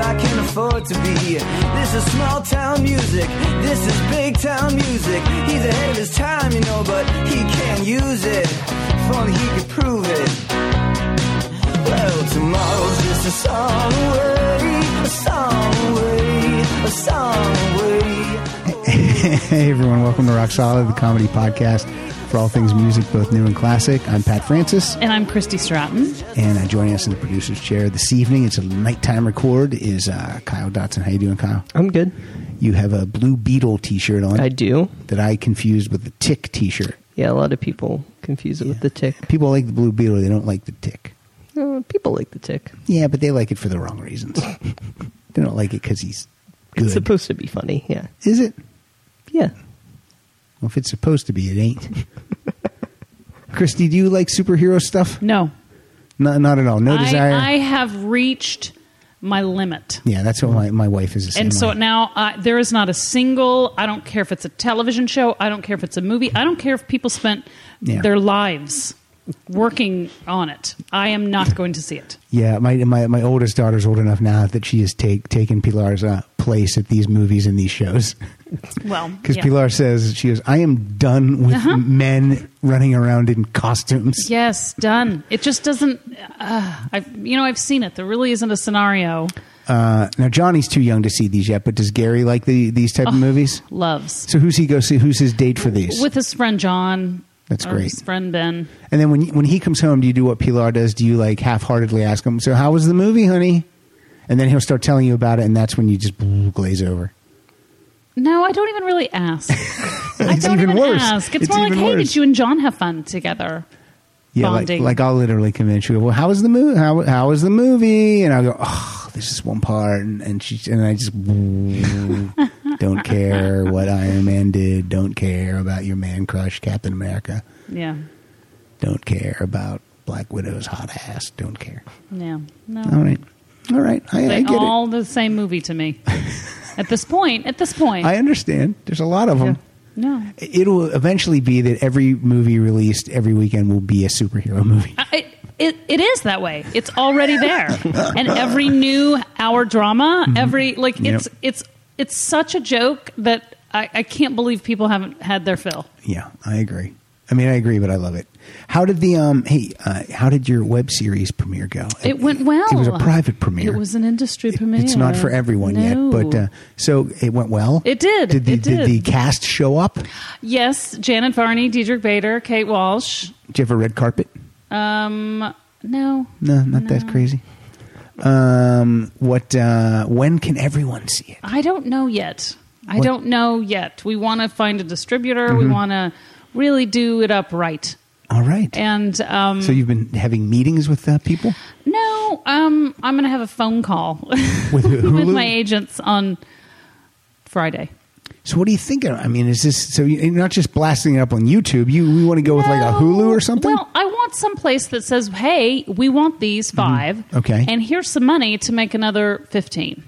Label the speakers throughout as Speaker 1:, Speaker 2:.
Speaker 1: afford to be. This is small town music. This is big town music. He's ahead of his time, you know, but he can't use it. If only he could prove it. Well, tomorrow's just a song away, a song away, a song away.
Speaker 2: Hey everyone, welcome to Rock Solid, the comedy podcast for all things music, both new and classic. I'm Pat Francis,
Speaker 3: And I'm Christy Stratton.
Speaker 2: and uh, joining us in the producer's chair this evening, it's a nighttime record, is uh, Kyle Dotson. How you doing, Kyle?
Speaker 4: I'm good.
Speaker 2: You have a Blue Beetle t-shirt on
Speaker 4: I do.
Speaker 2: that I confused with the Tick t-shirt.
Speaker 4: Yeah, a lot of people confuse it with the tick.
Speaker 2: People like the Blue Beetle, they don't like the Tick.
Speaker 4: Uh, people like the tick.
Speaker 2: Yeah, but they like it for the wrong reasons. they don't like it because he's good.
Speaker 4: It's supposed to be funny. Yeah.
Speaker 2: is it?
Speaker 4: Yeah.
Speaker 2: Well, if it's supposed to be, it ain't. Christy, do you like superhero stuff?
Speaker 3: No.
Speaker 2: No, not at all. No
Speaker 3: I,
Speaker 2: desire.
Speaker 3: I have reached my limit.
Speaker 2: Yeah, that's what my, my wife is. The same
Speaker 3: And so
Speaker 2: way.
Speaker 3: now I, there is not a single, I don't care if it's a television show, I don't care if it's a movie, I don't care if people spent
Speaker 2: Yeah.
Speaker 3: their lives working on it. I am not going to see it.
Speaker 2: yeah, my, my my oldest daughter's old enough now that she is take taking Pilar's uh, place at these movies and these shows
Speaker 3: Well,
Speaker 2: because
Speaker 3: yeah. Uh-huh.
Speaker 2: Pilar says she goes, I am done with men running around in costumes.
Speaker 3: Yes, done. It just doesn't. Uh, I've you know I've seen it. There really isn't a scenario.
Speaker 2: Uh, now Johnny's too young to see these yet, but does Gary like the, these type of movies?
Speaker 3: Loves
Speaker 2: So who's he go see? Who's his date for these?
Speaker 3: with his friend John.
Speaker 2: That's
Speaker 3: or
Speaker 2: great.
Speaker 3: His friend Ben.
Speaker 2: and then when when he comes home, do you do what Pilar does? Do you like half heartedly ask him, "So how was the movie, honey?" And then he'll start telling you about it, and that's when you just glaze over.
Speaker 3: No, I don't even really ask. I
Speaker 2: It's
Speaker 3: don't
Speaker 2: even
Speaker 3: even,
Speaker 2: worse.
Speaker 3: ask. It's,
Speaker 2: It's
Speaker 3: more like,
Speaker 2: even
Speaker 3: hey,
Speaker 2: worse.
Speaker 3: did you and John have fun together?
Speaker 2: Yeah, like,
Speaker 3: Bonding.
Speaker 2: like I'll literally convince you. Well, how was the movie? How how was the movie? And I'll go, oh, this is one part, and, and she and I just don't care what Iron Man did. Don't care about your man crush, Captain America.
Speaker 3: Yeah,
Speaker 2: Don't care about Black Widow's hot ass. Don't care.
Speaker 3: yeah. No,
Speaker 2: All right, all right. I, I
Speaker 3: they
Speaker 2: get
Speaker 3: all the same movie to me. at this point, at this
Speaker 2: it.
Speaker 3: point,
Speaker 2: I understand. There's a lot of them.
Speaker 3: no.
Speaker 2: It'll eventually be that every movie released every weekend will be a superhero movie.
Speaker 3: I- It, it, it is that way. It's already there. and every new hour drama, every like
Speaker 2: Mm-hmm. Yep.
Speaker 3: it's it's it's such a joke that I, I can't believe people haven't had their fill.
Speaker 2: Yeah, I agree. I mean, I agree, but I love it. How did the um? Hey, uh, how did your web series premiere go?
Speaker 3: It went well.
Speaker 2: It was a private premiere.
Speaker 3: It was an industry premiere.
Speaker 2: It's not for everyone
Speaker 3: No.
Speaker 2: yet, but uh, so it went well.
Speaker 3: It did.
Speaker 2: Did the,
Speaker 3: It
Speaker 2: did the
Speaker 3: did.
Speaker 2: cast show up? Did
Speaker 3: yes, Janet Varney, Diedrich Bader, Kate Walsh.
Speaker 2: you have a red carpet?
Speaker 3: Um, no,
Speaker 2: No, not that crazy. Um, what? Uh, when can everyone see it?
Speaker 3: I don't know yet.
Speaker 2: What-
Speaker 3: I
Speaker 2: Mm-hmm.
Speaker 3: don't know yet. We want to find a distributor. We want to really do it up right.
Speaker 2: All right.
Speaker 3: And um,
Speaker 2: so you've been having meetings with uh, people?
Speaker 3: No, um, I'm going to have a phone call
Speaker 2: With who?
Speaker 3: with my agents on Friday.
Speaker 2: So what do you think? I mean, is this so? You're not just blasting it up on YouTube. You we want to go with like a Hulu or something?
Speaker 3: Well, I want some place that says, "Hey, we want these 5
Speaker 2: Mm-hmm. Okay.
Speaker 3: and here's some money to make another fifteen.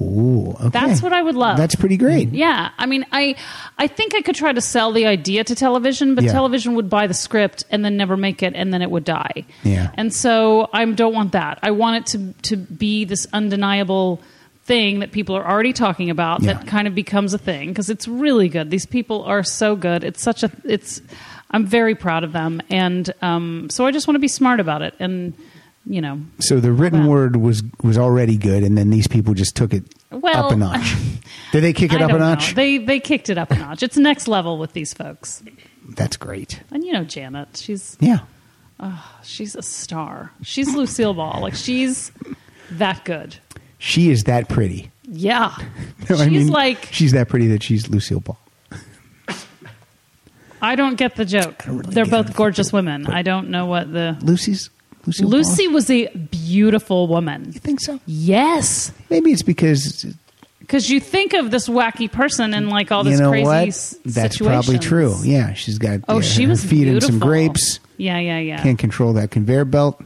Speaker 2: Ooh, okay.
Speaker 3: That's what I would love. Mm-hmm.
Speaker 2: That's pretty great.
Speaker 3: Yeah, I mean, I, I think I could try to sell the idea to television, but
Speaker 2: Yeah.
Speaker 3: television would buy the script and then never make it, and then it would die.
Speaker 2: Yeah.
Speaker 3: and so I don't want that. I want it to to be this undeniable thing that people are already talking about that
Speaker 2: Yeah.
Speaker 3: kind of becomes a thing because it's really good. These people are so good. It's such a it's. I'm very proud of them, and um, so I just want to be smart about it, and you know,
Speaker 2: So the written
Speaker 3: Wow.
Speaker 2: word was was already good, and then these people just took it
Speaker 3: Well,
Speaker 2: up a notch. Did they kick it
Speaker 3: I
Speaker 2: up a
Speaker 3: don't know.
Speaker 2: notch?
Speaker 3: They they kicked it up a notch. It's next level with these folks.
Speaker 2: That's great.
Speaker 3: And you know Janet, she's
Speaker 2: Yeah.
Speaker 3: she's a star. She's Lucille Ball. Like she's that good.
Speaker 2: She is that pretty.
Speaker 3: Yeah.
Speaker 2: No,
Speaker 3: she's
Speaker 2: I mean,
Speaker 3: like
Speaker 2: she's that pretty that she's Lucille Ball.
Speaker 3: I don't get the joke.
Speaker 2: really
Speaker 3: They're
Speaker 2: get
Speaker 3: both
Speaker 2: it.
Speaker 3: gorgeous women. I don't know what the
Speaker 2: Lucy's Lucille Ball?
Speaker 3: Lucy was a beautiful woman.
Speaker 2: You think so?
Speaker 3: Yes.
Speaker 2: Maybe it's because
Speaker 3: Cuz you think of this wacky person and like all this
Speaker 2: you know
Speaker 3: crazy
Speaker 2: what?
Speaker 3: s-
Speaker 2: That's
Speaker 3: situations.
Speaker 2: probably true. Yeah, she's got
Speaker 3: Oh,
Speaker 2: uh,
Speaker 3: she
Speaker 2: her
Speaker 3: was
Speaker 2: feet in some
Speaker 3: beautiful.
Speaker 2: grapes.
Speaker 3: Yeah, yeah, yeah.
Speaker 2: Can't control that conveyor belt.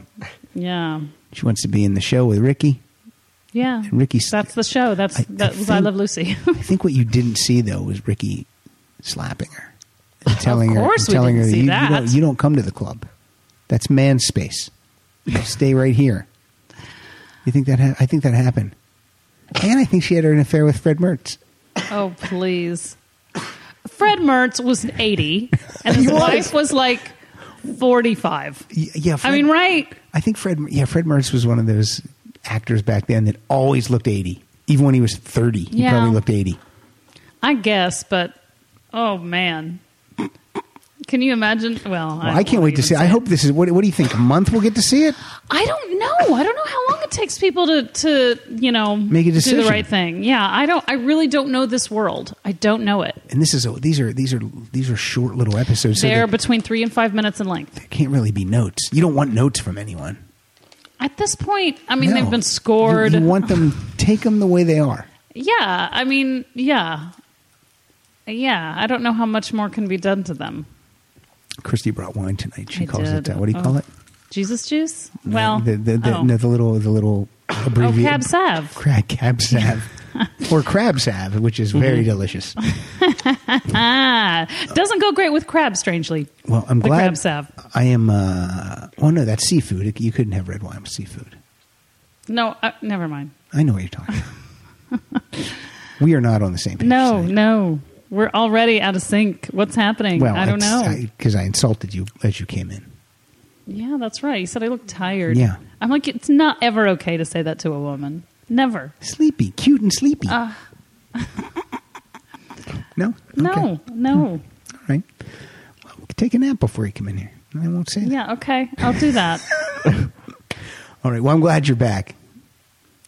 Speaker 3: yeah.
Speaker 2: She wants to be in the show with Ricky.
Speaker 3: Yeah.
Speaker 2: Ricky-
Speaker 3: That's the show. That's
Speaker 2: I- I
Speaker 3: that was I
Speaker 2: think-
Speaker 3: Love Lucy.
Speaker 2: I think what you didn't see though was Ricky slapping her, and telling her,
Speaker 3: course
Speaker 2: and
Speaker 3: we
Speaker 2: telling
Speaker 3: didn't
Speaker 2: her
Speaker 3: see
Speaker 2: you,
Speaker 3: that."
Speaker 2: You, don't, you don't come to the club. That's man space. You stay right here. You think that? Ha- I think that happened. And I think she had an affair with Fred Mertz.
Speaker 3: Oh, please. Fred Mertz was 80, and his wife was like 45.
Speaker 2: Y- Yeah, Fred,
Speaker 3: I mean, right?
Speaker 2: I think Fred. Yeah, Fred Mertz was one of those actors back then that always looked eighty, even when he was thirty. He
Speaker 3: Yeah.
Speaker 2: probably looked eighty.
Speaker 3: I guess, but oh, man. Can you imagine? Well,
Speaker 2: Well, I, can't
Speaker 3: won't
Speaker 2: wait to
Speaker 3: even
Speaker 2: see.
Speaker 3: say
Speaker 2: I
Speaker 3: it.
Speaker 2: hope this is. What, what do you think? A month we'll get to see it.
Speaker 3: I don't know. I don't know how long it takes people to, to you know,
Speaker 2: Make a
Speaker 3: do
Speaker 2: decision.
Speaker 3: the right thing. Yeah, I don't. I really don't know this world. I don't know it.
Speaker 2: And this is oh, these are these are these are short little episodes. So
Speaker 3: They're
Speaker 2: there
Speaker 3: between three and five minutes in length.
Speaker 2: can't really be notes. You don't want notes from anyone.
Speaker 3: At this point, I mean,
Speaker 2: No.
Speaker 3: they've been scored.
Speaker 2: You, you want them. Take them the way they are.
Speaker 3: yeah, I mean, yeah, yeah. I don't know how much more can be done to them.
Speaker 2: Christy brought wine tonight. She
Speaker 3: I
Speaker 2: calls it
Speaker 3: did.
Speaker 2: that. What do you call
Speaker 3: Oh.
Speaker 2: it?
Speaker 3: Jesus juice. Well,
Speaker 2: the the, the,
Speaker 3: oh.
Speaker 2: no, the little the little
Speaker 3: Oh,
Speaker 2: abbreviation.
Speaker 3: cab sav.
Speaker 2: Crab, cab salve. or crab salve, which is very
Speaker 3: Mm-hmm.
Speaker 2: delicious.
Speaker 3: Ah, doesn't go great with crab. Strangely,
Speaker 2: Well, I'm
Speaker 3: The
Speaker 2: glad.
Speaker 3: crab salve.
Speaker 2: I am. Uh, oh no, that's seafood. It- You couldn't have red wine with seafood.
Speaker 3: no. Uh, never mind.
Speaker 2: I know what you're talking about. we are not on the same page.
Speaker 3: No,
Speaker 2: tonight.
Speaker 3: no. We're already out of sync. What's happening?
Speaker 2: Well,
Speaker 3: I don't know.
Speaker 2: because I, insulted you as you came in.
Speaker 3: yeah, that's right. You said I look tired.
Speaker 2: Yeah.
Speaker 3: I'm like, it's not ever okay to say that to a woman. Never.
Speaker 2: Sleepy, cute and sleepy. no, Okay.
Speaker 3: Uh. No, no.
Speaker 2: All right, well, take a nap before you come in here. I won't say that.
Speaker 3: Yeah, okay. I'll do that.
Speaker 2: All right. Well, I'm glad you're back.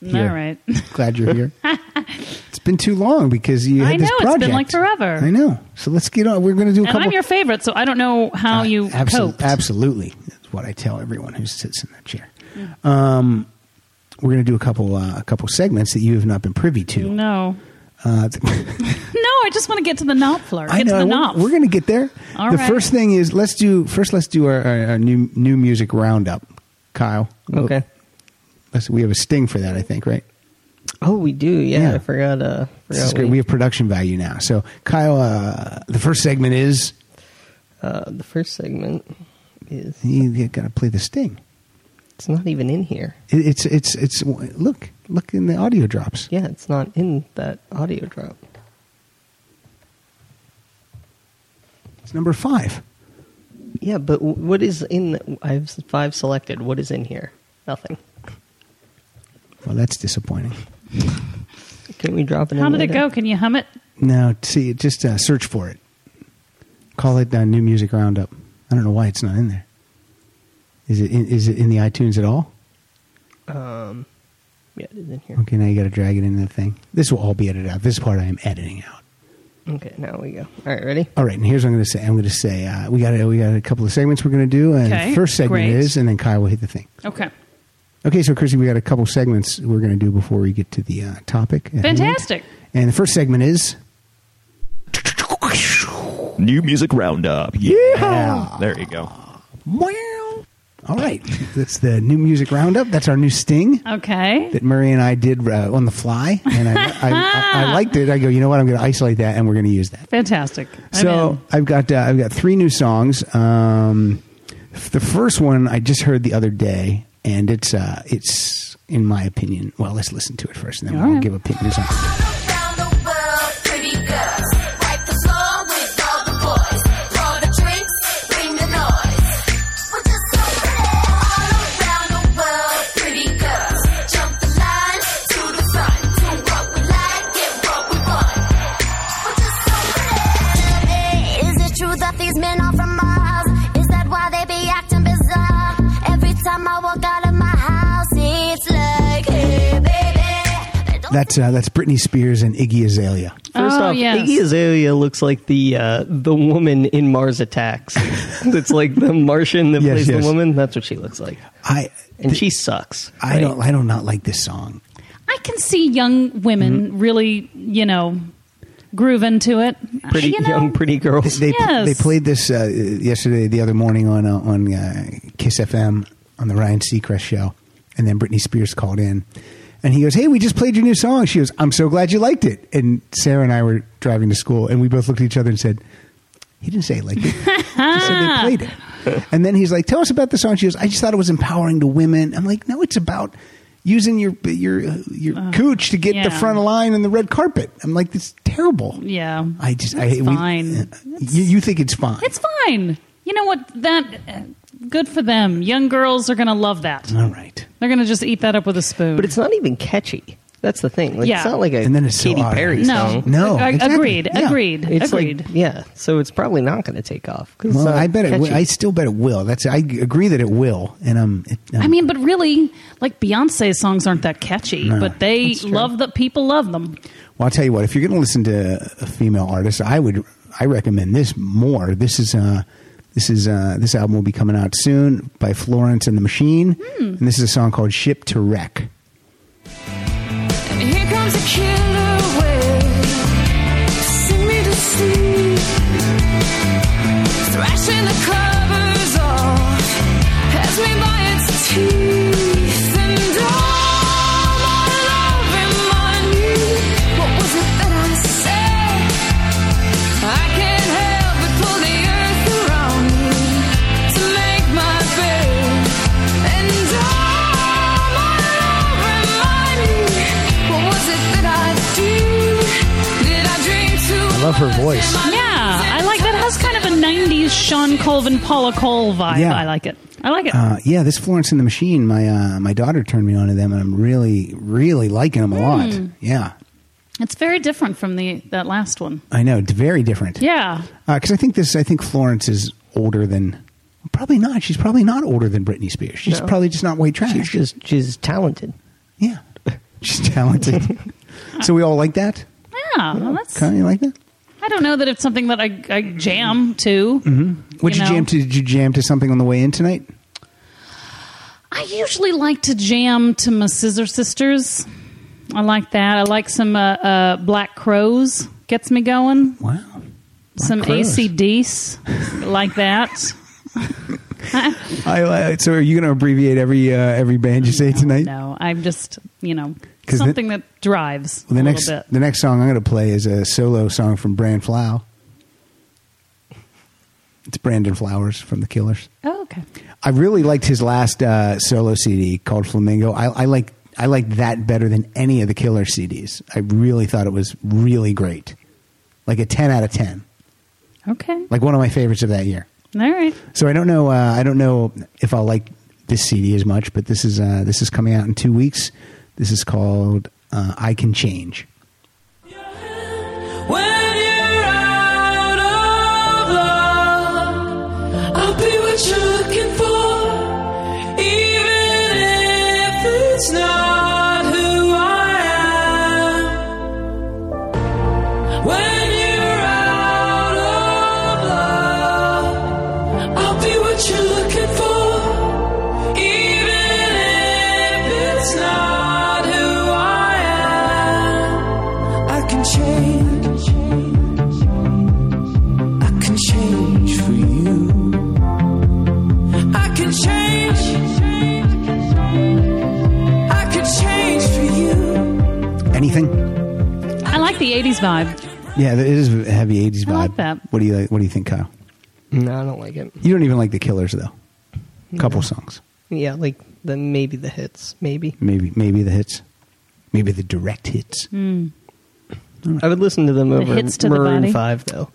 Speaker 3: All
Speaker 2: Here.
Speaker 3: right.
Speaker 2: Glad you're here. it's been too long because you had
Speaker 3: I
Speaker 2: this
Speaker 3: know, it's been
Speaker 2: project.
Speaker 3: like forever.
Speaker 2: I know. So let's get on. We're going to do a
Speaker 3: And
Speaker 2: couple.
Speaker 3: I'm your favorite, so I don't know how
Speaker 2: Uh,
Speaker 3: you
Speaker 2: abso-
Speaker 3: coped.
Speaker 2: Absolutely, that's what I tell everyone who sits in that chair.
Speaker 3: Mm.
Speaker 2: Um, we're going to do a couple uh, a couple segments that you have not been privy to.
Speaker 3: No.
Speaker 2: Uh, th-
Speaker 3: No, I just want to get to the Knopfler.
Speaker 2: I
Speaker 3: Get to
Speaker 2: know
Speaker 3: the
Speaker 2: we're,
Speaker 3: Knopf.
Speaker 2: we're going to get there.
Speaker 3: All
Speaker 2: the
Speaker 3: right.
Speaker 2: first thing is let's do first. Let's do our, our, our new new music roundup. Kyle, we'll-
Speaker 4: Okay.
Speaker 2: let's- we have a sting for that. I think right.
Speaker 4: Oh, we do. Yeah,
Speaker 2: Yeah.
Speaker 4: I forgot. Uh, forgot
Speaker 2: This is great. We have production value now. So Kyle, uh, the first segment is
Speaker 4: uh, the first segment is
Speaker 2: you, you got to play the sting.
Speaker 4: it's not even in here.
Speaker 2: It, it's it's it's look look in the audio drops.
Speaker 4: Yeah, it's not in that audio drop.
Speaker 2: It's number five.
Speaker 4: Yeah, but w- what is in? I have five selected. What is in here? Nothing.
Speaker 2: Well, that's disappointing.
Speaker 4: Can we drop it?
Speaker 3: how
Speaker 4: in
Speaker 3: did it
Speaker 4: later?
Speaker 3: go? Can you hum it?
Speaker 2: No, see, just uh, search for it. Call it uh, New Music Roundup. I don't know why it's not in there. Is it in, is it in the iTunes at all?
Speaker 4: Um, yeah, it is in here.
Speaker 2: Okay, now you got to drag it into the thing. This will all be edited out. This part I am editing out.
Speaker 4: Okay, now we go. All right, ready?
Speaker 2: All right, and here's what I'm going to say. I'm going to say uh, we got we got a couple of segments we're going to do, and
Speaker 3: Okay,
Speaker 2: the first segment
Speaker 3: great.
Speaker 2: is, and then Kyle will hit the thing.
Speaker 3: Okay.
Speaker 2: Okay, so Chrissy, we got a couple segments we're going to do before we get to the uh, topic. at hand.
Speaker 3: Fantastic.
Speaker 2: And the first segment is
Speaker 5: New music roundup. Yeah.
Speaker 2: Yeah.
Speaker 5: There you go.
Speaker 2: Wow. All right. That's the new music roundup. That's our new sting
Speaker 3: Okay.
Speaker 2: that Murray and I did uh, on the fly. And I, I, I, I liked it. I go, you know what? I'm going to isolate that and we're going to use that.
Speaker 3: Fantastic. I'm
Speaker 2: so
Speaker 3: in.
Speaker 2: I've got, uh, I've got three new songs. Um, the first one I just heard the other day and it's, uh, it's in my opinion. Well, let's listen to it first and then
Speaker 3: All
Speaker 2: we'll
Speaker 3: right.
Speaker 2: give opinions on it.
Speaker 6: Around the world, pretty girls. Wipe the floor with all the boys. Pour the drinks, bring the noise. We're just so pretty. All around the world, pretty girls. Jump the line to the front. Do what we like, get what we want. We're just so pretty.
Speaker 7: Hey, Is it true that these men are from Mars? Is that why they be acting bizarre? Every time I walk out of my house, it's like, hey, baby. Don't
Speaker 2: That's, uh, that's Britney Spears and Iggy Azalea.
Speaker 4: First
Speaker 3: Oh,
Speaker 4: off,
Speaker 3: yes.
Speaker 4: Iggy Azalea looks like the uh, the woman in Mars Attacks. That's like the Martian that
Speaker 2: Yes,
Speaker 4: plays
Speaker 2: yes.
Speaker 4: the woman. That's what she looks like,
Speaker 2: I,
Speaker 4: and she sucks.
Speaker 2: I
Speaker 4: right?
Speaker 2: don't, I don't not like this song.
Speaker 3: I can see young women
Speaker 2: Mm-hmm.
Speaker 3: really, you know, grooving to it.
Speaker 4: Pretty
Speaker 3: You know,
Speaker 4: young, pretty girls.
Speaker 2: They
Speaker 3: Yes.
Speaker 2: they played this uh, yesterday, the other morning on uh, on uh, Kiss FM on the Ryan Seacrest show, and then Britney Spears called in, and he goes, "Hey, we just played your new song." She goes, "I'm so glad you liked it." And Sarah and I were driving to school, and we both looked at each other and said. He didn't say it like it. He said they played it. And then he's like, Tell us about the song. She goes, I just thought it was empowering to women. I'm like, No, it's about using your your your cooch to get
Speaker 3: Uh, yeah.
Speaker 2: the front line in the red carpet. I'm like, this is terrible.
Speaker 3: Yeah.
Speaker 2: I just
Speaker 3: It's
Speaker 2: I we- uh,
Speaker 3: fine.
Speaker 2: you, you think it's fine?
Speaker 3: It's fine. You know what? That uh, good for them. Young girls are going to love that.
Speaker 2: all right.
Speaker 3: They're going to just eat that up with a spoon.
Speaker 4: But it's not even catchy. That's the thing. Like,
Speaker 3: Yeah.
Speaker 4: It's not like a
Speaker 2: And then it's so
Speaker 4: Katy
Speaker 2: odd.
Speaker 3: no,
Speaker 4: Perry song.
Speaker 2: No,
Speaker 3: Ag-
Speaker 2: exactly.
Speaker 3: agreed,
Speaker 2: Yeah.
Speaker 3: agreed,
Speaker 4: It's like-
Speaker 3: agreed.
Speaker 4: yeah, so it's probably not going to take off. 'cause it's
Speaker 2: Well,
Speaker 4: not
Speaker 2: I bet it.
Speaker 4: catchy.
Speaker 2: Will. I still bet it will. That's. I agree that it will. And I'm. It, um, I'm
Speaker 3: I mean, but really, like Beyonce's songs aren't that catchy, but they love that people love them.
Speaker 2: Well, I'll tell you what. If you're going to listen to a female artist, I would I recommend this more. This is uh, this is uh, this album will be coming out soon by Florence and the Machine,
Speaker 3: Hmm.
Speaker 2: and this is a song called "Ship to Wreck."
Speaker 6: And here comes a killer whale. Sing me to sleep. Thrashing the covers off. Has me by its teeth. And all my love and my need. What was it that I said? I can't help but pull the earth around me to make my bed. And all my love and my need. What was it that I did? Did I dream too
Speaker 2: I love her voice.
Speaker 3: Yeah, I like that. Has kind of a '90s Sean Colvin, Paula Cole vibe.
Speaker 2: Yeah.
Speaker 3: I like it. I like it.
Speaker 2: Uh, yeah, this Florence and the Machine. My uh, my daughter turned me on to them, and I'm really really liking them a
Speaker 3: Hmm.
Speaker 2: lot. Yeah,
Speaker 3: it's very different from the that last one.
Speaker 2: I know. It's very different.
Speaker 3: Yeah,
Speaker 2: because Uh, I think this. I think Florence is older than. Probably not. She's probably not older than Britney Spears. She's
Speaker 4: No.
Speaker 2: probably just not white trash.
Speaker 4: she's just she's talented.
Speaker 2: yeah, she's talented. so we all like that.
Speaker 3: yeah. Well, that's.
Speaker 2: Kind of like that.
Speaker 3: I don't know that it's something that I, I jam to.
Speaker 2: Mm-hmm. What
Speaker 3: you
Speaker 2: you,
Speaker 3: know?
Speaker 2: jam to? Did you jam to something on the way in tonight?
Speaker 3: I usually like to jam to my Scissor Sisters. I like that. I like some uh, uh, Black Crows. Gets me going.
Speaker 2: Wow.
Speaker 3: some
Speaker 2: Crows.
Speaker 3: ACDs like that.
Speaker 2: I, I, so are you going to abbreviate every uh, every band you say tonight?
Speaker 3: No, I'm just you know
Speaker 2: 'Cause the-
Speaker 3: something that drives
Speaker 2: Well, the
Speaker 3: a
Speaker 2: next
Speaker 3: little bit.
Speaker 2: the next song I'm going to play is a solo song from Brand Flow. It's Brandon Flowers from The Killers.
Speaker 3: oh, okay.
Speaker 2: I really liked his last uh, solo CD called Flamingo. I, I like I like that better than any of the Killer CDs. I really thought it was really great, like a ten out of ten,
Speaker 3: Okay.
Speaker 2: like one of my favorites of that year.
Speaker 3: All right.
Speaker 2: So I don't know. Uh, I don't know if I'll like this CD as much, but this is uh, this is coming out in two weeks. This is called uh, "I Can Change."
Speaker 6: When you're out of love, I'll be what you're looking for, even if it's not who I am. When you're out of love, I'll be what you're looking for, even if it's not who I am. I can change. I can change for you. I can change. I can change for you.
Speaker 2: Anything?
Speaker 3: I like the '80s vibe.
Speaker 2: Yeah, it is a heavy '80s vibe.
Speaker 3: I like that.
Speaker 2: What do you like, What do you think, Kyle?
Speaker 4: No, I don't like it.
Speaker 2: You don't even like the Killers, though. A couple songs,
Speaker 4: Yeah, like the maybe the hits, maybe.
Speaker 2: maybe maybe the hits, maybe the direct hits. Hmm.
Speaker 4: I would listen to them over
Speaker 3: hits to the
Speaker 4: Maroon
Speaker 3: body.
Speaker 4: Five though.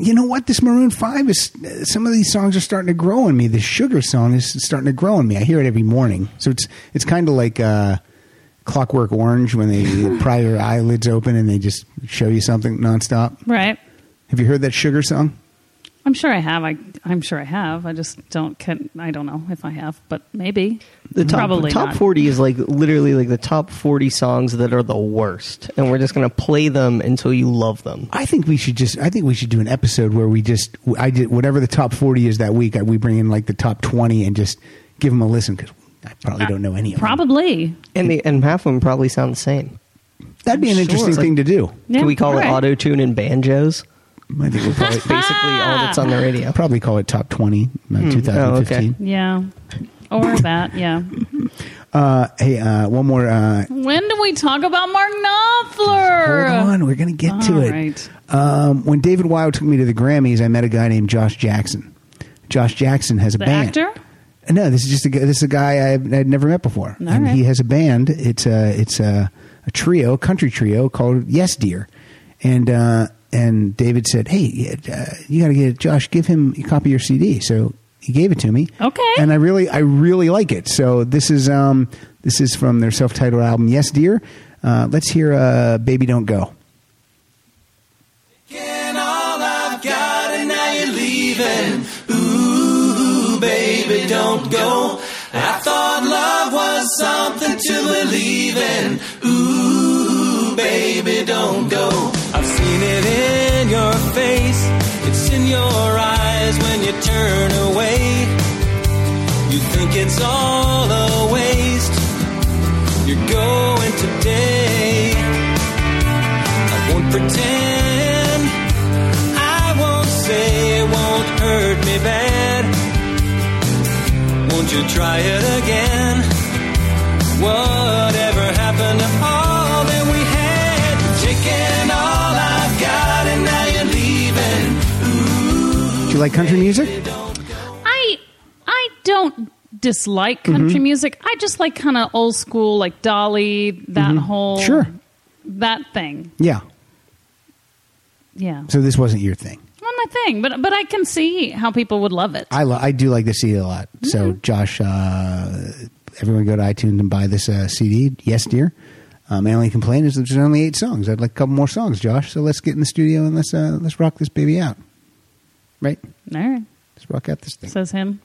Speaker 2: You know what? This Maroon Five is. uh, Some of these songs are starting to grow on me. This Sugar song is starting to grow on me. I hear it every morning. So it's it's kind of like. Uh, Clockwork Orange when they pry your eyelids open and they just show you something nonstop.
Speaker 3: Right.
Speaker 2: Have you heard that Sugar song?
Speaker 3: I'm sure I have. I, I'm sure I have. I just don't. Can, I don't know if I have, but maybe.
Speaker 4: The top
Speaker 3: Probably
Speaker 4: top
Speaker 3: not.
Speaker 4: forty is like literally like the top forty songs that are the worst, and we're just gonna play them until you love them.
Speaker 2: I think we should just. I think we should do an episode where we just. I did whatever the top forty is that week. I, we bring in like the top twenty and just give them a listen because I Uh, probably don't know any of them.
Speaker 3: Probably.
Speaker 4: And they, and half of them probably sound the same.
Speaker 2: That'd be an
Speaker 4: Sure.
Speaker 2: interesting
Speaker 4: It's like-
Speaker 2: thing to do.
Speaker 3: Yeah,
Speaker 4: Can we call
Speaker 3: all
Speaker 4: it
Speaker 3: right.
Speaker 4: auto tune and banjos?
Speaker 2: I think we'll probably,
Speaker 4: Basically, all that's on the radio.
Speaker 2: probably call it top twenty uh, two thousand fifteen.
Speaker 3: Yeah. Or that. Yeah.
Speaker 2: uh, hey, uh, one more. Uh,
Speaker 3: When do we talk about Mark Knopfler?
Speaker 2: hold on, we're gonna get to
Speaker 3: All
Speaker 2: it.
Speaker 3: right.
Speaker 2: Um, when David Weil took me to the Grammys, I met a guy named Josh Jackson. Josh Jackson has a
Speaker 3: The
Speaker 2: band.
Speaker 3: actor?
Speaker 2: No, this is just a gu- this is a guy I've, I'd never met before,
Speaker 3: All
Speaker 2: and
Speaker 3: right.
Speaker 2: he has a band. It's a it's a, a trio, country trio called Yes Dear, and uh, and David said, "Hey, uh, you got to get Josh. Give him a copy of your CD." So he gave it to me.
Speaker 3: Okay.
Speaker 2: and I really I really like it. So this is um this is from their self titled album Yes Dear. Uh, let's hear uh, "Baby Don't Go."
Speaker 8: I've seen it in your face. It's in your eyes when you turn away. You think it's all a waste. You're going today. I won't pretend. I won't say it won't hurt me bad. Won't you try it again? Whatever happened to all that we had? Taking all I've got and now you're leaving.
Speaker 2: Do you like country music?
Speaker 3: I I don't dislike
Speaker 2: Mm-hmm.
Speaker 3: country music. I just like kind of old school, like Dolly, that whole
Speaker 2: Mm-hmm. Sure.
Speaker 3: that thing.
Speaker 2: Yeah.
Speaker 3: Yeah,
Speaker 2: So this wasn't your thing.
Speaker 3: not my thing, but but I can see how people would love it.
Speaker 2: I lo- I do like this CD a lot. So
Speaker 3: Mm-hmm.
Speaker 2: Josh, uh, everyone go to iTunes and buy this uh, CD. Yes, dear. Um, my only complaint is that there's only eight songs. I'd like a couple more songs, Josh. So let's get in the studio and let's uh, let's rock this baby out. Right?
Speaker 3: All right,
Speaker 2: Let's rock out this thing.
Speaker 3: says him.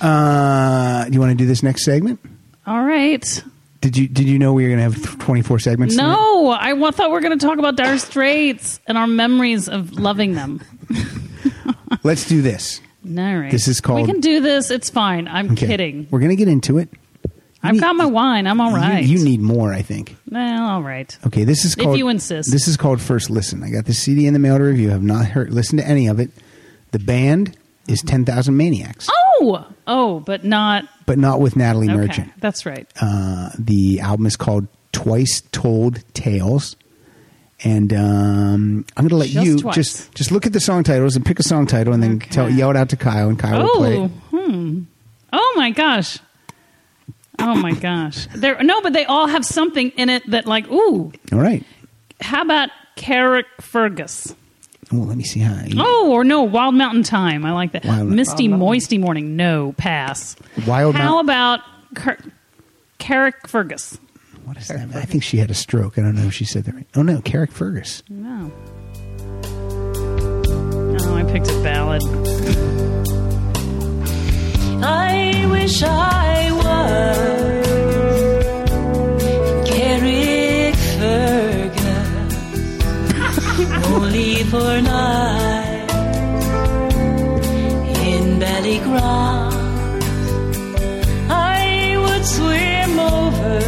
Speaker 2: Uh, you want to do this next segment?
Speaker 3: All right.
Speaker 2: Did you did you know we were going to have 24 segments? tonight?
Speaker 3: No, I wa- thought we were going to talk about Dire Straits and our memories of loving them.
Speaker 2: Let's do this.
Speaker 3: All right.
Speaker 2: This is called-
Speaker 3: We can do this. It's fine. I'm
Speaker 2: Okay.
Speaker 3: kidding.
Speaker 2: We're going to get into it.
Speaker 3: I've
Speaker 2: need-
Speaker 3: got my wine. I'm all
Speaker 2: You-
Speaker 3: right.
Speaker 2: you need more, I think.
Speaker 3: Well, all right.
Speaker 2: Okay, this is
Speaker 3: If
Speaker 2: called.
Speaker 3: you insist.
Speaker 2: This is called First Listen. I got the CD in the mail to review. Have not heard, listened to any of it. The band is Ten Thousand Maniacs,
Speaker 3: Oh, oh, but not.
Speaker 2: but not with Natalie
Speaker 3: Okay,
Speaker 2: Merchant.
Speaker 3: that's right.
Speaker 2: Uh, the album is called Twice Told Tales, and um, I'm going to let
Speaker 3: Just
Speaker 2: you
Speaker 3: twice.
Speaker 2: just just look at the song titles and pick a song title, and then
Speaker 3: Okay.
Speaker 2: tell yell it out to Kyle, and Kyle will play.
Speaker 3: Oh,
Speaker 2: it.
Speaker 3: hmm. Oh my gosh. Oh my gosh. There. No, but they all have something in it that, like, ooh.
Speaker 2: All right.
Speaker 3: How about Carrick Fergus?
Speaker 2: Oh, let me see how.
Speaker 3: Oh, or no, Wild Mountain Time. I like that.
Speaker 2: Wild- Oh,
Speaker 3: Misty, moisty morning. No, pass.
Speaker 2: Wild
Speaker 3: How
Speaker 2: Mount-
Speaker 3: about Car- Carrick Fergus?
Speaker 2: What is that? I think she had a stroke. I don't know if she said that right. Oh no, Carrick Fergus.
Speaker 3: No. Oh, I picked a ballad.
Speaker 9: I wish I was Carrick Fergus, only for night in Ballyground. I would swim over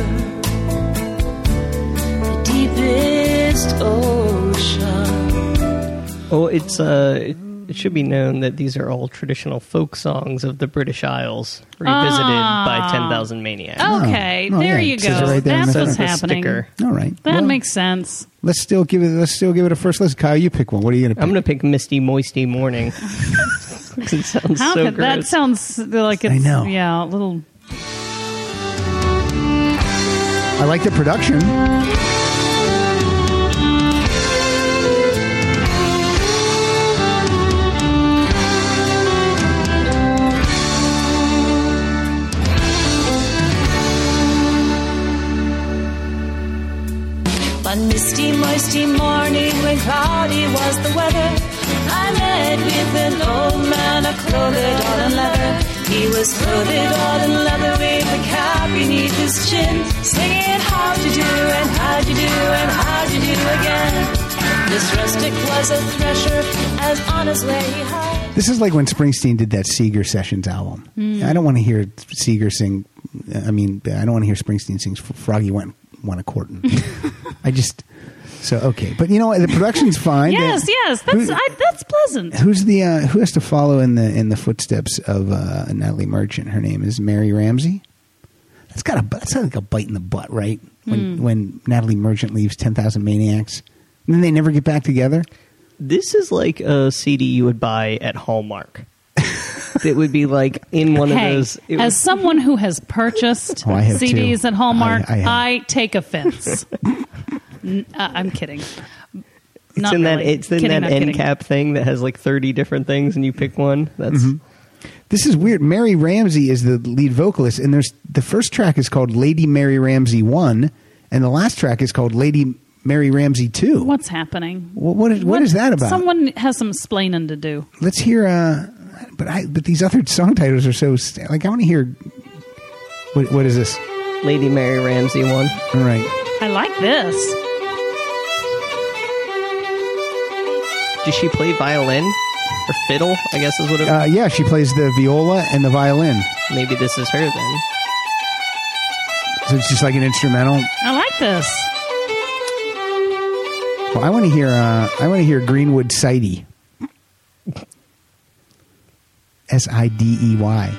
Speaker 9: the deepest ocean.
Speaker 4: Oh, it's uh, it should be known that these are all traditional folk songs of the British Isles, revisited
Speaker 3: Ah.
Speaker 4: by Ten Thousand Maniacs.
Speaker 3: Okay,
Speaker 2: Oh,
Speaker 3: there
Speaker 2: yeah,
Speaker 3: you
Speaker 2: it
Speaker 3: go.
Speaker 2: says it right there in
Speaker 3: That's
Speaker 2: the
Speaker 3: what's
Speaker 2: front.
Speaker 3: happening.
Speaker 4: Sticker.
Speaker 2: All right.
Speaker 3: That
Speaker 2: Well,
Speaker 3: makes sense.
Speaker 2: Let's still give it. Let's still give it a first listen. Kyle, you pick one. What are you going to pick?
Speaker 4: I'm gonna pick Misty Moisty Morning. 'Cause it sounds
Speaker 3: How
Speaker 4: so
Speaker 3: could that
Speaker 4: gross.
Speaker 3: sounds like it's
Speaker 2: I know.
Speaker 3: yeah, a little
Speaker 2: I like the production.
Speaker 9: One misty, moisty morning when cloudy was the weather, I met with an old man, a clothed all in leather. He was clothed all in leather with a cap beneath his chin, singing how to do and how to do and how to do again. This rustic was a thresher, as on his way he hied.
Speaker 2: This is like when Springsteen did that Seeger Sessions album.
Speaker 3: Hmm.
Speaker 2: I don't want to hear Seeger sing. I mean, I don't want to hear Springsteen sing Froggy Went Went a Courtin'. I just. So, okay. But you know what? The production's fine.
Speaker 3: Yes,
Speaker 2: They-
Speaker 3: yes. That's
Speaker 2: Who-
Speaker 3: I, that's pleasant.
Speaker 2: Who's the uh, who has to follow in the in the footsteps of uh, Natalie Merchant? Her name is Mary Ramsey. That's got a bu- that's like a bite in the butt, right? When when Natalie Merchant leaves Ten Thousand Maniacs, and then they never get back together.
Speaker 4: This is like a CD you would buy at Hallmark. that would be like in one
Speaker 3: Hey,
Speaker 4: of those. It
Speaker 3: as someone who has purchased
Speaker 2: Oh, I have
Speaker 3: CDs
Speaker 2: too.
Speaker 3: at Hallmark,
Speaker 2: I- I
Speaker 3: I,
Speaker 2: have.
Speaker 3: take offense. N- uh, I'm kidding.
Speaker 4: was,
Speaker 3: Not
Speaker 4: it's in that
Speaker 3: really.
Speaker 4: it's in
Speaker 3: Kidding,
Speaker 4: that
Speaker 3: not
Speaker 4: end
Speaker 3: kidding.
Speaker 4: cap thing that has like thirty different things, and you pick one. That's
Speaker 2: This is weird. Mary Ramsey is the lead vocalist, and there's the first track is called Lady Mary Ramsey One, and the last track is called Lady Mary Ramsey Two.
Speaker 3: What's happening?
Speaker 2: Wha- what is- what is that about?
Speaker 3: Someone has some splaining to do.
Speaker 2: Let's hear. Uh, but I but these other song titles are so st- like I want to hear. What, what is this?
Speaker 4: Lady Mary Ramsey one.
Speaker 2: All right.
Speaker 3: I like this.
Speaker 4: Does she play violin or fiddle? I guess is what it.
Speaker 2: Uh, yeah, she plays the viola and the violin,
Speaker 4: Maybe this is her then.
Speaker 2: so it's just like an instrumental.
Speaker 3: I like this.
Speaker 2: Well, I want to hear. Uh, I want to hear Greenwood Sidey. S I D E Y.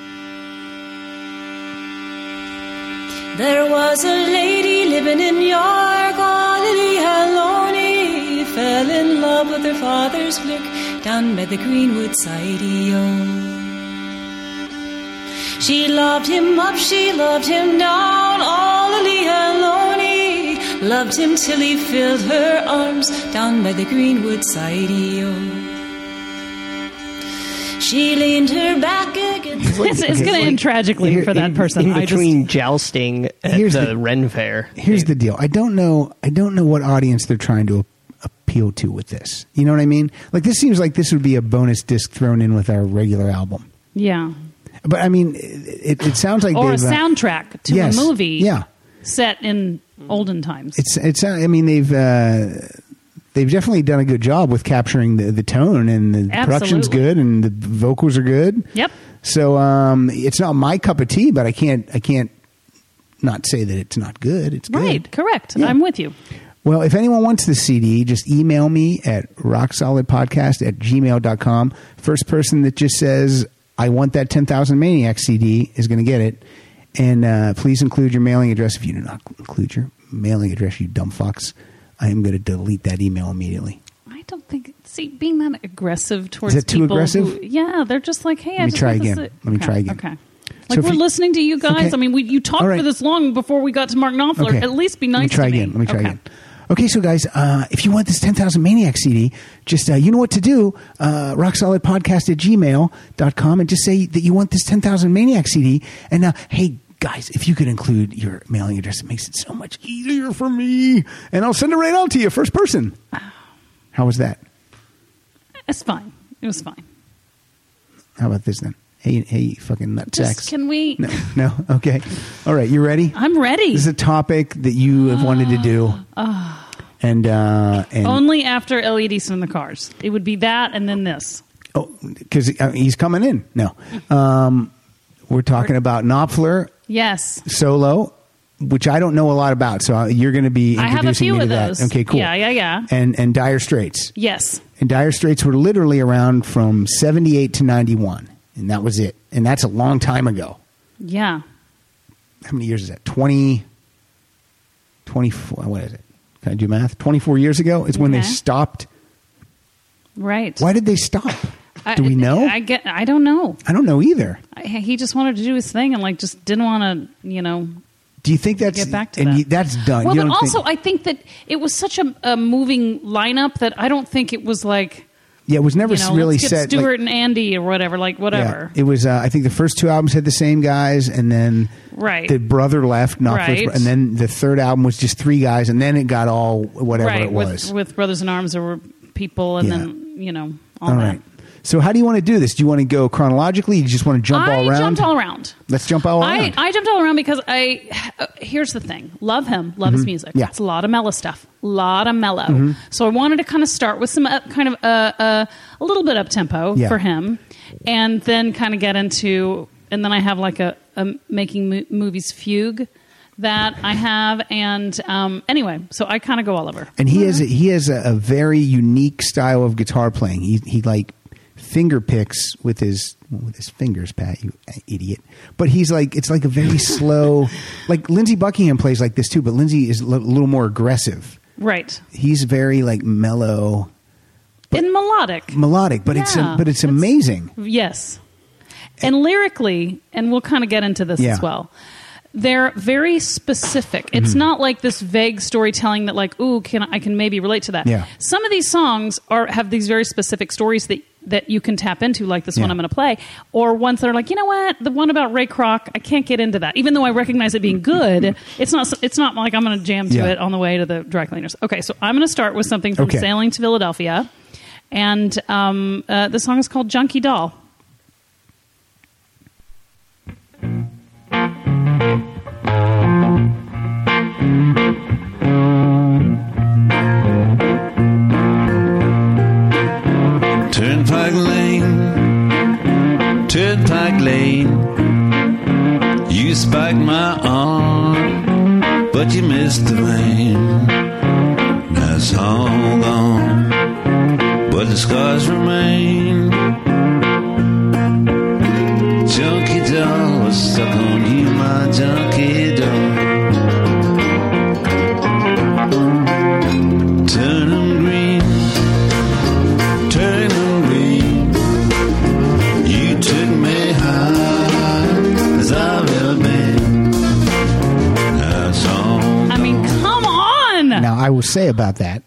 Speaker 9: There was a lady living in York, all Lily Haloney. Fell in love with her father's clerk down by the Greenwood side. She loved him up, she loved him down, all Lily Haloney. Loved him till he filled her arms down by the Greenwood side. She leaned her back against.
Speaker 3: It's, it's going to end tragically
Speaker 2: here-
Speaker 3: for that person.
Speaker 4: In
Speaker 3: I just-
Speaker 4: between jousting at
Speaker 2: Here's
Speaker 4: the,
Speaker 2: the-
Speaker 4: Ren Fair.
Speaker 2: Here's the deal. I don't know. I don't know what audience they're trying to a- appeal to with this. You know what I mean? Like this seems like this would be a bonus disc thrown in with our regular album.
Speaker 3: yeah.
Speaker 2: But I mean, it, it sounds like
Speaker 3: Or a
Speaker 2: they've, uh,
Speaker 3: soundtrack to
Speaker 2: yes.
Speaker 3: a movie
Speaker 2: Yeah.
Speaker 3: set in olden times.
Speaker 2: It's it's. uh, I mean, they've uh, they've definitely done a good job with capturing the, the tone and the production's
Speaker 3: Absolutely.
Speaker 2: good and the vocals are good.
Speaker 3: Yep.
Speaker 2: So um, it's not my cup of tea, but I can't I can't not say that it's not good. It's good.
Speaker 3: right. Correct.
Speaker 2: Yeah.
Speaker 3: I'm with you.
Speaker 2: Well, if anyone wants the CD, just email me at rocksolidpodcast at gmail.com. First person that just says, I want that 10,000 Maniac CD is going to get it. And uh, please include your mailing address. If you do not include your mailing address, you dumb fucks, I am going to delete that email immediately.
Speaker 3: I don't think. See, being that aggressive towards
Speaker 2: that too
Speaker 3: people who-
Speaker 2: aggressive?
Speaker 3: yeah, they're just like, hey, I
Speaker 2: me
Speaker 3: just
Speaker 2: try
Speaker 3: want this
Speaker 2: again.
Speaker 3: to-
Speaker 2: Let me
Speaker 3: okay,
Speaker 2: try again.
Speaker 3: Okay.
Speaker 2: So
Speaker 3: Like
Speaker 2: if
Speaker 3: we're
Speaker 2: you-
Speaker 3: listening to you guys.
Speaker 2: Okay.
Speaker 3: I mean, we, you talked
Speaker 2: All right.
Speaker 3: for this long before we got to Mark Knopfler. At least be nice
Speaker 2: Let me try
Speaker 3: to
Speaker 2: again. Let
Speaker 3: me.
Speaker 2: me try
Speaker 3: Okay.
Speaker 2: again. Okay, so guys, uh, if you want this 10,000 Maniac CD, just, uh, you know what to do, uh, rocksolidpodcast at gmail.com and just say that you want this 10,000 Maniac CD. And, uh, hey, guys, if you could include your mailing address, it makes it so much easier for me. And I'll send it right out to you, first person. How was that?
Speaker 3: It's fine. It was fine.
Speaker 2: How about this then? Hey, hey, you fucking
Speaker 3: Just
Speaker 2: nutsacks.
Speaker 3: can we?
Speaker 2: no, no, okay. All right, you ready?
Speaker 3: I'm ready.
Speaker 2: This is a topic that you have wanted to do. And, uh, and
Speaker 3: Ah. Only after Elliot Easton and the Cars. It would be that and then this.
Speaker 2: Oh, because he's coming in. No, um, we're talking about Knopfler
Speaker 3: Yes.
Speaker 2: solo, which I don't know a lot about. So I- you're going to be
Speaker 3: I have a
Speaker 2: introducing
Speaker 3: few
Speaker 2: me to
Speaker 3: of
Speaker 2: that.
Speaker 3: those.
Speaker 2: Okay, cool.
Speaker 3: Yeah, yeah, yeah.
Speaker 2: And and Dire Straits.
Speaker 3: Yes.
Speaker 2: And Dire Straits were literally around from '78 to '91, and that was it. And that's a long time ago.
Speaker 3: Yeah.
Speaker 2: How many years is that? 20, 24, What is it? Can I do math? Twenty-four years ago is when they
Speaker 3: Okay.
Speaker 2: stopped.
Speaker 3: Right.
Speaker 2: Why did they stop?
Speaker 3: I-
Speaker 2: do we know?
Speaker 3: I, get. I don't know.
Speaker 2: I don't know either.
Speaker 3: I, he just wanted to do his thing and like just didn't want to, you know,
Speaker 2: Do Uh, you think that's
Speaker 3: get back to
Speaker 2: and
Speaker 3: that.
Speaker 2: you- that's done?
Speaker 3: Well,
Speaker 2: you
Speaker 3: but
Speaker 2: don't think-
Speaker 3: also I think that it was such a, a moving lineup that I don't think it was like
Speaker 2: Yeah, it was never
Speaker 3: you know
Speaker 2: really
Speaker 3: let's get
Speaker 2: set. like-
Speaker 3: Stewart and Andy or whatever, like
Speaker 2: yeah,
Speaker 3: whatever.
Speaker 2: it was. Uh, I think the first two albums had the same guys, and then
Speaker 3: Right.
Speaker 2: the brother left, not first-
Speaker 3: Right.
Speaker 2: and then the third album was just three guys, and then it got all whatever
Speaker 3: right
Speaker 2: it was.
Speaker 3: with with brothers in arms there were people and
Speaker 2: Yeah.
Speaker 3: then you know all,
Speaker 2: all
Speaker 3: that.
Speaker 2: right. So how do you want to do this? Do you want to go chronologically? You just want to jump
Speaker 3: I
Speaker 2: all around?
Speaker 3: jumped all around.
Speaker 2: Let's jump all
Speaker 3: I,
Speaker 2: around.
Speaker 3: I jumped all around because I. Uh, here's the thing: love him, love his music.
Speaker 2: Mm-hmm. Yeah. Mm-hmm.
Speaker 3: It's a lot of mellow stuff, a lot of mellow. So I wanted to kind of start with some uh, kind of uh, uh, a little bit up tempo
Speaker 2: Yeah.
Speaker 3: for him, and then kind of get into, and then I have like a, a making mo- movies fugue that I have, and um, anyway, so I kind of go all over.
Speaker 2: and he
Speaker 3: Mm-hmm.
Speaker 2: has a, he has a, a very unique style of guitar playing. He he like finger picks with his with his fingers, Pat, you idiot. But he's like it's like a very slow. Like Lindsey Buckingham plays like this too, but Lindsey is a li- little more aggressive.
Speaker 3: Right.
Speaker 2: He's very like mellow,
Speaker 3: and melodic.
Speaker 2: melodic, but it's
Speaker 3: Yeah.
Speaker 2: but it's amazing.
Speaker 3: Yes. and lyrically, and we'll kind of get into this
Speaker 2: Yeah.
Speaker 3: as well. They're very specific. It's
Speaker 2: Mm-hmm.
Speaker 3: not like this vague storytelling that, like, ooh, can I can maybe relate to that.
Speaker 2: Yeah.
Speaker 3: Some of these songs are have these very specific stories that that you can tap into, like this one
Speaker 2: Yeah.
Speaker 3: I'm going to play, or ones that are like, you know what, the one about Ray Kroc, I can't get into that, even though I recognize it being good. it's not. It's not like I'm going to jam to
Speaker 2: Mm-hmm. Yeah.
Speaker 3: it on the way to the dry cleaners. Okay, so I'm going to start with something from
Speaker 2: Okay.
Speaker 3: Sailing to Philadelphia, and um, uh, the song is called Junkie Doll.
Speaker 8: Turnpike Lane, Turnpike Lane. You spiked my arm, but you missed the vein. Now it's all gone, but the scars remain. Junkie doll was stuck on you, my junkie doll. Turn 'em green. Turn green. You took me high as I've ever been. That's all.
Speaker 3: I mean, come on.
Speaker 2: Now, I will say about that.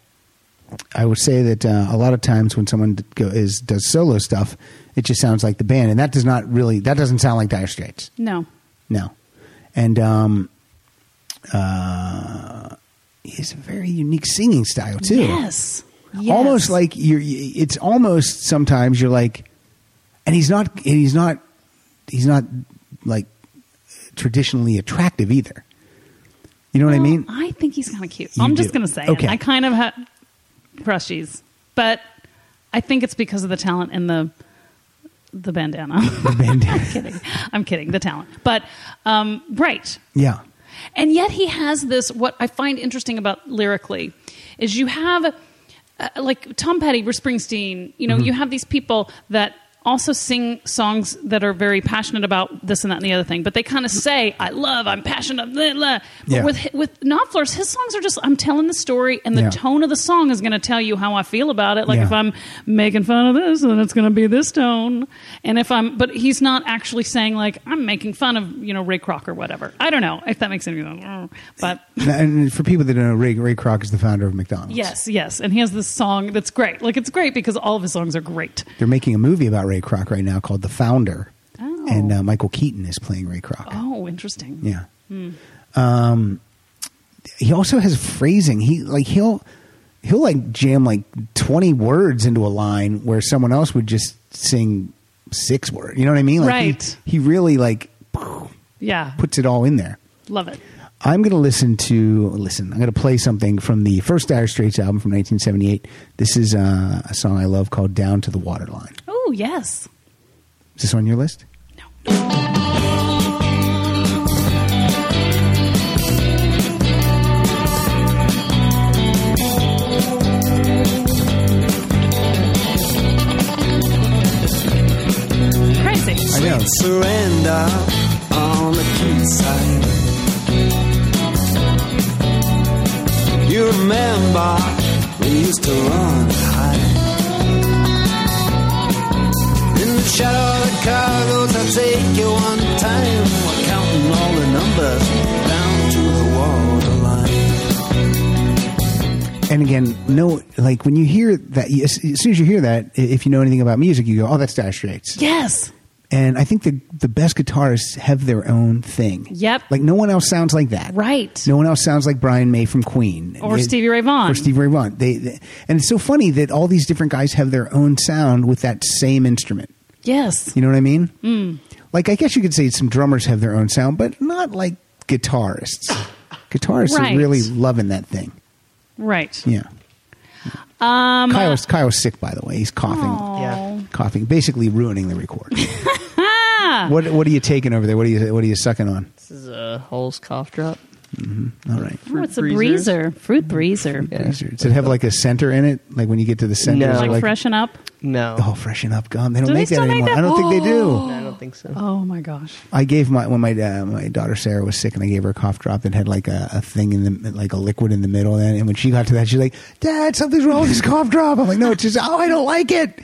Speaker 2: I will say that uh, a lot of times when someone d- go, is does solo stuff, it just sounds like the band, and that does not really that doesn't sound like Dire Straits.
Speaker 3: No.
Speaker 2: No, and um, uh, it's a very unique singing style too.
Speaker 3: Yes. Yes.
Speaker 2: almost like you're. y- It's almost sometimes you're like, and he's not. And he's not. He's not like traditionally attractive either. You know what I
Speaker 3: Well,
Speaker 2: mean?
Speaker 3: I think he's kind of cute.
Speaker 2: You
Speaker 3: I'm just
Speaker 2: do.
Speaker 3: going to say
Speaker 2: Okay.
Speaker 3: it. I kind of have crushies, but I think it's because of the talent and the the bandana.
Speaker 2: bandana.
Speaker 3: I'm kidding. I'm kidding. The talent, but um, right.
Speaker 2: Yeah.
Speaker 3: And yet he has this. What I find interesting about lyrically is you have uh, like Tom Petty, Bruce Springsteen. You know, you
Speaker 2: Mm-hmm.
Speaker 3: have these people that also sing songs that are very passionate about this and that and the other thing, but they kind of say, "I love," "I'm passionate." Blah, blah. But
Speaker 2: Yeah.
Speaker 3: with with Knopfler's, his songs are just I'm telling the story, and the
Speaker 2: Yeah.
Speaker 3: tone of the song is going to tell you how I feel about it. Like
Speaker 2: Yeah.
Speaker 3: if I'm making fun of this, then it's going to be this tone, and if I'm, but he's not actually saying like I'm making fun of you know Ray Kroc or whatever. I don't know if that makes any sense, but
Speaker 2: And for people that don't know, Ray, Ray Kroc is the founder of McDonald's.
Speaker 3: yes, yes, and he has this song that's great. Like it's great because all of his songs are great.
Speaker 2: They're making a movie about Ray Kroc right now called The Founder.
Speaker 3: Oh.
Speaker 2: And uh, Michael Keaton is playing Ray Kroc.
Speaker 3: Oh, interesting.
Speaker 2: Yeah. Um, he also has phrasing. He like he'll he'll like jam like twenty words into a line where someone else would just sing six words. You know what I mean? Like he-
Speaker 3: Right.
Speaker 2: He, really like
Speaker 3: Yeah,
Speaker 2: puts it all in there.
Speaker 3: love it.
Speaker 2: I'm going to listen to listen. I'm going to play something from the first Dire Straits album from 1978. This is uh, a song I love called "Down to the Waterline."
Speaker 3: Oh yes.
Speaker 2: Is this on your list?
Speaker 3: Crazy.
Speaker 2: I know.
Speaker 8: Surrender on the quayside. You remember we used to run and hide. In the shadow of the cargoes, I take you one time. We're counting all the numbers down to the waterline.
Speaker 2: And again, no, like when you hear that, as as soon as you hear that, i- if you know anything about music, you go, "Oh, that's Dire Straits."
Speaker 3: Yes.
Speaker 2: And I think the the best guitarists have their own thing.
Speaker 3: Yep.
Speaker 2: Like no one else sounds like that.
Speaker 3: Right.
Speaker 2: No one else sounds like Brian May from Queen
Speaker 3: Or Stevie Ray Vaughan.
Speaker 2: Or Stevie Ray Vaughan. They, they- and it's so funny that all these different guys have their own sound with that same instrument.
Speaker 3: Yes.
Speaker 2: You know what I mean? Mm. Like I guess you could say some drummers have their own sound, but not like guitarists. Guitarists
Speaker 3: Right.
Speaker 2: are really loving that thing.
Speaker 3: Right.
Speaker 2: Yeah. Um, Kyle's, Kyle's sick, by the way. He's coughing,
Speaker 4: Yeah.
Speaker 2: coughing, basically ruining the record. what What are you taking over there? What are you What are you sucking on?
Speaker 4: This is a Holes cough drop.
Speaker 2: All right.
Speaker 3: Oh, it's a
Speaker 4: breezers.
Speaker 3: breezer. Fruit breezer.
Speaker 4: Yeah.
Speaker 2: Does it have like a center in it? Like when you get to the center,
Speaker 4: No.
Speaker 2: is it
Speaker 3: Like freshen up.
Speaker 4: No.
Speaker 2: Oh, freshen up gum. They don't
Speaker 3: Do they
Speaker 2: make that
Speaker 3: still make
Speaker 2: anymore.
Speaker 3: that?
Speaker 2: I don't think they do.
Speaker 4: I don't think so.
Speaker 3: Oh my gosh.
Speaker 2: I gave my when my uh, my daughter Sarah was sick and I gave her a cough drop that had like a, a thing in the like a liquid in the middle. And, and when she got to that, she's like, "Dad, something's wrong with this cough drop." I'm like, "No, it's just oh, I don't like it."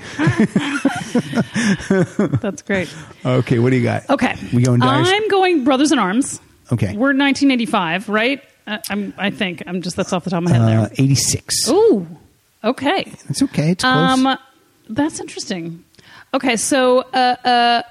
Speaker 3: That's great.
Speaker 2: Okay, what do you got?
Speaker 3: Okay.
Speaker 2: we going dice.
Speaker 3: I'm going Brothers in Arms.
Speaker 2: okay,
Speaker 3: We're 1985, right? Uh, I'm, I think. I'm just, that's off the top of my head
Speaker 2: uh,
Speaker 3: there.
Speaker 2: 86.
Speaker 3: Ooh. Okay.
Speaker 2: Uh, It's okay. It's close.
Speaker 3: Um, that's interesting. Okay, so uh, uh,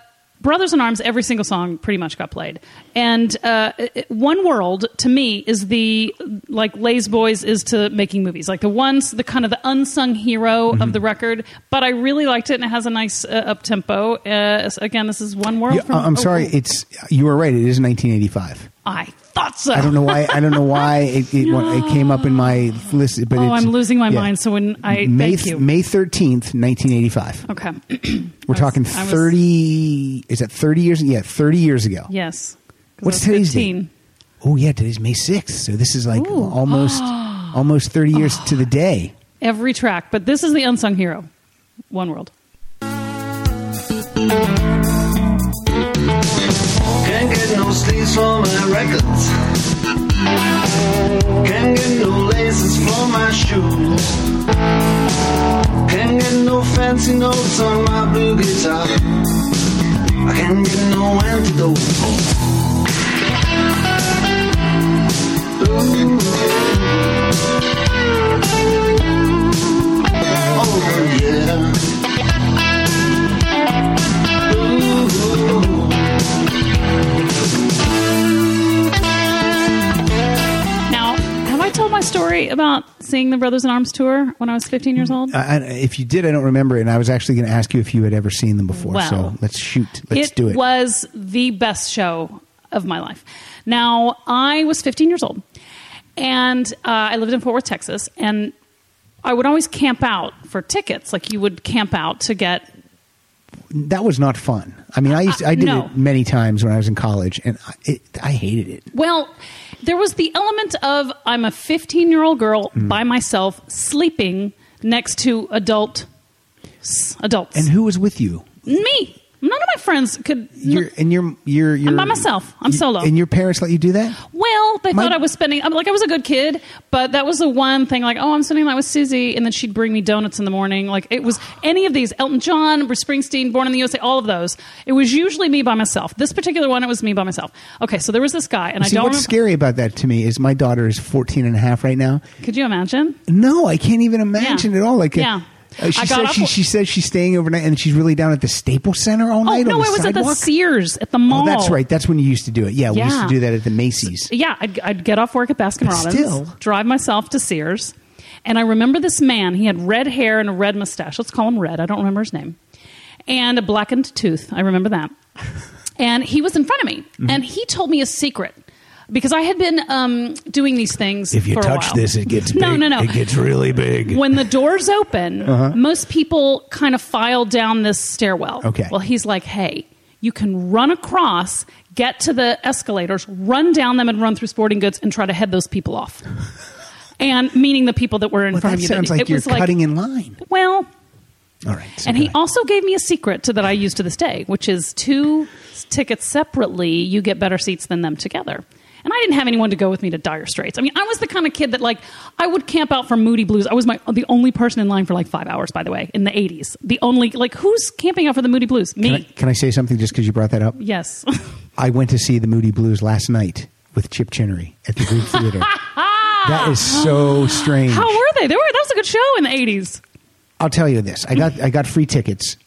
Speaker 3: Brothers in Arms, every single song pretty much got played, and uh, it- it- One World to me is the like Lay's Boys is to making movies, like the ones the kind of the unsung hero
Speaker 2: Mm-hmm.
Speaker 3: of the record. But I really liked it, and it has a nice uh, up tempo. Uh, so again, this is One World.
Speaker 2: Yeah,
Speaker 3: from,
Speaker 2: I- I'm
Speaker 3: oh,
Speaker 2: sorry.
Speaker 3: oh,
Speaker 2: It's you were right. It is 1985.
Speaker 3: I thought so.
Speaker 2: I don't know why. I don't know why it it, it came up in my list. But
Speaker 3: Oh,
Speaker 2: it's-
Speaker 3: I'm losing my
Speaker 2: yeah.
Speaker 3: mind. So when I
Speaker 2: May
Speaker 3: thank
Speaker 2: th-
Speaker 3: you.
Speaker 2: May 13th, 1985.
Speaker 3: okay.
Speaker 2: We're
Speaker 3: I was-
Speaker 2: talking
Speaker 3: I was-
Speaker 2: 30. Is that 30 years? Yeah, 30 years ago.
Speaker 3: yes. 'Cause I
Speaker 2: What's
Speaker 3: was
Speaker 2: today's date?
Speaker 3: 15.
Speaker 2: Oh yeah, today's May 6th. So this is like
Speaker 3: Ooh.
Speaker 2: almost almost 30 years to the day.
Speaker 3: every track, but this is the unsung hero. One World.
Speaker 1: Can't get no sleeves for my records. Can't get no laces for my shoes. Can't get no fancy notes on my blue guitar. I can't get no antidote. Ooh. Oh yeah. Ooh.
Speaker 3: Now, have I told my story about seeing the Brothers in Arms tour when I was 15 years old?
Speaker 2: I, I, if you did, I don't remember it. And I was actually going to ask you if you had ever seen them before.
Speaker 3: Wow.
Speaker 2: So let's shoot. Uh, Let's do it.
Speaker 3: was the best show of my life. Now, I was 15 years old, and uh, I lived in Fort Worth, Texas, and I would always camp out for tickets. Like you would camp out to get
Speaker 2: that was not fun. I mean, I used to, I did
Speaker 3: no.
Speaker 2: it many times when I was in college, and I, it, I hated it.
Speaker 3: Well, there was the element of I'm a 15 year old girl
Speaker 2: Mm.
Speaker 3: by myself sleeping next to adult s- adults.
Speaker 2: And who was with you?
Speaker 3: Me. None of my friends could.
Speaker 2: You're and you're you're you're
Speaker 3: by myself. I'm
Speaker 2: you-
Speaker 3: solo.
Speaker 2: And your parents let you do that?
Speaker 3: well, they
Speaker 2: My-
Speaker 3: thought I was spending. I'm like I was a good kid, but that was the one thing. Like, oh, I'm spending the night with Susie, and then she'd bring me donuts in the morning. Like it was any of these Elton John, Bruce Springsteen, Born in the USA, all of those. It was usually me by myself. This particular one, it was me by myself. Okay, so there was this guy, and
Speaker 2: See,
Speaker 3: I don't.
Speaker 2: what's
Speaker 3: remem-
Speaker 2: scary about that to me is my daughter is 14 and a half right now.
Speaker 3: Could you imagine?
Speaker 2: No, I can't even imagine
Speaker 3: Yeah.
Speaker 2: at all. Like, uh,
Speaker 3: Yeah.
Speaker 2: uh, she
Speaker 3: I got
Speaker 2: said
Speaker 3: up
Speaker 2: she,
Speaker 3: w-
Speaker 2: she says she's staying overnight and she's really down at the Staples Center all
Speaker 3: Oh
Speaker 2: night
Speaker 3: no,
Speaker 2: on
Speaker 3: I
Speaker 2: the
Speaker 3: was at
Speaker 2: sidewalk.
Speaker 3: the Sears at the mall.
Speaker 2: Oh, that's right. That's when you used to do it. Yeah, we used to
Speaker 3: Yeah.
Speaker 2: do that at the Macy's.
Speaker 3: Yeah, I'd, I'd get off work at Baskin Robbins,
Speaker 2: still.
Speaker 3: drive myself to Sears, and I remember this man. He had red hair and a red mustache. Let's call him Red. I don't remember his name. And a blackened tooth. I remember that. And he was in front of me, and he told me a secret because I had been um, doing these things. for a while. no, no, no.
Speaker 2: really big.
Speaker 3: when the doors open,
Speaker 2: Uh-huh.
Speaker 3: most people kind of file down this stairwell.
Speaker 2: Okay.
Speaker 3: Well, he's like, hey, you can run across, get to the escalators, run down them, and run through sporting goods and try to head those people off. and meaning the people that were in
Speaker 2: Well,
Speaker 3: front
Speaker 2: that
Speaker 3: of you.
Speaker 2: sounds
Speaker 3: It
Speaker 2: like you're
Speaker 3: was
Speaker 2: cutting in line.
Speaker 3: Well,
Speaker 2: All right. so
Speaker 3: and he
Speaker 2: go ahead.
Speaker 3: also gave me a secret to that I use to this day, which is two s- tickets separately, you get better seats than them together. And I didn't have anyone to go with me to Dire Straits. I mean, I was the kind of kid that like I would camp out for Moody Blues. I was my the only person in line for like five hours, by the way, in the eighties. The only like who's camping out for the Moody Blues? Me.
Speaker 2: Can I, can I say something just because you brought that up?
Speaker 3: yes.
Speaker 2: I went to see the Moody Blues last night with Chip Chinnery at the Greek Theater. that is so strange.
Speaker 3: How were they? They were that was a good show in the eighties.
Speaker 2: I'll tell you this. I got I got free tickets,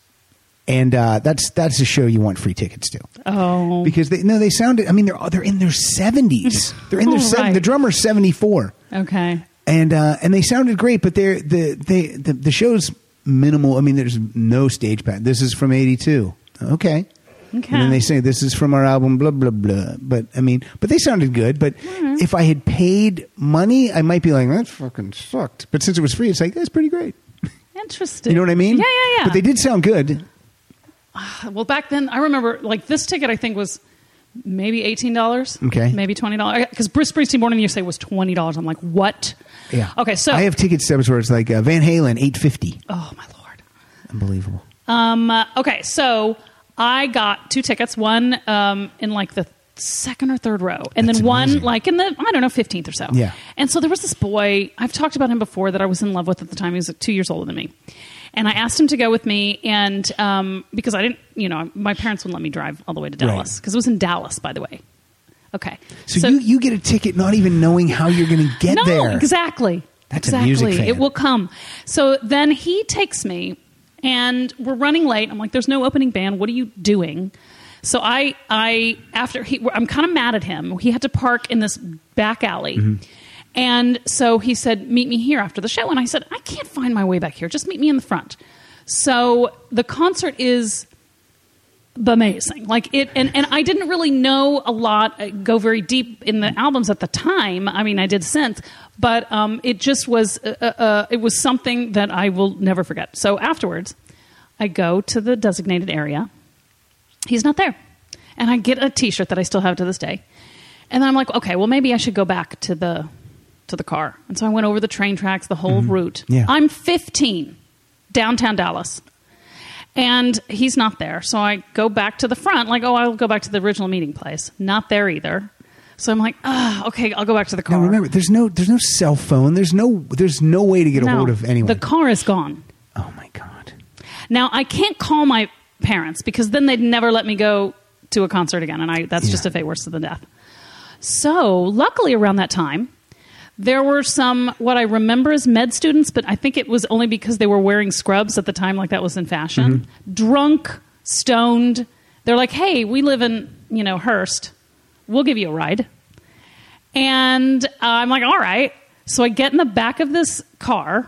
Speaker 2: and uh, that's that's a show you want free tickets to
Speaker 3: Oh.
Speaker 2: because they no they sounded. I mean they're they're in their seventies. They're in their
Speaker 3: Oh,
Speaker 2: seven,
Speaker 3: right.
Speaker 2: the drummer's seventy four,
Speaker 3: Okay.
Speaker 2: and uh, and they sounded great. But they're the they the, the show's minimal. I mean there's no stage pad. This is from eighty two. Okay.
Speaker 3: Okay.
Speaker 2: And then they say this is from our album, blah blah blah. But I mean, but they sounded good. But
Speaker 3: Mm-hmm.
Speaker 2: if I had paid money, I might be like, that's fucking sucked. But since it was free, it's like that's pretty great.
Speaker 3: Interesting.
Speaker 2: You know what I mean?
Speaker 3: Yeah, yeah, yeah.
Speaker 2: But they did sound good.
Speaker 3: Well, back then, I remember like this ticket. I think was maybe eighteen dollars.
Speaker 2: Okay.
Speaker 3: maybe twenty dollars. Because Bruce Springsteen Born in the USA was twenty dollars. I'm like, what?
Speaker 2: Yeah.
Speaker 3: Okay, so
Speaker 2: I have ticket stubs where it's like uh, Van Halen eight fifty.
Speaker 3: Oh my lord.
Speaker 2: Unbelievable.
Speaker 3: Um, uh, okay, so I got two tickets, one um, in like the second or third row, and
Speaker 2: That's
Speaker 3: then one
Speaker 2: amazing.
Speaker 3: like in the, I don't know, 15th or so.
Speaker 2: Yeah.
Speaker 3: And so there was this boy, I've talked about him before, that I was in love with at the time. He was like, two years older than me. And I asked him to go with me, and um, because I didn't, you know, my parents wouldn't let me drive all the way to
Speaker 2: Right.
Speaker 3: Dallas, because it was in Dallas, by the way. Okay.
Speaker 2: So, you, you get a ticket not even knowing how you're going to get
Speaker 3: no,
Speaker 2: there.
Speaker 3: exactly.
Speaker 2: That's a
Speaker 3: exactly.
Speaker 2: music fan.
Speaker 3: It will come. So then he takes me, and we're running late. I'm like, "There's no opening band. What are you doing?" So I, I after he, I'm kind of mad at him. He had to park in this back alley.
Speaker 2: Mm-hmm.
Speaker 3: And so he said, Meet me here after the show. And I said, I can't find my way back here. Just meet me in the front. So the concert is amazing. Like it, and, and I didn't really know a lot, uh, go very deep in the albums at the time. I mean, I did since, but um, it just was, uh, uh, uh, it was something that I will never forget. So afterwards, I go to the designated area. He's not there. And I get a T-shirt that I still have to this day. And then I'm like, okay, well, maybe I should go back to the to the car. And so I went over the train tracks, the whole route.
Speaker 2: Yeah.
Speaker 3: I'm 15, downtown Dallas. And he's not there. So I go back to the front, like, oh, I'll go back to the original meeting place. Not there either. So I'm like, ah, okay, I'll go back to the car.
Speaker 2: Now remember, there's no there's no cell phone. There's no there's no way to get a
Speaker 3: No,
Speaker 2: hold of anyone.
Speaker 3: The car is gone.
Speaker 2: oh my god.
Speaker 3: Now I can't call my parents because then they'd never let me go to a concert again, and I that's just
Speaker 2: Yeah.
Speaker 3: a fate worse than death. So luckily, around that time, there were some what I remember as med students, but I think it was only because they were wearing scrubs at the time, like that was in fashion.
Speaker 2: Mm-hmm.
Speaker 3: Drunk, stoned, they're like, "Hey, we live in you know Hearst. We'll give you a ride." And uh, I'm like, all right. So I get in the back of this car.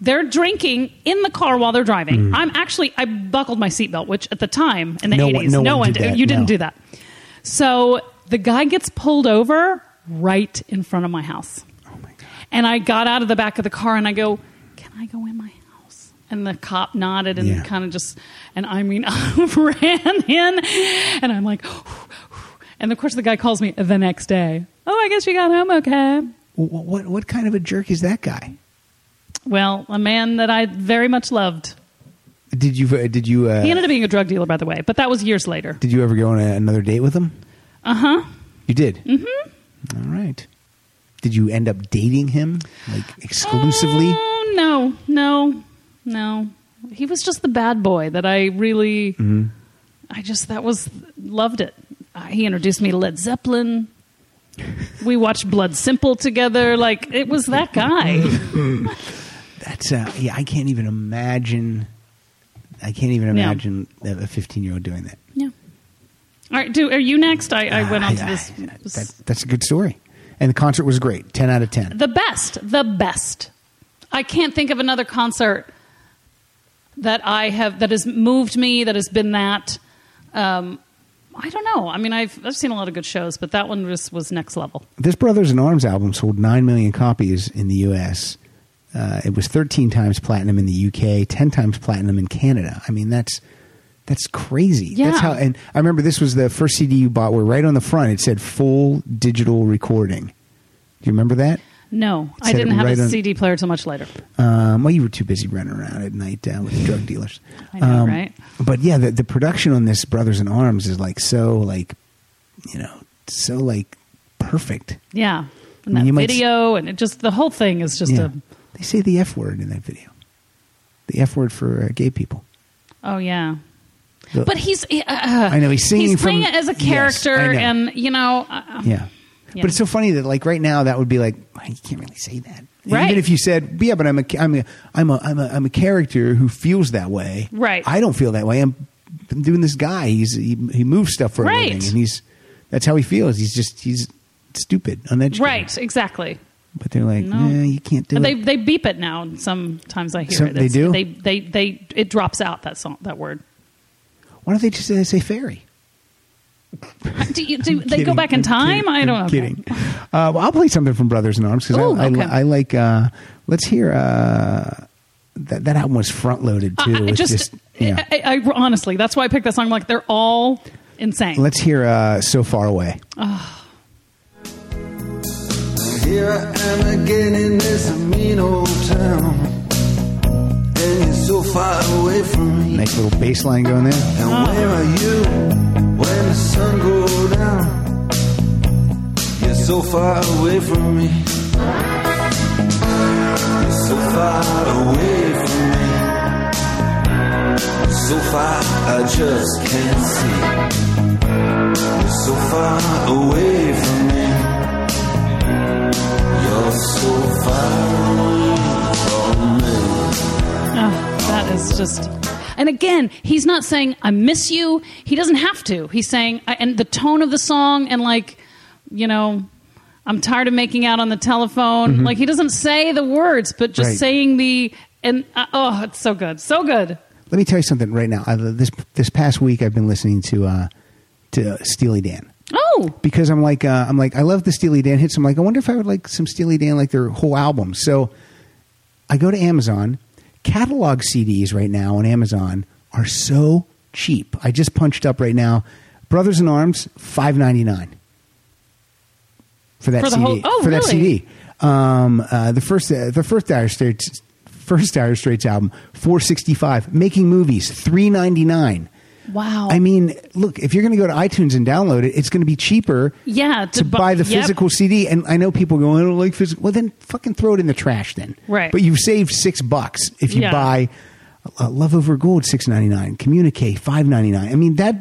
Speaker 3: They're drinking in the car while they're driving. I'm actually, I buckled my seatbelt, which at the time in the
Speaker 2: Mm. No
Speaker 3: 80s,
Speaker 2: one- no one did that,
Speaker 3: You didn't
Speaker 2: no.
Speaker 3: do that. So the guy gets pulled over right in front of my house.
Speaker 2: Oh my god.
Speaker 3: And I got out of the back of the car and I go, Can I go in my house? And the cop nodded and
Speaker 2: Yeah.
Speaker 3: kind of just, and I mean, I ran in and I'm like, and of course the guy calls me the next day. Oh, I guess you got home okay.
Speaker 2: What, what what kind of a jerk is that guy?
Speaker 3: Well, a man that I very much loved.
Speaker 2: Did you uh, did you uh,
Speaker 3: He ended up being a drug dealer, by the way, but that was years later.
Speaker 2: did you ever go on a, another date with him?
Speaker 3: Uh huh.
Speaker 2: You did. Mm-hmm. All right. Did you end up dating him like exclusively?
Speaker 3: Oh, no, no, no. He was just the bad boy that I really, I just, that was, loved it. Uh, he introduced me to Led Zeppelin. we watched Blood Simple together. Like, it was that guy.
Speaker 2: That's uh, yeah. I can't even imagine. I can't even
Speaker 3: Yeah.
Speaker 2: imagine a fifteen year old doing that.
Speaker 3: yeah. All right, do, are you next? I, I went on
Speaker 2: Ah,
Speaker 3: to this.
Speaker 2: I- I- that- that's a good story, and the concert was great. Ten out of ten.
Speaker 3: the best, the best. I can't think of another concert that I have that has moved me, that has been that. Um, I don't know. I mean, I've I've seen a lot of good shows, but that one was was next level.
Speaker 2: this Brothers in Arms album sold 9 million copies in the US. Uh, it was 13 times platinum in the UK, 10 times platinum in Canada. I mean, that's that's crazy. That's
Speaker 3: Yeah.
Speaker 2: how and I remember this was the first CD you bought where right on the front it said full digital recording. Do you remember that?
Speaker 3: No, I
Speaker 2: Said it
Speaker 3: didn't have
Speaker 2: right
Speaker 3: a
Speaker 2: on-
Speaker 3: CD player till much later.
Speaker 2: Um, well, you were too busy running around at night uh, with drug dealers. Um,
Speaker 3: I know, right?
Speaker 2: But yeah, the, the production on this Brothers in Arms is like so like you know, so like perfect.
Speaker 3: Yeah, and
Speaker 2: I mean,
Speaker 3: that
Speaker 2: you might s-
Speaker 3: video, and it just the whole thing is just
Speaker 2: Yeah.
Speaker 3: a
Speaker 2: they say the F word in that video. The F word for uh, gay people.
Speaker 3: oh yeah.
Speaker 2: The-
Speaker 3: But he's uh, I
Speaker 2: know, he's singing
Speaker 3: He's playing
Speaker 2: from-
Speaker 3: it as a
Speaker 2: Yes,
Speaker 3: character,
Speaker 2: I know.
Speaker 3: and you know, uh,
Speaker 2: yeah.
Speaker 3: Yeah.
Speaker 2: But it's so funny that like right now that would be like "Well, you can't really say that. And
Speaker 3: Right.
Speaker 2: Even if you said, "Yeah, but I'm a I'm a I'm a I'm a, I'm a character who feels that way."
Speaker 3: Right.
Speaker 2: I don't feel that way. I'm, I'm doing this guy. He's he, he moves stuff for a
Speaker 3: Right.
Speaker 2: living, and he's that's how he feels. He's just he's stupid, uneducated.
Speaker 3: right? Exactly.
Speaker 2: But they're like,
Speaker 3: No.
Speaker 2: "Nah, you can't do
Speaker 3: they
Speaker 2: it.
Speaker 3: they beep it now. and Sometimes I hear
Speaker 2: So
Speaker 3: it.
Speaker 2: they do?
Speaker 3: They they they it drops out that song that word.
Speaker 2: Why don't they just uh, say, say fairy?
Speaker 3: Do, you, do they go
Speaker 2: kidding.
Speaker 3: back in
Speaker 2: I'm
Speaker 3: time?
Speaker 2: kidding.
Speaker 3: I don't
Speaker 2: I'm
Speaker 3: know.
Speaker 2: Kidding. Uh, well, I'll play something from Brothers in Arms because
Speaker 3: Ooh,
Speaker 2: I, I,
Speaker 3: okay.
Speaker 2: I like. Uh, let's hear. Uh, that that album was front loaded
Speaker 3: I-
Speaker 2: too.
Speaker 3: I,
Speaker 2: It's
Speaker 3: Uh, just, uh,
Speaker 2: yeah.
Speaker 3: I, I, I- honestly, that's why I picked that song. I'm like they're all insane.
Speaker 2: let's hear. Uh, so far away.
Speaker 1: Here I am again in this mean old town.
Speaker 8: and you're so far away from me.
Speaker 2: Nice little bass line going there.
Speaker 8: And where are you when the sun goes down? You're so far away from me. You're so far away from me. So far, I just can't see. You're so far away from me. You're so far from me.
Speaker 3: Oh, that is just. And again, he's not saying "I miss you." He doesn't have to. He's saying, I- and the tone of the song, and like, you know, I'm tired of making out on the telephone. Like he doesn't say the words, but just
Speaker 2: Mm-hmm. Right.
Speaker 3: saying the and uh, oh, it's so good, so good.
Speaker 2: Let me tell you something right now. I, this this past week, I've been listening to uh, to Steely Dan
Speaker 3: Oh,
Speaker 2: because I'm like uh, I'm like I love the Steely Dan hits. I'm like I wonder if I would like some Steely Dan like their whole album. So I go to Amazon. Catalog CDs right now on Amazon are so cheap. I just punched up right now. Brothers in Arms five ninety nine for that
Speaker 3: For the
Speaker 2: CD
Speaker 3: whole- oh,
Speaker 2: for that
Speaker 3: really?
Speaker 2: CD. Um, uh, the first uh, the first Dire Straits first Dire Straits album four sixty five. Making movies three ninety nine.
Speaker 3: wow.
Speaker 2: I mean, look, if you're going to go to iTunes and download it, it's going to be cheaper
Speaker 3: yeah,
Speaker 2: to buy the
Speaker 3: yep.
Speaker 2: physical CD. And I know people go, I don't like physical. Well, then fucking throw it in the trash then.
Speaker 3: Right.
Speaker 2: But you've saved six bucks if you
Speaker 3: Yeah.
Speaker 2: buy uh, Love Over Gold six ninety nine, Communique five ninety nine. I mean that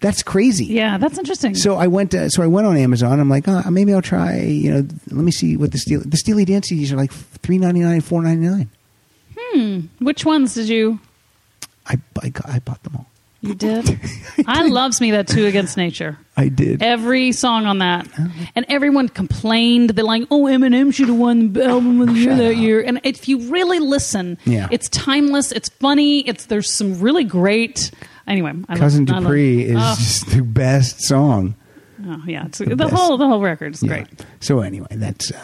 Speaker 2: that's crazy.
Speaker 3: Yeah, that's interesting.
Speaker 2: So I went to, so I went on Amazon. I'm like, oh, maybe I'll try. You know, let me see what the Steely the Steely Dan CDs are like three ninety nine, four ninety nine.
Speaker 3: which ones did you?
Speaker 2: I I, got, I bought them all.
Speaker 3: You did. I loves me that two against nature.
Speaker 2: I did.
Speaker 3: Every song on that,
Speaker 2: Oh.
Speaker 3: and everyone complained. They're like, "Oh, Eminem should have won the album of the year
Speaker 2: Shut
Speaker 3: that
Speaker 2: up.
Speaker 3: year." And if you really listen,
Speaker 2: Yeah.
Speaker 3: it's timeless. It's funny. It's there's some really great. Anyway, I love-
Speaker 2: Cousin
Speaker 3: I love-
Speaker 2: Dupree is
Speaker 3: Oh,
Speaker 2: just the best song.
Speaker 3: oh, yeah, it's, the,
Speaker 2: the best.
Speaker 3: whole the whole record is
Speaker 2: Yeah.
Speaker 3: great.
Speaker 2: So anyway, that's. Uh,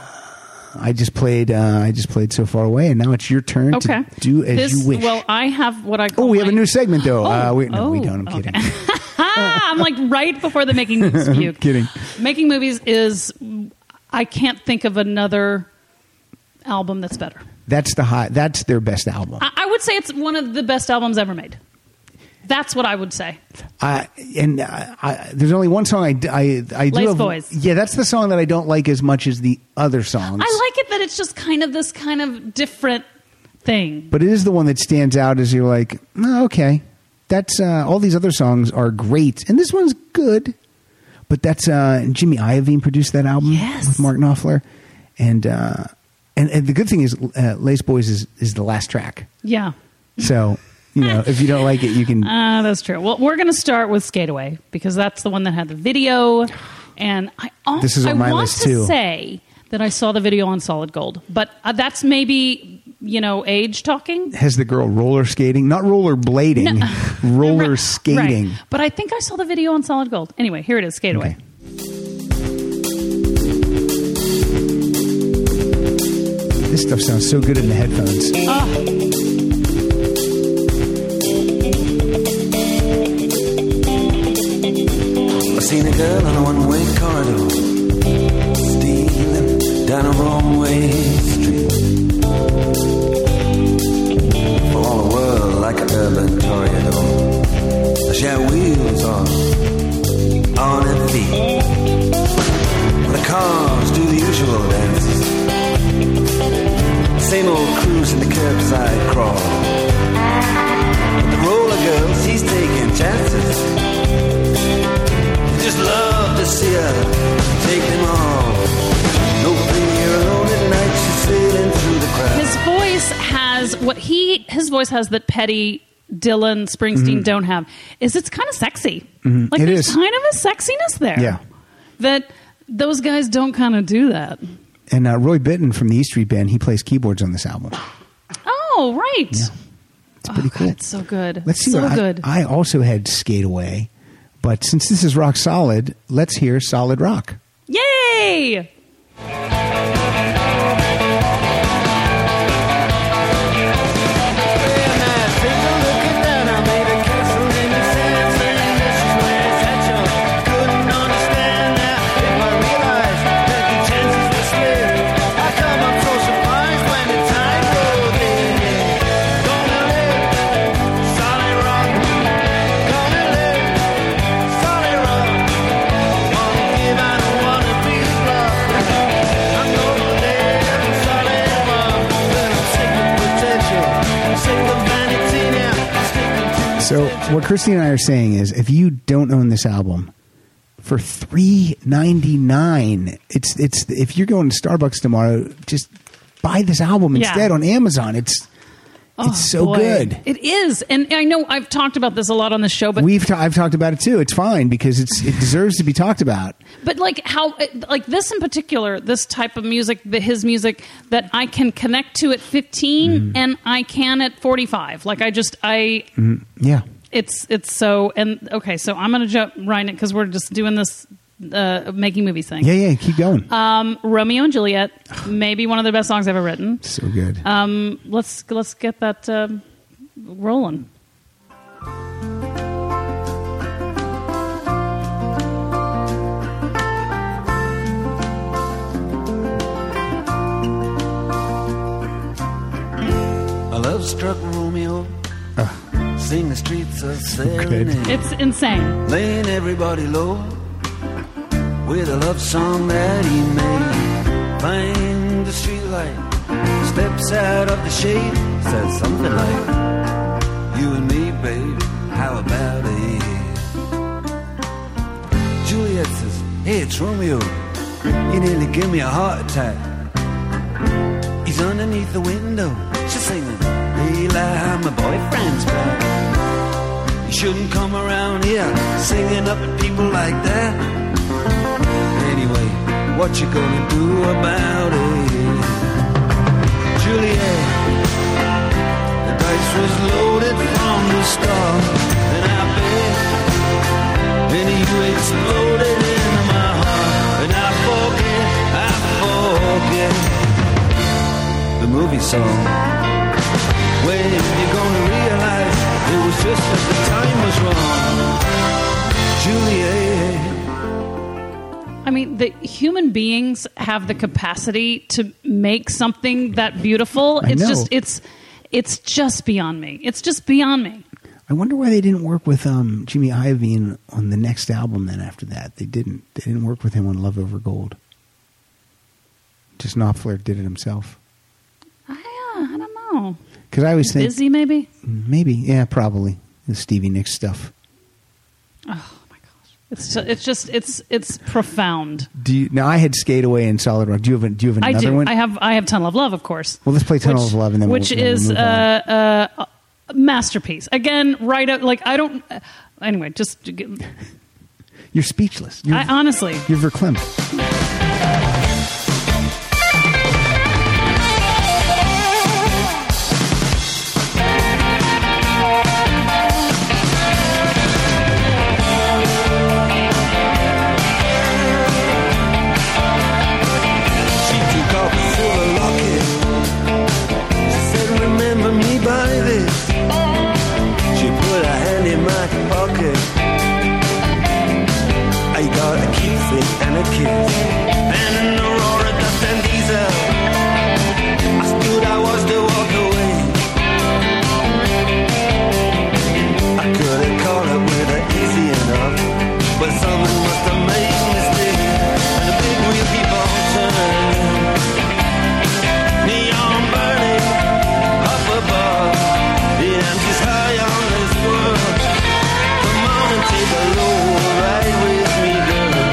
Speaker 2: I just played. Uh, I just played so far away, and now it's your turn
Speaker 3: Okay,
Speaker 2: to do as
Speaker 3: This-
Speaker 2: you wish.
Speaker 3: Well, I have what I
Speaker 2: oh,
Speaker 3: call.
Speaker 2: we have a
Speaker 3: my-
Speaker 2: new segment though. uh, we, no, we
Speaker 3: oh,
Speaker 2: don't. I'm kidding.
Speaker 3: Ah, I'm like right before the making movies feud.
Speaker 2: Kidding.
Speaker 3: Making movies is I can't think of another album that's better.
Speaker 2: That's the high. That's their best album.
Speaker 3: I, I would say it's one of the best albums ever made. That's what I would say.
Speaker 2: I, and I, I, there's only one song I d- I- I do
Speaker 3: Lace
Speaker 2: have-
Speaker 3: Boys.
Speaker 2: Yeah, that's the song that I don't like as much as the other songs.
Speaker 3: I like it that it's just kind of this kind of different thing.
Speaker 2: but it is the one that stands out as you're like, "Oh, okay, that's uh, all these other songs are great, and this one's good, but that's uh, Jimmy Iovine produced that album
Speaker 3: Yes.
Speaker 2: with Mark Knopfler, and uh, and and the good thing is, uh, Lace Boys is is the last track,
Speaker 3: Yeah.
Speaker 2: so you know if you don't like it, you can.
Speaker 3: Uh, that's true. Well, we're going to start with Skate Away because that's the one that had the video. And I also
Speaker 2: This is on
Speaker 3: I
Speaker 2: my
Speaker 3: want
Speaker 2: list,
Speaker 3: to
Speaker 2: too.
Speaker 3: say that I saw the video on Solid Gold, but uh, that's maybe, you know, age talking.
Speaker 2: has the girl roller skating, not roller blading, roller
Speaker 3: Right.
Speaker 2: skating.
Speaker 3: But I think I saw the video on Solid Gold. Anyway, here it is Skate Away.
Speaker 2: Okay. This stuff sounds so good in the headphones.
Speaker 8: I seen a girl on a one-way corridor, stealing down a wrong-way street. For all the world like an urban toreador, she had wheels on, on her feet. The cars do the usual dances, same old cruise in the curbside crawl. But the roller girl, she's taking chances. Just love to see her take them all. No fear alone at night, she's sailing through the crowd.
Speaker 3: His voice has what he his voice has that Petty, Dylan, Springsteen don't have. Is it's kind of sexy. Like
Speaker 2: Mm-hmm. It
Speaker 3: there's
Speaker 2: is.
Speaker 3: kind of a sexiness there.
Speaker 2: Yeah.
Speaker 3: That those guys don't kind of do that.
Speaker 2: And uh, Roy Bittan from the East Street Band, he plays keyboards on this album.
Speaker 3: Oh, right.
Speaker 2: It's pretty
Speaker 3: oh,
Speaker 2: cool.
Speaker 3: God, it's so good.
Speaker 2: Let's see.
Speaker 3: So
Speaker 2: what I-
Speaker 3: good.
Speaker 2: I, also had Skate Away, but since this is rock solid, let's hear Solid Rock.
Speaker 3: Yay!
Speaker 8: I come up so surprised when the time rolled in. Don't
Speaker 2: So what Christy and I are saying is, if you don't own this album for three ninety nine, it's it's if you're going to Starbucks tomorrow, just buy this album
Speaker 3: Yeah. Oh,
Speaker 2: instead on Amazon. It's it's so
Speaker 3: Boy,
Speaker 2: good.
Speaker 3: It is. And I know I've talked about this a lot on the show, but
Speaker 2: We've t- I've talked about it too. It's fine because it's it deserves to be talked about.
Speaker 3: but like how uh, like this in particular this type of music the, his music that i can connect to at 15 and i can at 45 like i just i
Speaker 2: Yeah.
Speaker 3: it's it's so and okay so i'm gonna jump right in because we're just doing this uh, making movies thing
Speaker 2: Yeah, yeah, keep going.
Speaker 3: um, romeo and juliet maybe one of the best songs ever written
Speaker 2: so good.
Speaker 3: um, let's let's get that um, rolling
Speaker 8: A love struck Romeo. Sing the streets a serenade.
Speaker 3: it's insane
Speaker 8: Laying everybody low with a love song that he made. Find the streetlight, steps out of the shade, says something like, You and me, babe, how about it? Juliet says, Hey, it's Romeo. You nearly give me a heart attack. He's underneath the window. She's singing, Eli, my boyfriend's back. You shouldn't come around here singing up at people like that. Anyway, what you gonna do about it? Juliet, the dice was loaded from the start, and I bet many you exploded into my heart, and I forget, I forget the movie song. When you're gonna realize it was just that the time was wrong. Juliet,
Speaker 3: I mean, the human beings have the capacity to make something that beautiful.
Speaker 2: I
Speaker 3: It's
Speaker 2: know.
Speaker 3: just it's it's just beyond me. It's just beyond me.
Speaker 2: I wonder why they didn't work with um, Jimmy Iovine on the next album. Then after that, they didn't. They didn't work with him on Love Over Gold. Just Knopfler did it himself.
Speaker 3: I, uh, I don't know.
Speaker 2: Because I always think
Speaker 3: Busy maybe?
Speaker 2: maybe, yeah, probably the Stevie Nicks stuff.
Speaker 3: Oh my gosh. It's ju- it's just it's it's profound.
Speaker 2: Do you, now I had Skate Away and Solid Rock. Do you have a, do you have
Speaker 3: I
Speaker 2: another
Speaker 3: do.
Speaker 2: one?
Speaker 3: I have I have Tunnel of Love, of course.
Speaker 2: Well, let's play Tunnel
Speaker 3: Which-
Speaker 2: of Love and then we'll-
Speaker 3: which
Speaker 2: then we'll
Speaker 3: is
Speaker 2: move on.
Speaker 3: uh, uh, a masterpiece. Again, right up like I don't anyway, just to get-
Speaker 2: You're speechless. You're,
Speaker 3: I honestly
Speaker 2: you're verklempt.
Speaker 8: she took off her silver locket. She said, Remember me by this. She put her hand in my pocket. I got a keepsake and a kiss. Then an aurora, dust and diesel. I stood, I was to walk away. I could have caught up with her easy enough, but someone must have made a mistake. And the big wheel keep on turning, neon burning up above. The empty's high on this world. Come on and take a low ride with me, girl.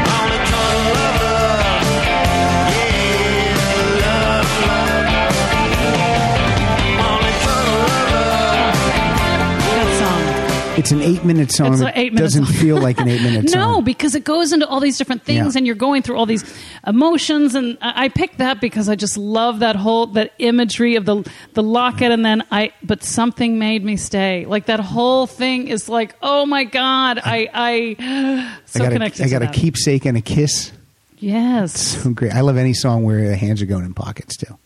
Speaker 8: On a tunnel of love, yeah, love, love. On a tunnel of love.
Speaker 3: that song.
Speaker 2: It's an eight minute song.
Speaker 3: It's an
Speaker 2: that
Speaker 3: eight-minute
Speaker 2: doesn't
Speaker 3: song.
Speaker 2: feel like an eight minute song.
Speaker 3: No, because it goes into all these different things,
Speaker 2: uh, Yeah.
Speaker 3: and you're going through all these emotions. And I I picked that because I just love that whole that imagery of the the locket, and then I. But something made me stay. Like that whole thing is like, oh my god, I I so
Speaker 2: I got,
Speaker 3: connected.
Speaker 2: a, I
Speaker 3: to
Speaker 2: got a
Speaker 3: that.
Speaker 2: keepsake and a kiss.
Speaker 3: Yes,
Speaker 2: So great. I love any song where the hands are going in pockets too.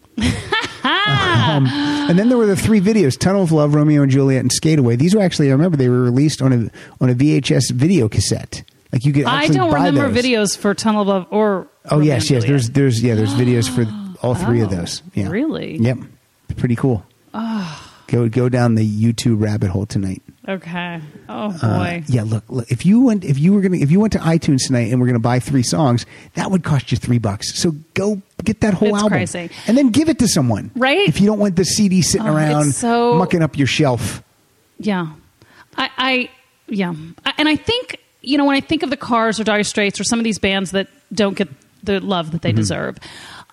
Speaker 2: Um, and then there were the three videos: "Tunnel of Love," "Romeo and Juliet," and "Skate Away." These were actually, I remember, they were released on a on a VHS video cassette. Like you could.
Speaker 3: I
Speaker 2: Actually
Speaker 3: don't
Speaker 2: buy
Speaker 3: remember
Speaker 2: those.
Speaker 3: videos for Tunnel of Love or.
Speaker 2: Oh
Speaker 3: Romeo
Speaker 2: yes,
Speaker 3: and
Speaker 2: yes.
Speaker 3: Juliet.
Speaker 2: There's there's yeah there's videos for all three of
Speaker 3: Oh,
Speaker 2: those. Yeah.
Speaker 3: really? Ah.
Speaker 2: Yep. Pretty cool. Go go down the YouTube rabbit hole tonight.
Speaker 3: okay. Oh boy.
Speaker 2: Uh, yeah, look, look, if you went, if you were gonna, if you went to iTunes tonight and we're gonna buy three songs, that would cost you three bucks. So go get that whole
Speaker 3: It's
Speaker 2: album,
Speaker 3: crazy.
Speaker 2: and then give it to someone,
Speaker 3: Right?
Speaker 2: If you don't want the CD sitting
Speaker 3: Oh,
Speaker 2: around
Speaker 3: it's so-
Speaker 2: mucking up your shelf,
Speaker 3: Yeah. I, I yeah, I, and I think you know when I think of the Cars or Dire Straits or some of these bands that don't get the love
Speaker 2: Mm-hmm.
Speaker 3: that they deserve,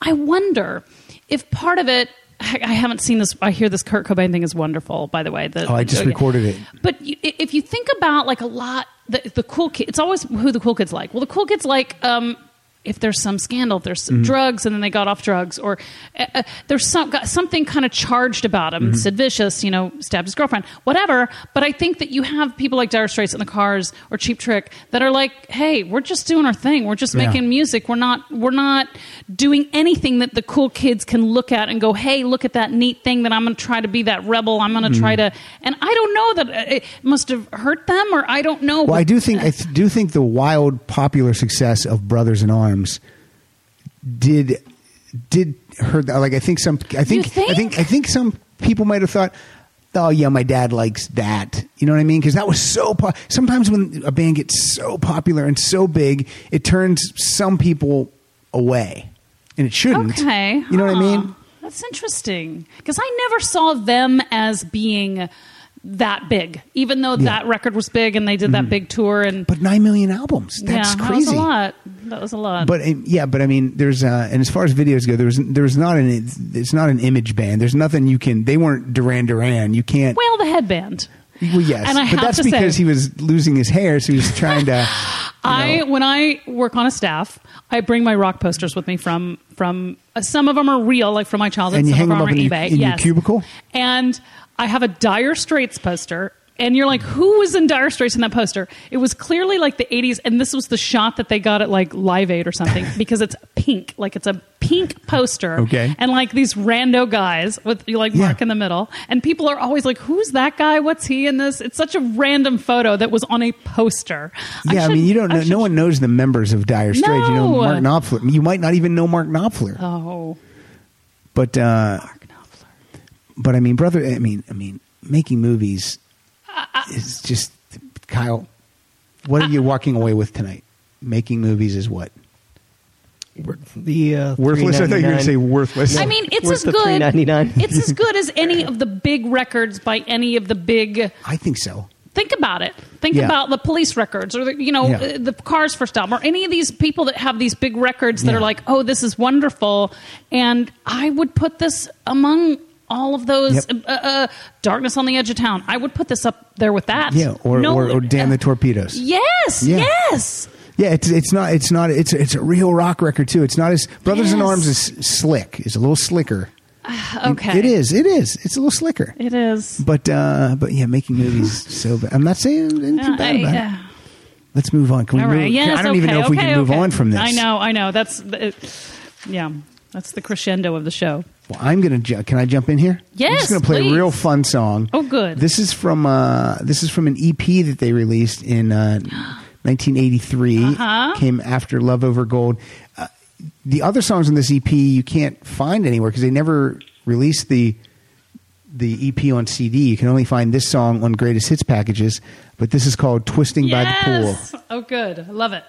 Speaker 3: I wonder if part of it. I I haven't seen this. I hear this Kurt Cobain thing is wonderful. By the way, the,
Speaker 2: Oh, I just
Speaker 3: yeah.
Speaker 2: recorded it.
Speaker 3: But you, i- if you think about like a lot, the, the cool kid, it's always who the cool kids like. Well, the cool kids like um, if there's some scandal, if there's some drugs, and then they got off drugs, or uh, uh, there's some got something kind of charged about him. Sid Vicious, you know, stabbed his girlfriend, whatever. But I think that you have people like Dire Straits and the Cars or Cheap Trick that are like, hey, we're just doing our thing. We're just
Speaker 2: Yeah.
Speaker 3: making music. We're not we're not doing anything that the cool kids can look at and go, hey, look at that neat thing that I'm going to try to be that rebel. I'm going to try
Speaker 2: Mm-hmm.
Speaker 3: to. And I don't know that it must have hurt them, or I don't know.
Speaker 2: Well, I do think I th- do think the wild popular success of Brothers in Arms did did hurt. Like I think some I think, I
Speaker 3: think?
Speaker 2: think I think some people might have thought. Oh yeah, my dad likes that. You know what I mean? Because that was so. Po- Sometimes when a band gets so popular and so big, it turns some people away, and it shouldn't.
Speaker 3: Okay.
Speaker 2: You know what I
Speaker 3: huh.
Speaker 2: mean?
Speaker 3: That's interesting because I never saw them as being that big, even though that record was big and they did that big tour and
Speaker 2: Mm. But nine million albums. That's
Speaker 3: yeah,
Speaker 2: crazy.
Speaker 3: that was a lot. That was a lot.
Speaker 2: But um, yeah, but I mean, there's uh, and as far as videos go, there was there's not an it's- it's not an image band. There's nothing you can. They weren't Duran Duran. You can't.
Speaker 3: well, the headband.
Speaker 2: well, yes,
Speaker 3: and I
Speaker 2: but
Speaker 3: have
Speaker 2: that's
Speaker 3: to
Speaker 2: because
Speaker 3: say-
Speaker 2: he was losing his hair, so he was trying to.
Speaker 3: I when I work on a staff, I bring my rock posters with me from from uh, some of them are real, like from my childhood.
Speaker 2: And you
Speaker 3: some
Speaker 2: hang them
Speaker 3: of them
Speaker 2: up
Speaker 3: are
Speaker 2: in your-
Speaker 3: eBay.
Speaker 2: in your
Speaker 3: yes.
Speaker 2: cubicle?
Speaker 3: and I have a Dire Straits poster. And you're like, who was in Dire Straits in that poster? It was clearly like the 80s, and this was the shot that they got at like Live Aid or something because it's pink, like it's a pink poster.
Speaker 2: Okay.
Speaker 3: And like these rando guys with like
Speaker 2: Yeah.
Speaker 3: Mark in the middle, and people are always like, who's that guy? What's he in this? It's such a random photo that was on a poster.
Speaker 2: yeah, I mean,
Speaker 3: should-
Speaker 2: you don't
Speaker 3: I
Speaker 2: know.
Speaker 3: should
Speaker 2: No one knows the members of Dire Straits. You know
Speaker 3: No.
Speaker 2: Mark Knopfler. You might not even know Mark Knopfler.
Speaker 3: Oh,
Speaker 2: But uh, but I mean, brother. I mean, I mean, making movies is just Kyle. What are you walking away with tonight? Making movies is what
Speaker 4: The uh,
Speaker 2: worthless. I thought you were going to say
Speaker 4: $3.99.
Speaker 2: worthless.
Speaker 3: I mean, it's
Speaker 4: Where's
Speaker 3: as
Speaker 4: the
Speaker 3: good.
Speaker 4: $3.99?
Speaker 3: It's as good as any of the big records by any of the big.
Speaker 2: I think so.
Speaker 3: Think about it. Think
Speaker 2: Yeah.
Speaker 3: about the Police records, or the, you know,
Speaker 2: Yeah.
Speaker 3: uh, the Cars first album, or any of these people that have these big records that
Speaker 2: Yeah.
Speaker 3: are like, "Oh, this is wonderful," and I would put this among all of those.
Speaker 2: Yep.
Speaker 3: Uh, uh, Darkness on the Edge of Town. I would put this up there with that.
Speaker 2: Yeah, or
Speaker 3: No- uh,
Speaker 2: or, or damn the torpedoes.
Speaker 3: Yes.
Speaker 2: Yeah.
Speaker 3: Yes.
Speaker 2: Yeah, it's it's not it's not it's it's a real rock record too. It's not as Brothers in
Speaker 3: Yes.
Speaker 2: Arms is slick. It's a little slicker.
Speaker 3: Okay.
Speaker 2: It is. It is. It's a little slicker.
Speaker 3: It is.
Speaker 2: But uh, but yeah, making movies is so bad. I'm not saying anything
Speaker 3: Uh,
Speaker 2: bad
Speaker 3: I-
Speaker 2: about
Speaker 3: uh,
Speaker 2: it. Let's move on. Can we
Speaker 3: All
Speaker 2: move?
Speaker 3: right.
Speaker 2: can-
Speaker 3: Yes.
Speaker 2: I don't
Speaker 3: okay,
Speaker 2: even know if we
Speaker 3: okay,
Speaker 2: can move
Speaker 3: okay.
Speaker 2: on from this.
Speaker 3: I know. I know. That's the, it, yeah. That's the crescendo of the show.
Speaker 2: Well, I'm gonna. Ju- can I jump in here? I'm
Speaker 3: Yes,
Speaker 2: just gonna play
Speaker 3: please.
Speaker 2: a real fun song.
Speaker 3: Oh, good.
Speaker 2: This is from uh, this is from an EP that they released in uh, 1983.
Speaker 3: Uh-huh.
Speaker 2: Came after Love Over Gold. Uh, the other songs on this EP you can't find anywhere because they never released the the EP on CD. You can only find this song on greatest hits packages. But this is called "Twisting by the Pool."
Speaker 3: yes. Oh, good. I love it.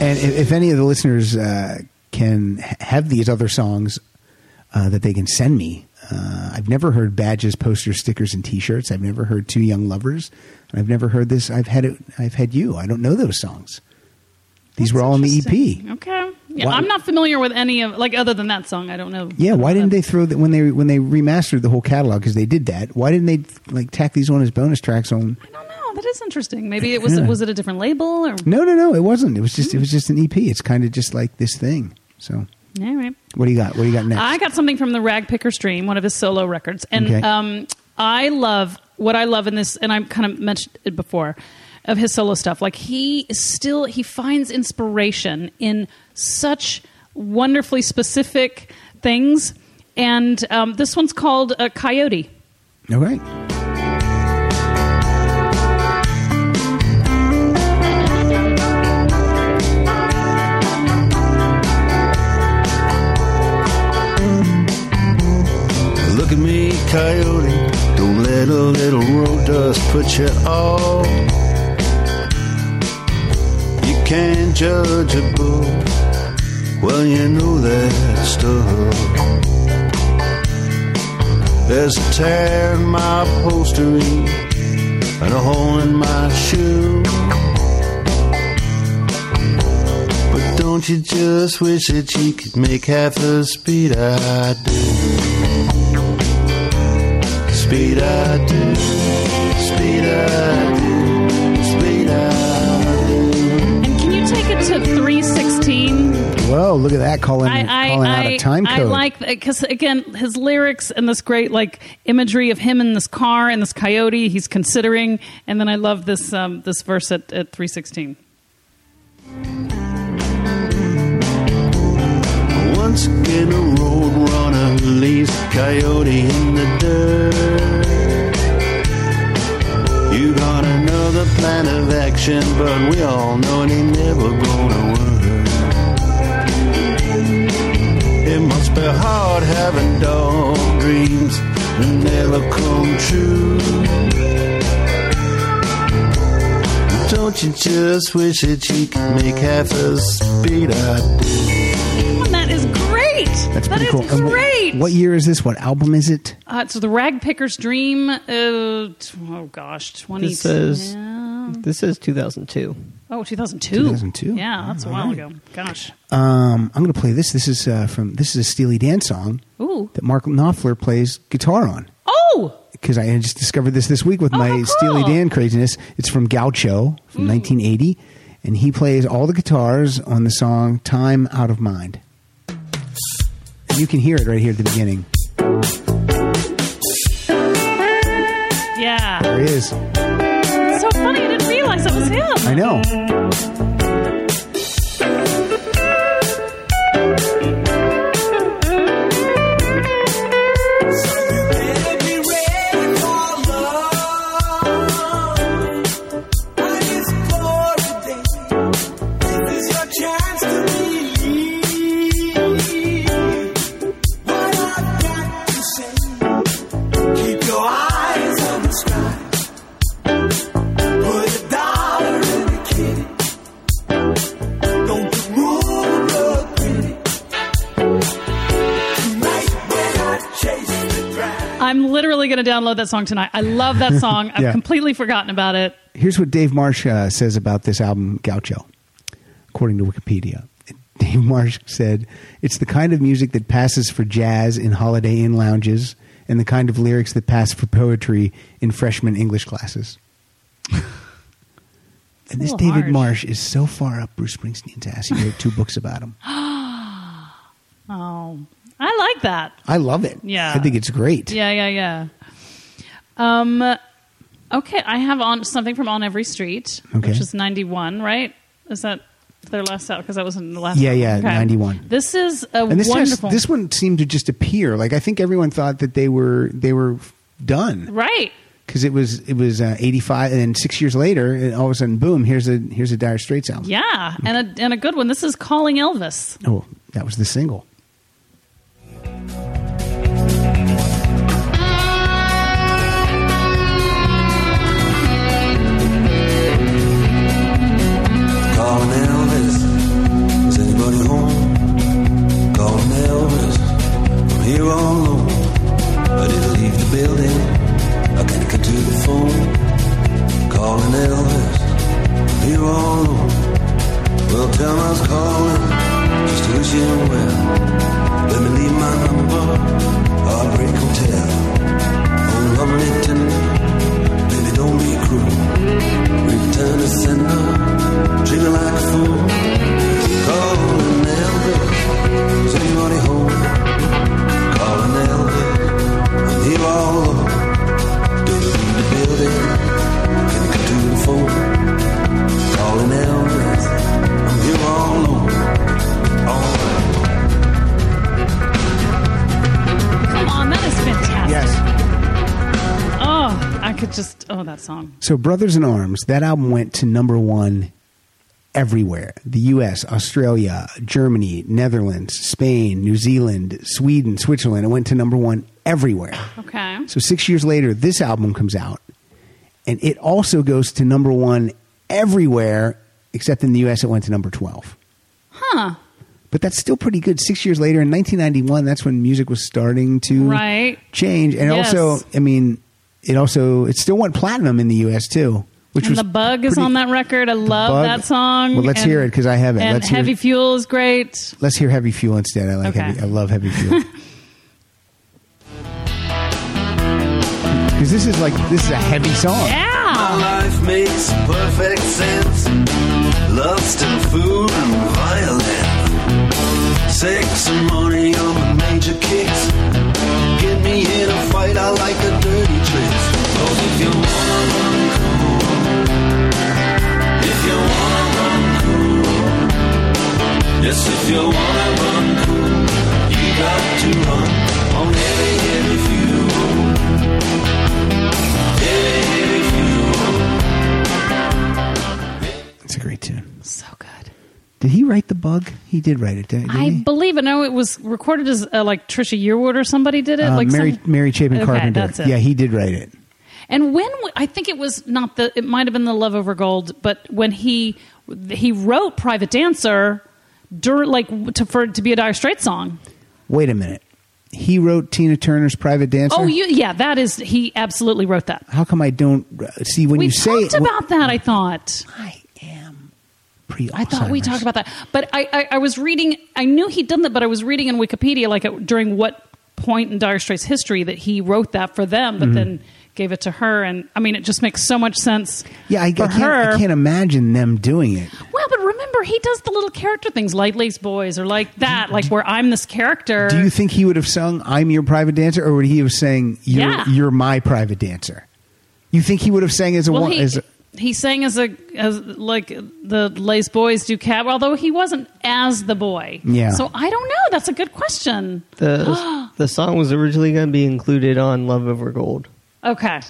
Speaker 2: And if, if any of the listeners uh, can h- have these other songs uh, that they can send me, uh, I've never heard badges, posters, stickers, and T-shirts. I've never heard Two Young Lovers, and I've never heard this. I've had it. I've had you. I don't know those songs. These were all in the E EP.
Speaker 3: Okay. Yeah,
Speaker 2: Why-
Speaker 3: I'm not familiar with any of like other than that song. I don't know.
Speaker 2: Yeah, why didn't they throw that when they when they remastered the whole catalog? Because they did that. Why didn't they like tack these on as bonus tracks on?
Speaker 3: I don't know. That is interesting. Maybe it was was it a different label or
Speaker 2: No, no, no. It wasn't. It was just it was just an EP. It's kind of just like this thing. So,
Speaker 3: All right.
Speaker 2: what do you got? What do you got next?
Speaker 3: I got something from the Rag Picker Stream, one of his solo records, and
Speaker 2: Okay.
Speaker 3: um, I love what I love in this, and I kind of mentioned it before of his solo stuff. Like he is still he finds inspiration in such wonderfully specific things. And um, this one's called uh, Coyote.
Speaker 2: All right.
Speaker 8: Look at me, coyote. Don't let a little road dust put you off. You can't judge a book. Well, you know that stuff. There's a tear in my upholstery and a hole in my shoe. But don't you just wish that you could make half the speed I do? Speed I do, speed I do, speed I do.
Speaker 3: And can you take it to 316?
Speaker 2: Whoa, look at that calling,
Speaker 3: I,
Speaker 2: calling
Speaker 3: I,
Speaker 2: out
Speaker 3: I,
Speaker 2: a time
Speaker 3: I
Speaker 2: code.
Speaker 3: like because again, his lyrics and this great like imagery of him in this car and this coyote he's considering, and then I love this um, this verse at, at three sixteen.
Speaker 8: Once again, a road runner leaves coyote in the dirt. You got another plan of action, but we all know it ain't never gonna work. It must be hard having dog dreams that never come true. Don't you just wish that you could make half the speed I do?
Speaker 3: Oh, that is great.
Speaker 2: That's
Speaker 3: That
Speaker 2: pretty
Speaker 3: is
Speaker 2: cool. And wh-
Speaker 3: great.
Speaker 2: What year is this? What album is it?
Speaker 3: Uh, so the rag picker's dream. Uh, t- oh gosh, twenty.
Speaker 4: This is-
Speaker 3: Hmm.
Speaker 4: This is 2002.
Speaker 3: oh, 2002.
Speaker 2: 2002.
Speaker 3: Yeah, that's a while ago. Gosh.
Speaker 2: Um, I'm going to play this. This is uh, from this is a Steely Dan song
Speaker 3: Ooh.
Speaker 2: that Mark Knopfler plays guitar on.
Speaker 3: Oh,
Speaker 2: Because I had just discovered this this week with my
Speaker 3: how cool. Hmm.
Speaker 2: Steely Dan craziness. It's from Gaucho from 1980, and he plays all the guitars on the song "Time Out of Mind." You can hear it right here at the beginning.
Speaker 3: yeah.
Speaker 2: There it is.
Speaker 3: It's so funny. I didn't realize that was him.
Speaker 2: I know.
Speaker 6: Don't you move the pity. Tonight when I chase the dragon.
Speaker 3: I'm literally going to download that song tonight. I love that song. I've
Speaker 2: Yeah.
Speaker 3: completely forgotten about it.
Speaker 2: Here's what Dave Marsh uh, says about this album, Gaucho, according to Wikipedia. Dave Marsh said, It's the kind of music that passes for jazz in Holiday Inn lounges and the kind of lyrics that pass for poetry in freshman English classes. and this
Speaker 3: little
Speaker 2: David
Speaker 3: harsh.
Speaker 2: Marsh is so far up Bruce Springsteen's ass, he wrote two books about him.
Speaker 3: Oh, I like that.
Speaker 2: I love it.
Speaker 3: Yeah.
Speaker 2: I think it's great.
Speaker 3: Yeah, yeah, yeah. Um, okay, I have on something from On Every Street,
Speaker 2: Okay.
Speaker 3: which is ninety one, right? Is that their last out? Because that wasn't the last.
Speaker 2: Yeah,
Speaker 3: album.
Speaker 2: yeah, 91.
Speaker 3: This is a
Speaker 2: And this, just,
Speaker 3: wonderful.
Speaker 2: this one seemed to just appear. Like, I think everyone thought that they were, they were done.
Speaker 3: right?
Speaker 2: because it was it was uh, 85 and then six years later and all of a sudden boom here's a here's a dire straits album
Speaker 3: Yeah, and a and a good one. This is Calling Elvis.
Speaker 2: oh that was the single
Speaker 6: Calling Elvis, is anybody home? Calling Elvis, I'm here all alone. I didn't leave the building, I can't get to the phone. Calling Elvis, I'm here all alone. Well, tell him I was calling, just to wish him well. Let me leave my number, Heartbreak Hotel. Oh, lovely tender, baby, don't be cruel. Return to sender. Jiggle like a fool. Calling Elvis, is anybody home? Calling Elvis, I'm here all alone. Don't leave the building, can you come to the phone? Calling Elvis, I'm here all alone. All right.
Speaker 3: could just oh that song.
Speaker 2: So, Brothers in Arms, that album went to number one everywhere the US, Australia, Germany, Netherlands, Spain, New Zealand, Sweden, Switzerland. It went to number one everywhere.
Speaker 3: Okay.
Speaker 2: So, six years later, this album comes out, and it also goes to number one everywhere, except in the US, it went to number 12.
Speaker 3: Huh.
Speaker 2: But that's still pretty good. Six years later, in 1991, that's when music was starting to
Speaker 3: Right.
Speaker 2: change. And
Speaker 3: Yes.
Speaker 2: also, I mean, it also it still went platinum in the U.S. too, which
Speaker 3: And
Speaker 2: was
Speaker 3: the bug is
Speaker 2: pretty-
Speaker 3: on that record. I
Speaker 2: The
Speaker 3: love
Speaker 2: Bug?
Speaker 3: that song.
Speaker 2: Well, let's
Speaker 3: And-
Speaker 2: hear it because I have it.
Speaker 3: And
Speaker 2: Let's hear,
Speaker 3: heavy fuel is great.
Speaker 2: let's hear heavy fuel instead. I like
Speaker 3: Okay.
Speaker 2: heavy. I love heavy fuel. Because this is like this is a heavy song.
Speaker 3: Yeah.
Speaker 8: Life makes perfect sense. Love, still food, and violin. Sex and money are my major kicks. Get me in a fight, I like the dirty tricks. Oh, if you wanna run cool. If you wanna run cool. Yes, if you wanna run cool. You got to run on every, every fuel. Every, every fuel.
Speaker 2: It's a great tune.
Speaker 3: So good.
Speaker 2: Did he write the bug? He did write it. Didn't didn't
Speaker 3: I
Speaker 2: he?
Speaker 3: believe I know it was recorded as uh, like Trisha Yearwood or somebody did it.
Speaker 2: Uh,
Speaker 3: like
Speaker 2: Mary
Speaker 3: some-
Speaker 2: Mary Chapin
Speaker 3: Okay,
Speaker 2: Carpenter.
Speaker 3: that's it.
Speaker 2: Yeah, he did write it.
Speaker 3: And when w- I think it was not the, it might have been the Love Over Gold, but when he he wrote Private Dancer, dur, like to for it to be a Dire Straits song.
Speaker 2: Wait a minute. He wrote Tina Turner's Private Dancer.
Speaker 3: Oh, you yeah, that is he absolutely wrote that.
Speaker 2: How come I don't uh, see when
Speaker 3: we
Speaker 2: you say
Speaker 3: talked about that. I thought
Speaker 2: I am pre.
Speaker 3: I thought we talked about that, but I, I I was reading. I knew he'd done that, but I was reading in Wikipedia like at, during what point in Dire Straits history that he wrote that for them, but
Speaker 2: Mm-hmm.
Speaker 3: then gave it to her. And I mean, it just makes so much sense.
Speaker 2: Yeah, I, I
Speaker 3: for
Speaker 2: can't.
Speaker 3: her.
Speaker 2: I can't imagine them doing it.
Speaker 3: Well, but remember, he does the little character things like Lace Boys or like that, like where I'm this character.
Speaker 2: Do you think he would have sung "I'm your private dancer" or would he have sang "You're
Speaker 3: Yeah.
Speaker 2: you're my private dancer"? You think he would have sang as a
Speaker 3: well,
Speaker 2: one?
Speaker 3: he,
Speaker 2: as a,
Speaker 3: he sang as a as like the Lace Boys do cat, although he wasn't as the boy.
Speaker 2: Yeah.
Speaker 3: So I don't know. That's a good question.
Speaker 4: The the song was originally going to be included on Love Over Gold.
Speaker 3: Okay.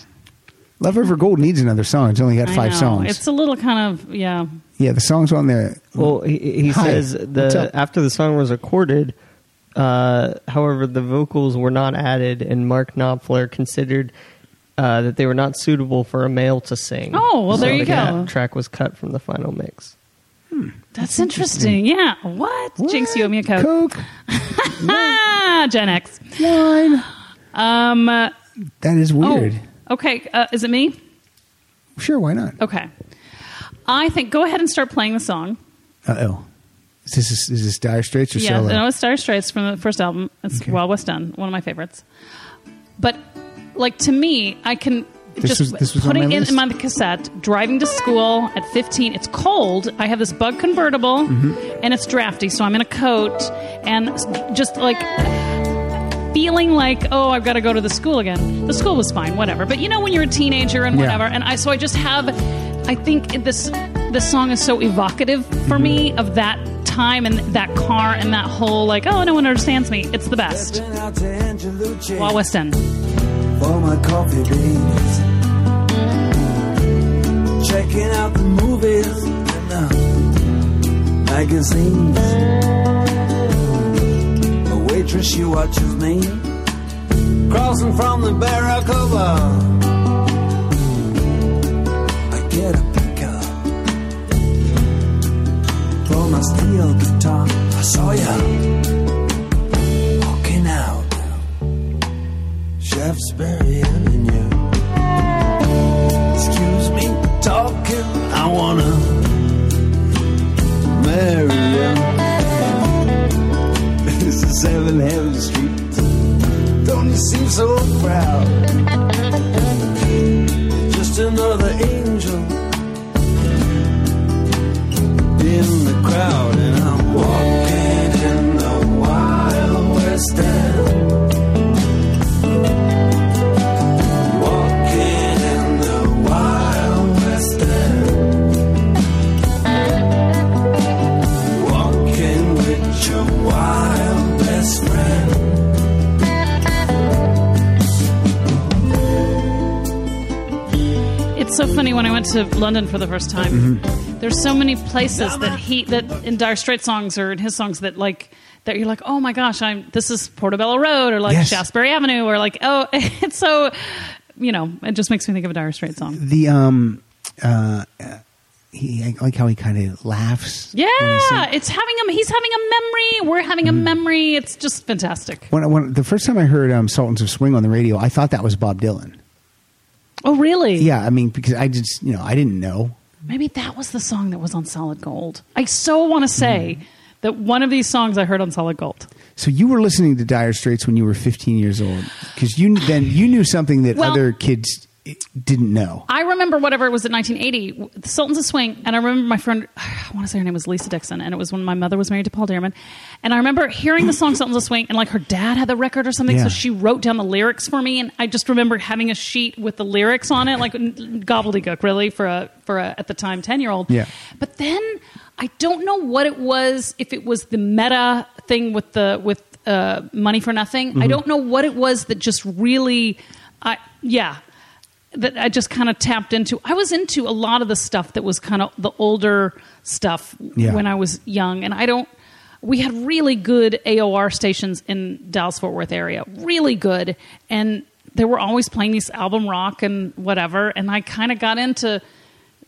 Speaker 2: "Love Over Gold" needs another song. It's only got
Speaker 3: I
Speaker 2: five
Speaker 3: know.
Speaker 2: songs.
Speaker 3: It's a little kind of yeah.
Speaker 2: yeah, the songs on there.
Speaker 4: Well, he, he
Speaker 2: Hi,
Speaker 4: says
Speaker 2: what's up?
Speaker 4: the after the song was recorded, uh, however, the vocals were not added, and Mark Knopfler considered uh, that they were not suitable for a male to sing.
Speaker 3: Oh, well, there
Speaker 4: So
Speaker 3: you
Speaker 4: the
Speaker 3: go.
Speaker 4: ca- Track was cut from the final mix.
Speaker 3: That's interesting. Yeah. What? Jinx, you owe me a coke.
Speaker 2: Coke.
Speaker 3: Ah, Gen X.
Speaker 2: Wine.
Speaker 3: Um. uh,
Speaker 2: That is
Speaker 3: oh,
Speaker 2: weird.
Speaker 3: okay. Uh, is it me?
Speaker 2: Sure, why not?
Speaker 3: Okay. I think go ahead and start playing the song.
Speaker 2: Uh oh. Is this is, this Dire Straits or
Speaker 3: Yeah,
Speaker 2: solo?
Speaker 3: no, it's Star Straits from the first album. It's
Speaker 2: Okay.
Speaker 3: Wild West End, one of my favorites. But like to me, I can
Speaker 2: This
Speaker 3: just
Speaker 2: was- this was on
Speaker 3: putting
Speaker 2: my
Speaker 3: it in
Speaker 2: list.
Speaker 3: my cassette, driving to school at 15. It's cold. I have this bug convertible,
Speaker 2: Mm-hmm.
Speaker 3: and it's drafty, so I'm in a coat and s- just like feeling like oh i've got to go to the school again the school was fine whatever but you know when you're a teenager and
Speaker 2: Yeah.
Speaker 3: whatever and i so i just have i think it- this this song is so evocative for me of that time and that car and that whole like oh no one understands me it's the best
Speaker 8: Been out to Angelucci.
Speaker 3: Wall West End.
Speaker 8: for my coffee beans. Checking out the movies and the magazines. The waitress, she watches me. Crossing from the Barracuda. I get a pickup. Throw my steel guitar. I saw ya. Walking out. Shaftesbury Avenue. Excuse me, talking. I wanna marry you. This is Seven Heaven Street. Don't you seem so proud? You're Just another angel in the crowd, and I'm walking in the wild west end. Walking in the wild west end. Walking with your wild best friend.
Speaker 3: so funny when I went to London for the first time. There's so many places that he that in Dire Straits songs or in his songs that like that you're like, oh my gosh, I'm this is Portobello Road or like
Speaker 2: Yes.
Speaker 3: Shaftesbury Avenue or like oh it's so you know it just makes me think of a Dire Straits song.
Speaker 2: The um, uh, he I like how he kind of laughs.
Speaker 3: Yeah,
Speaker 2: when he sings.
Speaker 3: it's having a he's having a memory. We're having a memory. It's just fantastic.
Speaker 2: When, when the first time I heard um, "Sultans of Swing" on the radio, I thought that was Bob Dylan.
Speaker 3: Oh really?
Speaker 2: Yeah, I mean because I just you know I didn't know.
Speaker 3: Maybe that was the song that was on Solid Gold. I so want to say that one of these songs I heard on Solid Gold.
Speaker 2: So you were listening to Dire Straits when you were 15 years old because you then you knew something that
Speaker 3: Well-
Speaker 2: other kids eh, didn't know.
Speaker 3: I remember whatever it was in 1980, The Sultans of Swing, and I remember my friend, I want to say her name was Lisa Dixon, and it was when my mother was married to Paul Dearman. And I remember hearing the song Sultans of Swing, and like her dad had the record or something,
Speaker 2: Yeah.
Speaker 3: so she wrote down the lyrics for me, and I just remember having a sheet with the lyrics on it, like n- gobbledygook, really, for a, for a, at the time, 10 year old.
Speaker 2: Yeah.
Speaker 3: But then I don't know what it was, if it was the meta thing with the, with, uh, money for nothing.
Speaker 2: Mm-hmm.
Speaker 3: I don't know what it was that just really, I, yeah, that I just kind of tapped into. I was into a lot of the stuff that was kind of the older stuff
Speaker 2: Yeah.
Speaker 3: when I was young, and I don't. We had really good AOR stations in Dallas Fort Worth area, really good, and they were always playing these album rock and whatever. And I kind of got into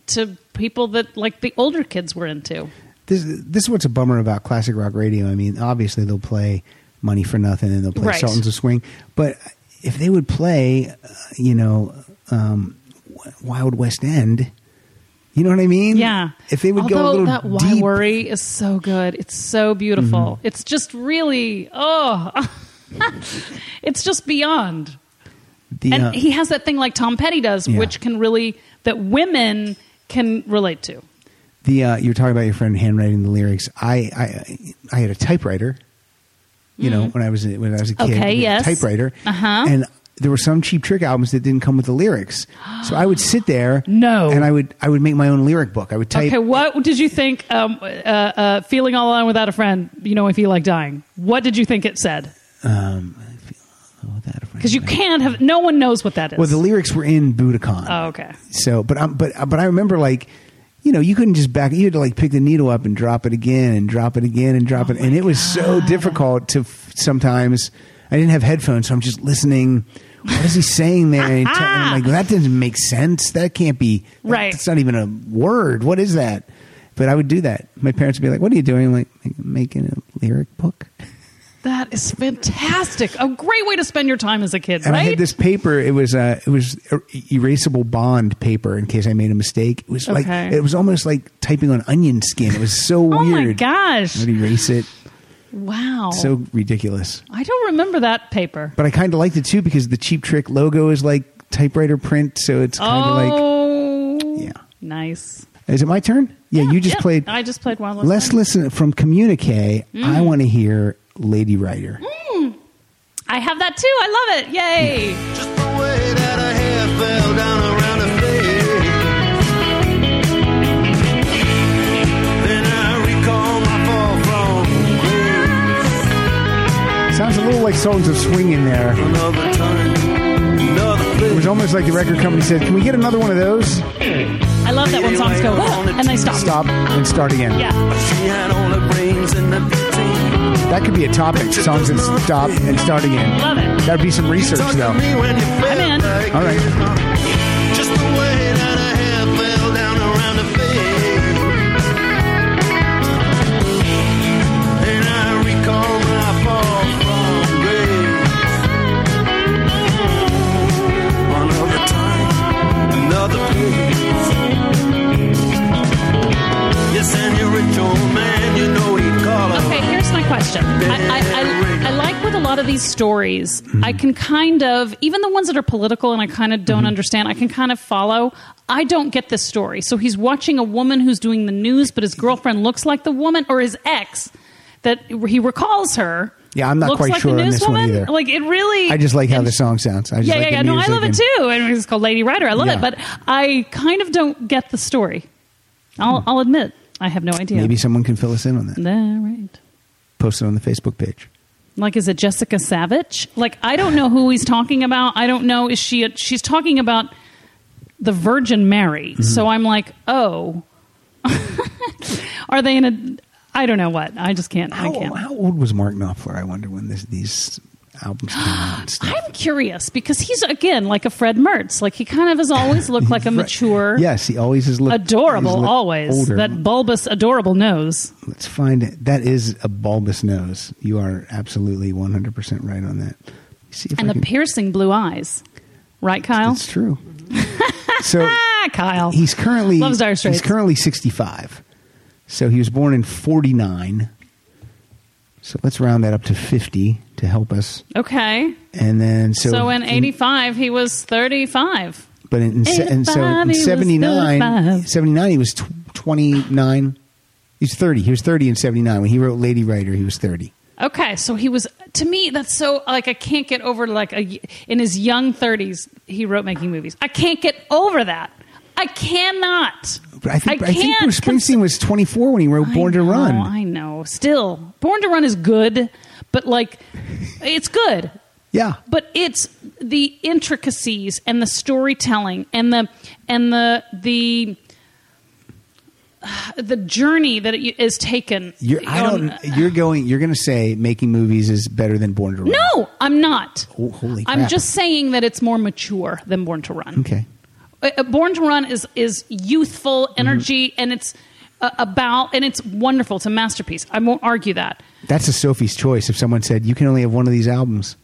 Speaker 3: to people that like the older kids were into.
Speaker 2: this this is what's a bummer about classic rock radio. I mean, obviously they'll play Money for Nothing and they'll play
Speaker 3: Right.
Speaker 2: Sultans of Swing, but if they would play, uh, you know, um, W- Wild West End, you know what I mean?
Speaker 3: Yeah.
Speaker 2: If they would
Speaker 3: Although
Speaker 2: go a little
Speaker 3: that why
Speaker 2: deep, Mm-hmm.
Speaker 3: worry is so good. It's so beautiful. It's just really oh it's just beyond.
Speaker 2: the, uh,
Speaker 3: And he has that thing like Tom Petty does,
Speaker 2: Yeah.
Speaker 3: which can really that women can relate to.
Speaker 2: the uh, you're talking about your friend handwriting the lyrics. I I I had a typewriter. You know, when I was a- when I was a kid,
Speaker 3: Mm. Okay,
Speaker 2: with a
Speaker 3: yes.
Speaker 2: typewriter,
Speaker 3: Uh-huh.
Speaker 2: and there were some cheap trick albums that didn't come with the lyrics. So I would sit there,
Speaker 3: No.
Speaker 2: and I would I would make my own lyric book. I would type
Speaker 3: Okay, what did you think? Um, uh, uh, feeling all alone without a friend, you know, if you like dying. What did you think it said?
Speaker 2: um,
Speaker 3: Because you can't have. No one knows what that is.
Speaker 2: Well, the lyrics were in Budokan.
Speaker 3: Oh, okay.
Speaker 2: So, but um, but but I remember like, you know, you couldn't just back. You had to like pick the needle up and drop it again and drop it again and
Speaker 3: Oh
Speaker 2: drop it, and it was so difficult to f- sometimes. I didn't have headphones, so I'm just listening. What is he saying there? And, t- and I'm like, that doesn't make sense. That can't be that-
Speaker 3: Right.
Speaker 2: That's not even a word. What is that? But I would do that. My parents would be like, "What are you doing?" I'm like, "Making a lyric book."
Speaker 3: that is fantastic. A great way to spend your time as a kid,
Speaker 2: And
Speaker 3: right?
Speaker 2: I had this paper. It was uh, it was er- erasable bond paper in case I made a mistake. It was like
Speaker 3: Okay.
Speaker 2: it was almost like typing on onion skin. It was so
Speaker 3: oh
Speaker 2: weird.
Speaker 3: my
Speaker 2: I
Speaker 3: gosh! Oh.
Speaker 2: would erase it.
Speaker 3: Wow.
Speaker 2: So ridiculous.
Speaker 3: I don't remember that paper.
Speaker 2: But I kind of liked it too because the cheap trick logo is like typewriter print, so it's kind of like.
Speaker 3: Oh,
Speaker 2: Yeah.
Speaker 3: nice.
Speaker 2: Is it my turn? Yeah, you just
Speaker 3: Yeah,
Speaker 2: played.
Speaker 3: I Mm. just played Wild West
Speaker 2: Let's
Speaker 3: Wing.
Speaker 2: listen from Communique. I want to hear Lady Rider.
Speaker 3: I have that too. I love it. Yay!
Speaker 10: Just the way that her hair fell down around her face. Then I recall my fall from grace.
Speaker 2: Sounds a little like Songs of Swing in there.
Speaker 10: Another time, another
Speaker 2: It was
Speaker 10: place.
Speaker 2: almost like the record company said, "Can we get another one of those?"
Speaker 3: I love that when songs go and they stop.
Speaker 2: Stop and start again.
Speaker 3: Yeah.
Speaker 10: She had all her brains in the beauty.
Speaker 2: That could be a topic. Songs that stop and start again.
Speaker 3: Love it.
Speaker 2: That'd be some research,
Speaker 10: Talk
Speaker 2: though.
Speaker 10: to me when you felt
Speaker 3: in.
Speaker 10: like
Speaker 2: All right.
Speaker 10: it. Just the way that her hair fell down around her face. And I recall my fall from grace. Another time, another place. Yes, and you're a old man, you know he'd call her.
Speaker 3: Okay, here's my question. I, I, I, I like with a lot of these stories, I can kind of, even the ones that are political and I kind of don't
Speaker 2: Mm-hmm.
Speaker 3: understand, I can kind of follow. I don't get this story. So he's watching a woman who's doing the news, but his girlfriend looks like the woman or his ex that he recalls her.
Speaker 2: Yeah, I'm not
Speaker 3: looks
Speaker 2: quite
Speaker 3: like
Speaker 2: sure
Speaker 3: the
Speaker 2: on this one
Speaker 3: newswoman.
Speaker 2: either.
Speaker 3: Like it really.
Speaker 2: I just like how
Speaker 3: and
Speaker 2: the song sounds. I just
Speaker 3: Yeah,
Speaker 2: like
Speaker 3: yeah,
Speaker 2: the
Speaker 3: yeah. No, I
Speaker 2: music
Speaker 3: love it
Speaker 2: and-
Speaker 3: too. And it's called Lady Rider. I love
Speaker 2: Yeah.
Speaker 3: it, but I kind of don't get the story. I'll, I'll admit, I have no idea.
Speaker 2: Hmm. Maybe someone can fill us in on that.
Speaker 3: All right.
Speaker 2: Post it on the Facebook page.
Speaker 3: Like, is it Jessica Savage? Like, I don't know who he's talking about. I don't know. Is she? A, she's talking about the Virgin Mary.
Speaker 2: Mm-hmm.
Speaker 3: So I'm like, oh, are they in a? I don't know what. I just can't. I
Speaker 2: How,
Speaker 3: can't.
Speaker 2: how old was Mark Knopfler? I wonder when this, these albums came out. and stuff.
Speaker 3: I'm curious because he's again like a Fred Mertz. Like he kind of has always looked like a mature,
Speaker 2: Yes, he always has looked
Speaker 3: adorable,
Speaker 2: he's looked
Speaker 3: always
Speaker 2: older.
Speaker 3: that bulbous, adorable nose.
Speaker 2: Let's find it. That is a bulbous nose. You are absolutely 100 percent right on that. See if
Speaker 3: and
Speaker 2: I
Speaker 3: the
Speaker 2: can,
Speaker 3: piercing blue eyes. Right, Kyle?
Speaker 2: it's true. so
Speaker 3: Ah, Kyle.
Speaker 2: he's currently
Speaker 3: Loves Dire
Speaker 2: he's
Speaker 3: Straits.
Speaker 2: currently 65. So he was born in 49. So let's round that up to 50 to help us.
Speaker 3: okay.
Speaker 2: And then so
Speaker 3: So, in 85, he was 35.
Speaker 2: But in, se- and so
Speaker 3: 85,
Speaker 2: in
Speaker 3: he was
Speaker 2: 79,
Speaker 3: 35.
Speaker 2: 79, he was tw- 29. He's 30. He was 30 in 79. When he wrote Lady Writer, he was 30.
Speaker 3: Okay, so he was to me that's so like I can't get over like a, in his young 30s he wrote making movies. I can't get over that. I cannot.
Speaker 2: But I think, I think
Speaker 3: can't
Speaker 2: Bruce Springsteen was 24 when he wrote
Speaker 3: I
Speaker 2: Born to
Speaker 3: know,
Speaker 2: Run.
Speaker 3: I know. Still, Born to Run is good, but like it's good.
Speaker 2: yeah.
Speaker 3: but it's the intricacies and the storytelling and the and the the the journey that it is taken.
Speaker 2: You're, I don't,
Speaker 3: on-
Speaker 2: you're going, you're going to say making movies is better than Born to Run.
Speaker 3: no, I'm not.
Speaker 2: Ho- holy
Speaker 3: I'm
Speaker 2: crap.
Speaker 3: just saying that it's more mature than Born to Run.
Speaker 2: Okay.
Speaker 3: Uh, uh, Born to Run is is youthful
Speaker 2: Mm-hmm.
Speaker 3: energy and it's uh, about and it's wonderful. It's a masterpiece. I won't argue that.
Speaker 2: That's a Sophie's choice. If someone said, you can only have one of these albums,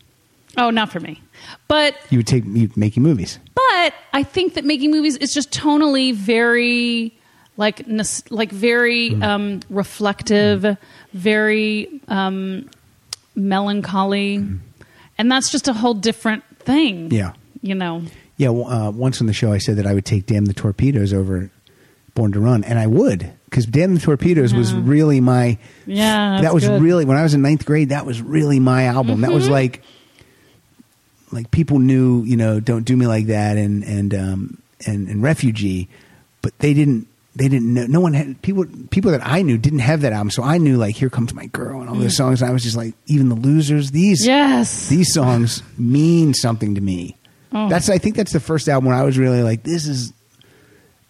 Speaker 3: Oh, not for me. But
Speaker 2: you would take you making movies.
Speaker 3: but I think that making movies is just tonally very like nos- like very
Speaker 2: Hmm.
Speaker 3: um, reflective, very um, melancholy, and that's just a whole different thing.
Speaker 2: Hmm. Yeah.
Speaker 3: you know.
Speaker 2: Yeah, w- uh, once on the show, I said that I would take "Damn the Torpedoes" over "Born to Run," and I would because "Damn the Torpedoes" was really my
Speaker 3: Yeah,
Speaker 2: that
Speaker 3: that's
Speaker 2: was
Speaker 3: good. Mm-hmm.
Speaker 2: really when I was in ninth grade. That was really my album. That was like like people knew you know "Don't Do Me Like That" and and um, and, and "Refugee," but they didn't. They didn't know. No one had people. People that I knew didn't have that album, so I knew like "Here Comes My Girl" and all those songs. And I was just like, even the losers. These
Speaker 3: Yes.
Speaker 2: these songs mean something to me.
Speaker 3: Oh.
Speaker 2: That's I think that's the first album where I was really like, this is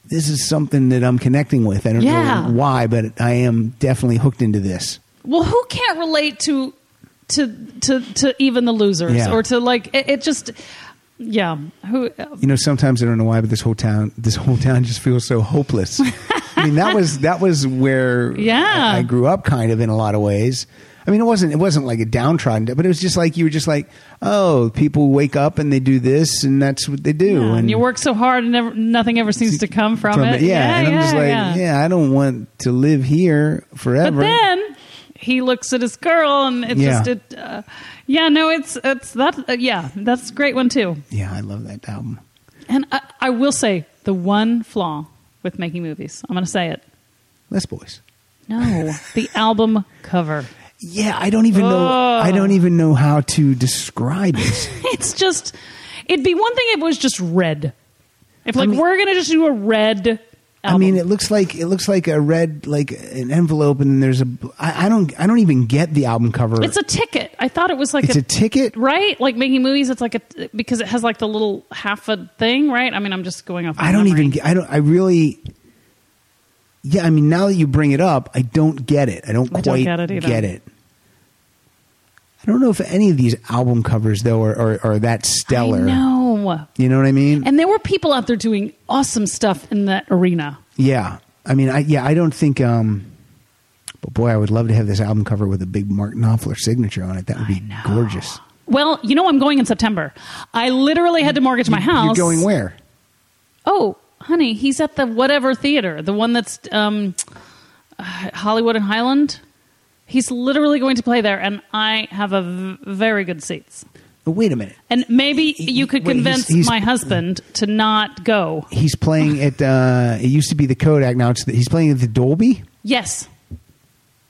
Speaker 2: this is something that I'm connecting with. I don't
Speaker 3: Yeah.
Speaker 2: know why, but I am definitely hooked into this.
Speaker 3: well, who can't relate to to to to even the losers
Speaker 2: Yeah.
Speaker 3: or to like it, it just yeah who
Speaker 2: You know, sometimes I don't know why, but this whole town this whole town just feels so hopeless. I mean, that was that was where
Speaker 3: Yeah.
Speaker 2: I, I grew up kind of in a lot of ways. I mean, it wasn't it wasn't like a downtrodden, but it was just like you were just like, oh, people wake up and they do this, and that's what they do.
Speaker 3: Yeah,
Speaker 2: and
Speaker 3: you work so hard and never, nothing ever seems to come from, it.
Speaker 2: Yeah, and I'm just like, yeah. I don't want to live here
Speaker 3: But
Speaker 2: forever.
Speaker 3: then he looks at his girl, and it
Speaker 2: Yeah.
Speaker 3: just it. Uh, yeah, no, it's it's that. Uh, yeah, that's a great one too.
Speaker 2: yeah, I love that album.
Speaker 3: And I, I will say the one flaw with making movies. I'm going to say it.
Speaker 2: Les Boys.
Speaker 3: No, the album cover.
Speaker 2: Yeah, I don't even know.
Speaker 3: Oh.
Speaker 2: I don't even know how to describe it.
Speaker 3: It's just. It'd be one thing if it was just red. If like
Speaker 2: mean-
Speaker 3: we're going to just do a red. Album.
Speaker 2: I mean, it looks like it looks like a red, like an envelope, and there's a. I, I don't. I don't even get the album cover.
Speaker 3: it's a ticket. I thought it was like
Speaker 2: It's a ticket.
Speaker 3: right? Like making movies, it's like a because it has like the little half a thing, right? I mean, I'm just going off.
Speaker 2: I don't
Speaker 3: memory.
Speaker 2: even. Get, I don't. I really. Yeah, I mean, now that you bring it up, I don't get it. I don't
Speaker 3: I
Speaker 2: quite
Speaker 3: don't get it either.
Speaker 2: I don't know if any of these album covers though are are, are that stellar.
Speaker 3: No,
Speaker 2: You know what I mean?
Speaker 3: and there were people out there doing awesome stuff in that arena.
Speaker 2: Yeah, I mean, I yeah, I don't think. um But boy, I would love to have this album cover with a big Mark Knopfler signature on it. That would be gorgeous.
Speaker 3: Well, you know, I'm going in September. I literally had to mortgage my
Speaker 2: You're
Speaker 3: house.
Speaker 2: going where?
Speaker 3: Oh, honey, he's at the whatever theater, the one that's um, uh, Hollywood and Highland. He's literally going to play there, and I have a v- very good seats.
Speaker 2: But wait a minute,
Speaker 3: And maybe you could
Speaker 2: wait, he's-
Speaker 3: convince
Speaker 2: he's-
Speaker 3: my husband to not go.
Speaker 2: he's playing at. uh It used to be the Kodak. Now it's the, he's playing at the Dolby.
Speaker 3: Yes,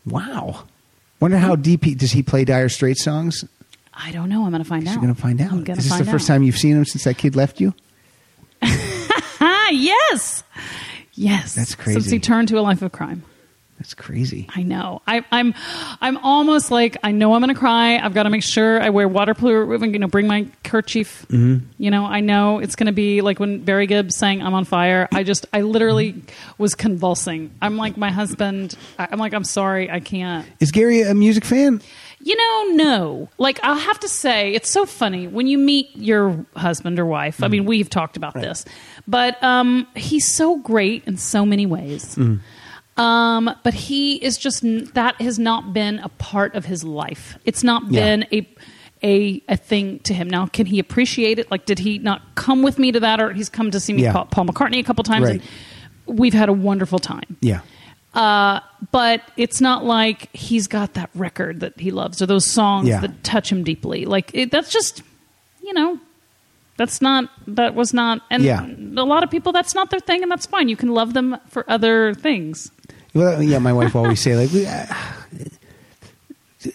Speaker 2: Wow. Wonder how deep he does he play Dire Straits songs?
Speaker 3: I don't know. I'm going to find out.
Speaker 2: You're gonna find out.
Speaker 3: I'm going to
Speaker 2: Is this
Speaker 3: find
Speaker 2: the first
Speaker 3: out.
Speaker 2: time you've seen him since that kid left you?
Speaker 3: Ah, yes. Yes.
Speaker 2: That's crazy.
Speaker 3: Since he turned to a life of crime.
Speaker 2: That's crazy.
Speaker 3: I know. I, I'm, I'm almost like I know I'm going to cry. I've got to make sure I wear waterproof. You know, bring my kerchief. You know, I know it's going to be like when Barry Gibbs sang "I'm on fire." I just, I literally was convulsing. I'm like my husband. I- I'm like, I'm sorry, I can't.
Speaker 2: Is Gary a music fan?
Speaker 3: You know, no. Like I'll have to say, it's so funny when you meet your husband or wife. I mean,
Speaker 2: Mm.
Speaker 3: we've talked about this, but um, he's so great in so many ways.
Speaker 2: Mm.
Speaker 3: Um, but he is just n- that has not been a part of his life. It's not
Speaker 2: Yeah.
Speaker 3: been a a a thing to him. Now, can he appreciate it? Like, did he not come with me to that, or he's come to see me
Speaker 2: Yeah.
Speaker 3: pa- Paul McCartney a couple times?
Speaker 2: Right.
Speaker 3: And we've had a wonderful time.
Speaker 2: Yeah.
Speaker 3: Uh, but it's not like he's got that record that he loves or those songs
Speaker 2: Yeah.
Speaker 3: that touch him deeply. Like it, that's just, you know, that's not that was not, and
Speaker 2: Yeah.
Speaker 3: a lot of people that's not their thing, and that's fine. You can love them for other things.
Speaker 2: Well, yeah, my wife always say like, we, uh,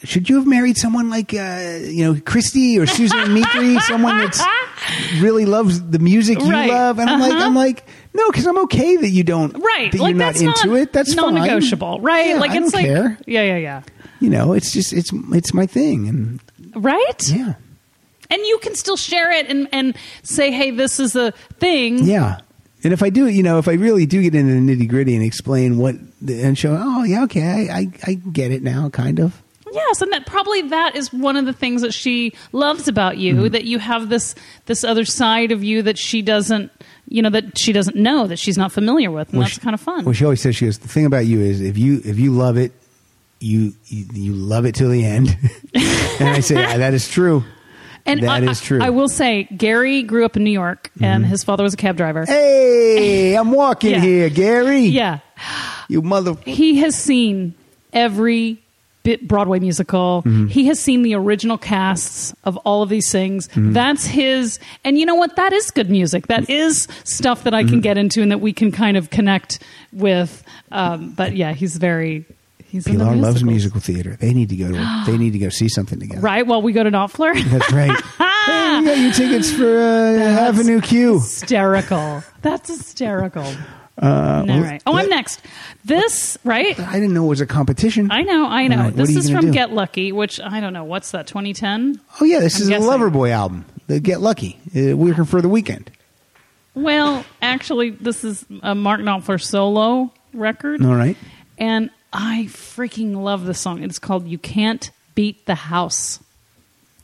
Speaker 2: should you have married someone like uh, you know Christy or Susan Mitri, someone that's really loves the music you
Speaker 3: Right. Uh-huh.
Speaker 2: love? And I'm like, I'm like, no, because I'm okay that you don't,
Speaker 3: Right,
Speaker 2: That
Speaker 3: like
Speaker 2: you're not
Speaker 3: that's
Speaker 2: into
Speaker 3: not
Speaker 2: it. That's fine.
Speaker 3: non-negotiable, right?
Speaker 2: Yeah,
Speaker 3: like
Speaker 2: I
Speaker 3: it's
Speaker 2: don't
Speaker 3: like,
Speaker 2: care.
Speaker 3: yeah, yeah, yeah,
Speaker 2: You know, it's just it's it's my thing, and
Speaker 3: right?
Speaker 2: yeah,
Speaker 3: And you can still share it and and say, hey, this is a thing.
Speaker 2: yeah. And if I do, you know, if I really do get into the nitty gritty and explain what, and show, oh yeah, okay, I, I I get it now, kind of.
Speaker 3: Yes, and that probably that is one of the things that she loves about you
Speaker 2: Mm-hmm.
Speaker 3: that you have this this other side of you that she doesn't you know that she doesn't know that she's not familiar with and
Speaker 2: Well,
Speaker 3: that's
Speaker 2: she-
Speaker 3: kind of fun.
Speaker 2: Well, she always says she goes. The thing about you is if you if you love it, you you, you love it till the end. and I say "Ah, that is true.
Speaker 3: and
Speaker 2: that
Speaker 3: I,
Speaker 2: is true. Mm-hmm.
Speaker 3: I, will say Gary grew up in New York and his father was a cab driver.
Speaker 2: Hey, I'm walking
Speaker 3: Yeah.
Speaker 2: here, Gary.
Speaker 3: Yeah.
Speaker 2: you mother.
Speaker 3: He has seen every bit Broadway musical.
Speaker 2: Mm-hmm.
Speaker 3: He has seen the original casts of all of these things.
Speaker 2: Mm-hmm.
Speaker 3: That's his and you know what? That is good music. That is stuff that I
Speaker 2: Mm-hmm.
Speaker 3: can get into and that we can kind of connect with. Um, but yeah, he's very he's in the
Speaker 2: Pilar loves
Speaker 3: musicals.
Speaker 2: musical theater. They need to go. To, they need to go see something together.
Speaker 3: Right? While we go to Knopfler?
Speaker 2: That's right. hey, you got your tickets for uh, Avenue Q.
Speaker 3: hysterical. That's hysterical.
Speaker 2: Uh,
Speaker 3: all
Speaker 2: well,
Speaker 3: right. Oh,
Speaker 2: let-
Speaker 3: I'm next. This, right?
Speaker 2: I didn't know it was a competition.
Speaker 3: I know, I know.
Speaker 2: All right, what
Speaker 3: this
Speaker 2: are you
Speaker 3: is
Speaker 2: gonna
Speaker 3: from
Speaker 2: do?
Speaker 3: Get Lucky, which I don't know, what's that, 2010?
Speaker 2: Oh yeah, this
Speaker 3: I'm
Speaker 2: is
Speaker 3: guessing.
Speaker 2: a Loverboy album. The Get Lucky. Uh, working for the weekend.
Speaker 3: Well, actually, this is a Mark Knopfler solo record.
Speaker 2: All right.
Speaker 3: And I freaking love this song. It's called You Can't Beat the House.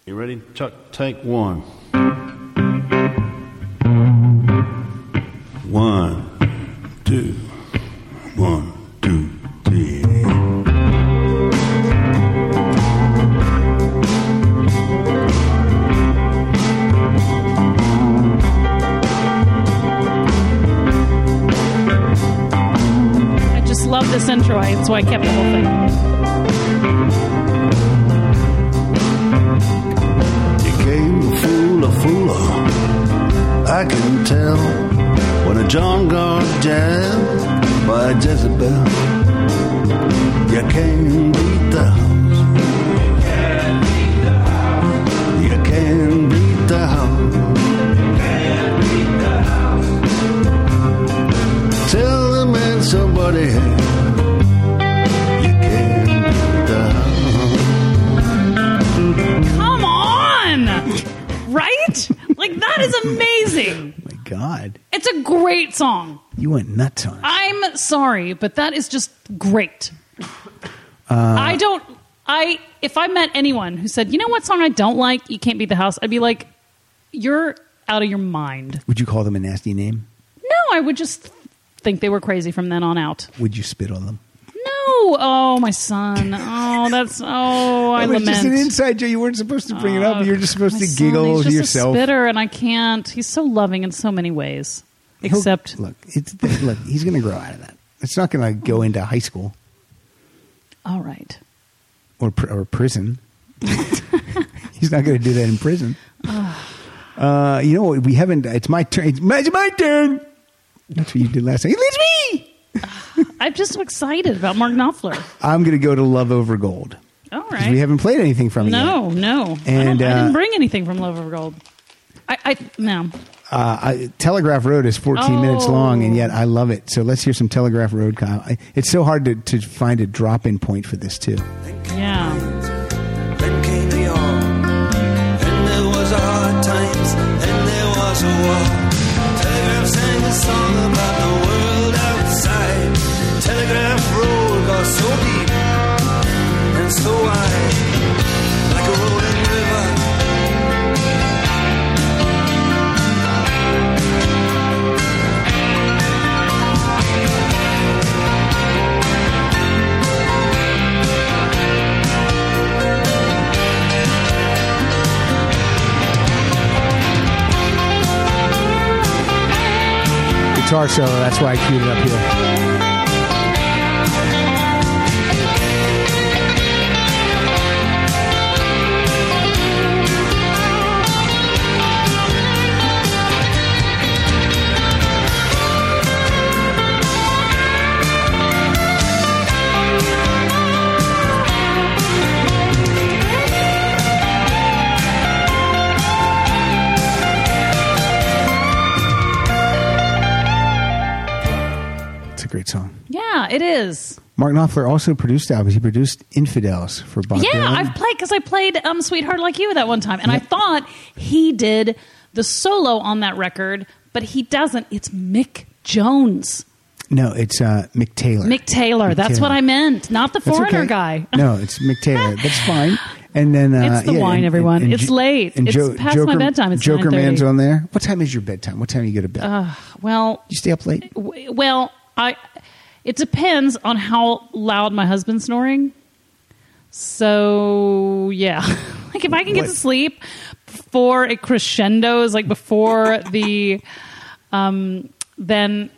Speaker 10: You ready? Chuck, take one. One, two, one, two, three.
Speaker 3: I just love this intro. I, that's why I kept the whole thing.
Speaker 10: You came to fool a fooler. I can tell when a John got jammed by Jezebel. You can't beat the house. You can't beat the house. Tell the man somebody here. You can't beat the house.
Speaker 3: Come on! Right? Like, that is amazing.
Speaker 2: My God,
Speaker 3: It's a great song.
Speaker 2: you went nuts on it.
Speaker 3: I'm sorry, but that is just great. I don't. I if I met anyone who said, "You know what song I don't like? You can't beat the house." I'd be like, "You're out of your mind."
Speaker 2: Would you call them a nasty name?
Speaker 3: No, I would just think they were crazy from then on out.
Speaker 2: Would you spit on them?
Speaker 3: No, oh my son. Oh, that's oh, I
Speaker 2: it was
Speaker 3: lament.
Speaker 2: just an inside joke. You weren't supposed to bring it up.
Speaker 3: Oh,
Speaker 2: you were just supposed
Speaker 3: my
Speaker 2: to
Speaker 3: son,
Speaker 2: giggle to
Speaker 3: he's just
Speaker 2: yourself.
Speaker 3: A spitter, and I can't. He's so loving in so many ways.
Speaker 2: He'll-
Speaker 3: Except,
Speaker 2: look, it's, look, he's going to grow out of that. It's not going to go into high school
Speaker 3: all right.
Speaker 2: or pr- or prison. he's not going to do that in prison. uh, you know what? We haven't. It's my turn. It's my, it's my turn. That's what you did last night. It leaves me.
Speaker 3: I'm just so excited about Mark Knopfler.
Speaker 2: I'm going to go to Love Over Gold.
Speaker 3: All
Speaker 2: 'Cause
Speaker 3: right.
Speaker 2: We haven't played anything from it yet.
Speaker 3: No, no. I don't-
Speaker 2: And,
Speaker 3: I,
Speaker 2: uh,
Speaker 3: didn't bring anything from Love Over Gold. I, I no.
Speaker 2: Uh, I, Telegraph Road is 14 minutes
Speaker 3: Oh.
Speaker 2: long, and yet I love it. So let's hear some Telegraph Road. Com- I, it's so hard to, to find a drop in point for this, too.
Speaker 3: Yeah.
Speaker 8: Then came the all. Then there was a hard times. Then there was a war. Telegraph sang a song about the world outside. Telegraph road got so deep and so wide, like a rolling river.
Speaker 2: Guitar solo, that's why I queued it up here. It's a great song.
Speaker 3: Yeah, it is.
Speaker 2: Mark Knopfler also produced albums. He produced Infidels for Bob
Speaker 3: Yeah,
Speaker 2: Dylan.
Speaker 3: I've played because I played um, "Sweetheart Like You" that one time, and I thought he did the solo on that record, but he doesn't. It's Mick Jones,
Speaker 2: no, it's uh, Mick Taylor.
Speaker 3: Mick Taylor.
Speaker 2: Mick
Speaker 3: that's
Speaker 2: Taylor.
Speaker 3: what I meant, not the
Speaker 2: That's
Speaker 3: foreigner
Speaker 2: okay.
Speaker 3: guy.
Speaker 2: No, it's Mick Taylor. That's fine. And then uh,
Speaker 3: It's the
Speaker 2: yeah,
Speaker 3: wine,
Speaker 2: and-
Speaker 3: everyone. It's
Speaker 2: Jo-
Speaker 3: late. It's past my bedtime. It's Uh,
Speaker 2: Joker
Speaker 3: 9:30.
Speaker 2: Man's on there. What time is your bedtime? What time do you go to bed?
Speaker 3: Well,
Speaker 2: you stay up late.
Speaker 3: w- well, I. It depends on how loud my husband's snoring. So yeah, like if I can get
Speaker 2: What-
Speaker 3: to sleep before it crescendos, like before the, um, then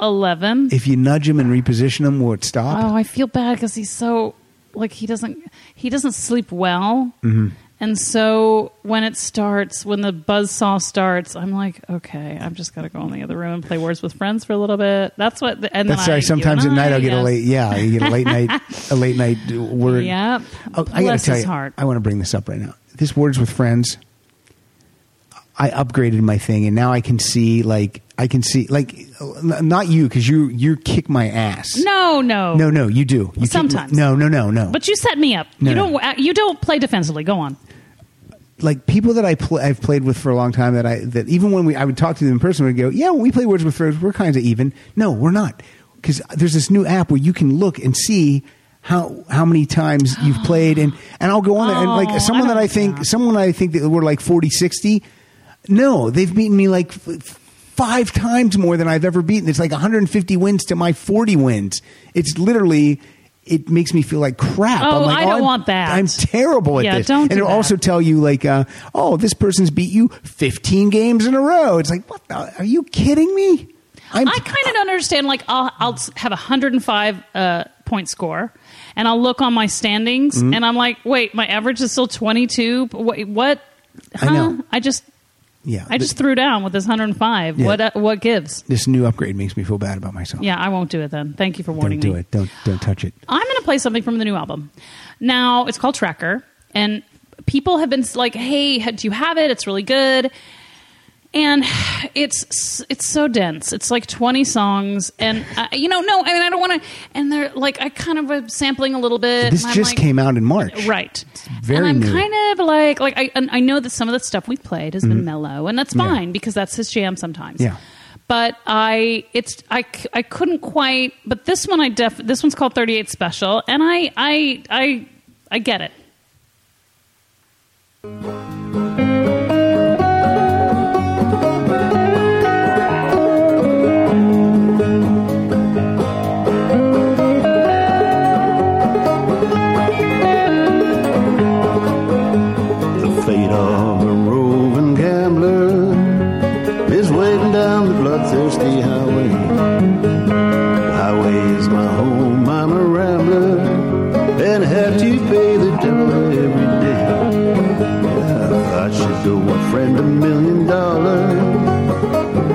Speaker 3: eleven.
Speaker 2: If you nudge him and reposition him, will it stop?
Speaker 3: Oh, I feel bad because he's so like he doesn't he doesn't sleep well,
Speaker 2: Mm-hmm.
Speaker 3: and so when it starts, when the buzz saw starts, I'm like, okay, I've just got to go in the other room and play Words with Friends for a little bit. That's what. The, and
Speaker 2: That's
Speaker 3: then I-
Speaker 2: sorry. Sometimes
Speaker 3: you
Speaker 2: at
Speaker 3: and
Speaker 2: night
Speaker 3: I,
Speaker 2: I'll get a
Speaker 3: yes.
Speaker 2: late. Yeah, you get a late night. A late night word.
Speaker 3: Yep.
Speaker 2: Oh, I gotta
Speaker 3: Bless
Speaker 2: tell
Speaker 3: his
Speaker 2: you,
Speaker 3: heart.
Speaker 2: I want to bring this up right now. This words with friends. I upgraded my thing, and now I can see like I can see like n- not you because you you kick my ass.
Speaker 3: No, no,
Speaker 2: no, no, you do. You kick my-
Speaker 3: Sometimes.
Speaker 2: no, no, no, no.
Speaker 3: But you set me up.
Speaker 2: No,
Speaker 3: you
Speaker 2: no.
Speaker 3: don't. uh, You don't play defensively. Go on.
Speaker 2: like people that I pl- I've played with for a long time that I that even when we I would talk to them in person, we'd go, yeah, when we play Words with Friends, we're kind of even. No, we're not, because there's this new app where you can look and see how how many times you've played, and and I'll go on there and
Speaker 3: Oh,
Speaker 2: like
Speaker 3: I
Speaker 2: someone that
Speaker 3: don't
Speaker 2: I think
Speaker 3: know.
Speaker 2: someone I think that were like 40, 60, no, they've beaten me like. F- f- Five times more than I've ever beaten. It's like 150 wins to my 40 wins. It's literally, it makes me feel like crap.
Speaker 3: Oh,
Speaker 2: I'm like,
Speaker 3: I don't
Speaker 2: I'm-
Speaker 3: want that."
Speaker 2: I'm terrible at
Speaker 3: Yeah,
Speaker 2: this.
Speaker 3: don't
Speaker 2: and
Speaker 3: do
Speaker 2: it'll
Speaker 3: that.
Speaker 2: also tell you like, uh, oh, this person's beat you 15 games in a row. It's like, what? The, are you kidding me? I'm,
Speaker 3: I kind of don't understand. Like, I'll I'll s- have a hundred and five uh, point score, and I'll look on my standings,
Speaker 2: Mm-hmm.
Speaker 3: and I'm like, wait, my average is still twenty two. What? what? Huh?
Speaker 2: I know.
Speaker 3: I just
Speaker 2: yeah.
Speaker 3: I
Speaker 2: th-
Speaker 3: just threw down with this hundred and five.
Speaker 2: Yeah.
Speaker 3: What? Uh, what gives?
Speaker 2: this new upgrade makes me feel bad about myself.
Speaker 3: Yeah, I won't do it then. Thank you for
Speaker 2: don't
Speaker 3: warning
Speaker 2: do
Speaker 3: me.
Speaker 2: it. Don't don't touch it.
Speaker 3: I'm going to play something from the new album. Now, it's called Tracker, and people have been like, "Hey, do you have it? It's really good." And it's it's so dense. It's like 20 songs and uh, you know, no, I mean I don't want to and they're like I kind of was sampling a little bit.
Speaker 2: This
Speaker 3: and I'm
Speaker 2: just
Speaker 3: like-
Speaker 2: came out in March.
Speaker 3: Right.
Speaker 2: very
Speaker 3: and I'm
Speaker 2: new.
Speaker 3: kind of like like I and I know that some of the stuff we've played has been mellow and that's
Speaker 2: Mm-hmm. Yeah.
Speaker 3: fine because that's his jam sometimes.
Speaker 2: Yeah.
Speaker 3: But I it's I, c- I couldn't quite but this one I def this one's called 38 special and I I I I get it.
Speaker 10: The fate of a roving gambler is waiting down the bloodthirsty highway. Highway is my home, I'm a rambler, and have to pay the devil every day. I should go and friend a million dollars.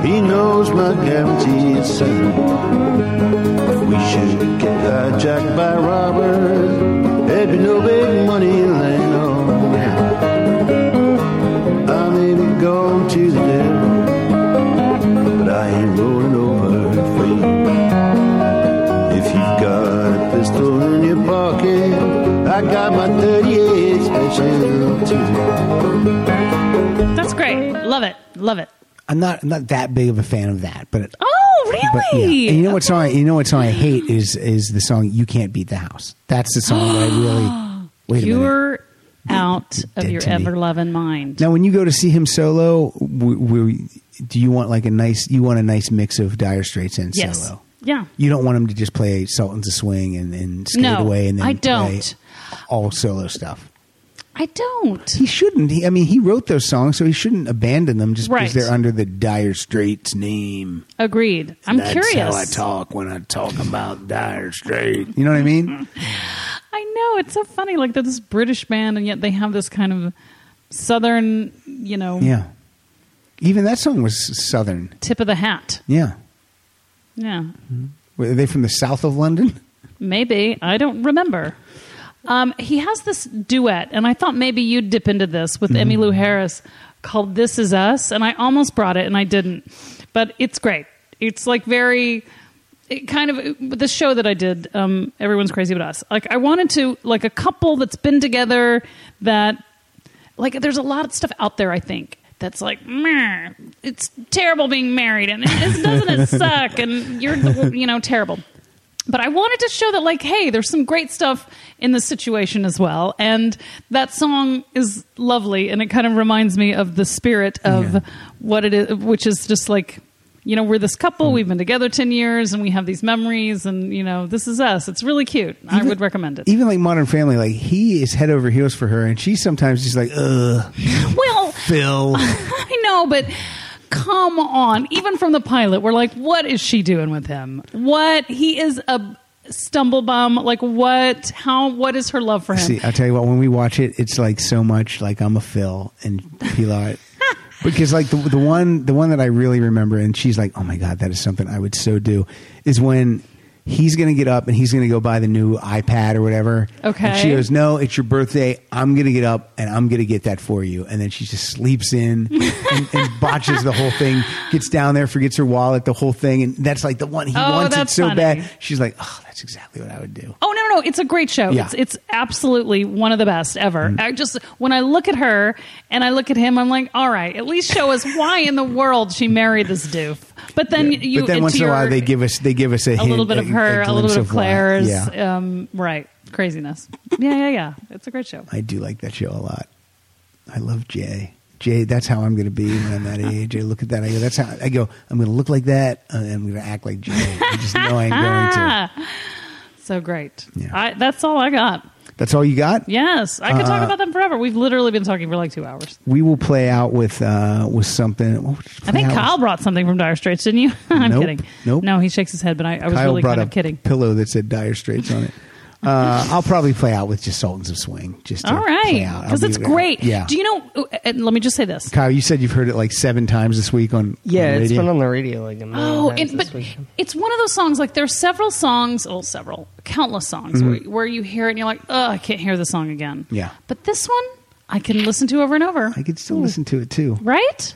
Speaker 10: He knows my guarantee is certain. We should get hijacked by robbers. There'd be no big money laying on. I may be gone to the devil.
Speaker 3: love it.
Speaker 2: I'm not I'm not that big of a fan of that, but
Speaker 3: Oh,
Speaker 2: but yeah. And
Speaker 3: really?
Speaker 2: you know what song? I, you know what song I hate is is the song "You Can't Beat the House." That's the song that I really. Wait a minute.
Speaker 3: You're out of
Speaker 2: Dead
Speaker 3: your
Speaker 2: to me.
Speaker 3: ever loving mind.
Speaker 2: Now, when you go to see him solo, we, we, do you want like a nice? You want a nice mix of Dire Straits and
Speaker 3: yes.
Speaker 2: solo.
Speaker 3: Yeah.
Speaker 2: You don't want him to just play Sultan's a Swing and, and skate
Speaker 3: No,
Speaker 2: away and then
Speaker 3: I
Speaker 2: play
Speaker 3: don't.
Speaker 2: all solo stuff.
Speaker 3: I don't.
Speaker 2: He shouldn't. He, I mean, he wrote those songs, so he shouldn't abandon them just
Speaker 3: Right.
Speaker 2: because they're under the Dire Straits name.
Speaker 3: Agreed. I'm
Speaker 2: That's
Speaker 3: curious.
Speaker 2: how I talk when I talk about Dire Straits. You know what I mean?
Speaker 3: I know it's so funny. Like they're this British band, and yet they have this kind of southern, you know,
Speaker 2: yeah. Even that song was Southern.
Speaker 3: tip of the hat.
Speaker 2: Yeah.
Speaker 3: Yeah,
Speaker 2: Were they from the south of London?
Speaker 3: maybe I don't remember. Um, he has this duet, and I thought maybe you'd dip into this with Emmy Lou Harris called "This Is Us," and I almost brought it, and I didn't. But it's great. It's like very. It kind of the show that I did, um, everyone's crazy but us. Like I wanted to like a couple that's been together that like there's a lot of stuff out there i think that's like "Meh, it's terrible being married and it, doesn't it suck and you're the, you know terrible but i wanted to show that like hey there's some great stuff in this situation as well and that song is lovely and it kind of reminds me of the spirit of
Speaker 2: Yeah.
Speaker 3: what it is which is just like you know we're this couple
Speaker 2: Mm.
Speaker 3: we've been together 10 years and we have these memories and you know this is us it's really cute i would recommend it
Speaker 2: Even like Modern Family, like he is head over heels for her, and she sometimes is like, "Ugh,
Speaker 3: well
Speaker 2: Phil."
Speaker 3: I know, but come on. Even from the pilot, we're like, what is she doing with him? What? He is a stumble bum. Like, what? How? What is her love for him?
Speaker 2: See, I'll tell you what. When we watch it, it's like so much like I'm a Phil and Pilar, because like the, the one the one that I really remember, and she's like, "Oh my god, that is something I would so do," is when he's going to get up and he's going to go buy the new iPad or whatever.
Speaker 3: Okay.
Speaker 2: And she goes, "No, it's your birthday. I'm going to get up and I'm going to get that for you." And then she just sleeps in and, and botches the whole thing. Gets down there, forgets her wallet, the whole thing, and that's like the one he
Speaker 3: Oh,
Speaker 2: wants it
Speaker 3: that's
Speaker 2: so
Speaker 3: funny.
Speaker 2: bad. She's like, "Oh, that's exactly what I would do."
Speaker 3: Oh no, no, no! It's a great show.
Speaker 2: Yeah. Mm-hmm.
Speaker 3: It's it's absolutely one of the best ever. I just when I look at her and I look at him, I'm like, all right, at least show us why in the world she married this doof. But then you,
Speaker 2: but then once in a
Speaker 3: your-
Speaker 2: while they give us they give us a,
Speaker 3: a little bit of her, a, little bit of Claire's,
Speaker 2: Yeah,
Speaker 3: um, right? Craziness. yeah, yeah, yeah. It's a great show.
Speaker 2: I do like that show a lot. I love Jay. Jay, that's how I'm going to be when I'm that age. I look at that. I go, that's how I go. I'm going to look like that, and I'm going to act like Jay. I just know I'm going
Speaker 3: Ah.
Speaker 2: to.
Speaker 3: So great.
Speaker 2: Yeah.
Speaker 3: I, that's all I got.
Speaker 2: That's all you got.
Speaker 3: Yes, I could talk
Speaker 2: Uh,
Speaker 3: about them forever. We've literally been talking for like two hours.
Speaker 2: We will play out with uh with something. what would you play
Speaker 3: I think
Speaker 2: out with?
Speaker 3: Kyle brought something from Dire Straits, didn't you? I'm
Speaker 2: Nope.
Speaker 3: kidding.
Speaker 2: Nope.
Speaker 3: No, he shakes his head, but I, I was
Speaker 2: Kyle
Speaker 3: really
Speaker 2: brought
Speaker 3: kind of
Speaker 2: a
Speaker 3: kidding.
Speaker 2: pillow that said Dire Straits on it. Uh, I'll probably play out with just Sultans of Swing. Just to
Speaker 3: All
Speaker 2: play
Speaker 3: right,
Speaker 2: out. I'll
Speaker 3: because
Speaker 2: leave
Speaker 3: it's
Speaker 2: it out.
Speaker 3: great.
Speaker 2: Yeah.
Speaker 3: Do you know? And let me just say this.
Speaker 2: Kyle, you said you've heard it like seven times this week on
Speaker 4: Yeah,
Speaker 2: on
Speaker 4: it's
Speaker 2: radio.
Speaker 4: been on the radio like a million
Speaker 3: Oh,
Speaker 4: times
Speaker 3: and,
Speaker 4: this
Speaker 3: but
Speaker 4: week.
Speaker 3: it's one of those songs. Like there's several songs, oh, several, countless songs where, where you hear it and you're like, oh, I can't hear the song again.
Speaker 2: Mm-hmm. Yeah.
Speaker 3: But this one, I can listen to over and over.
Speaker 2: I could still listen to it too.
Speaker 3: Right?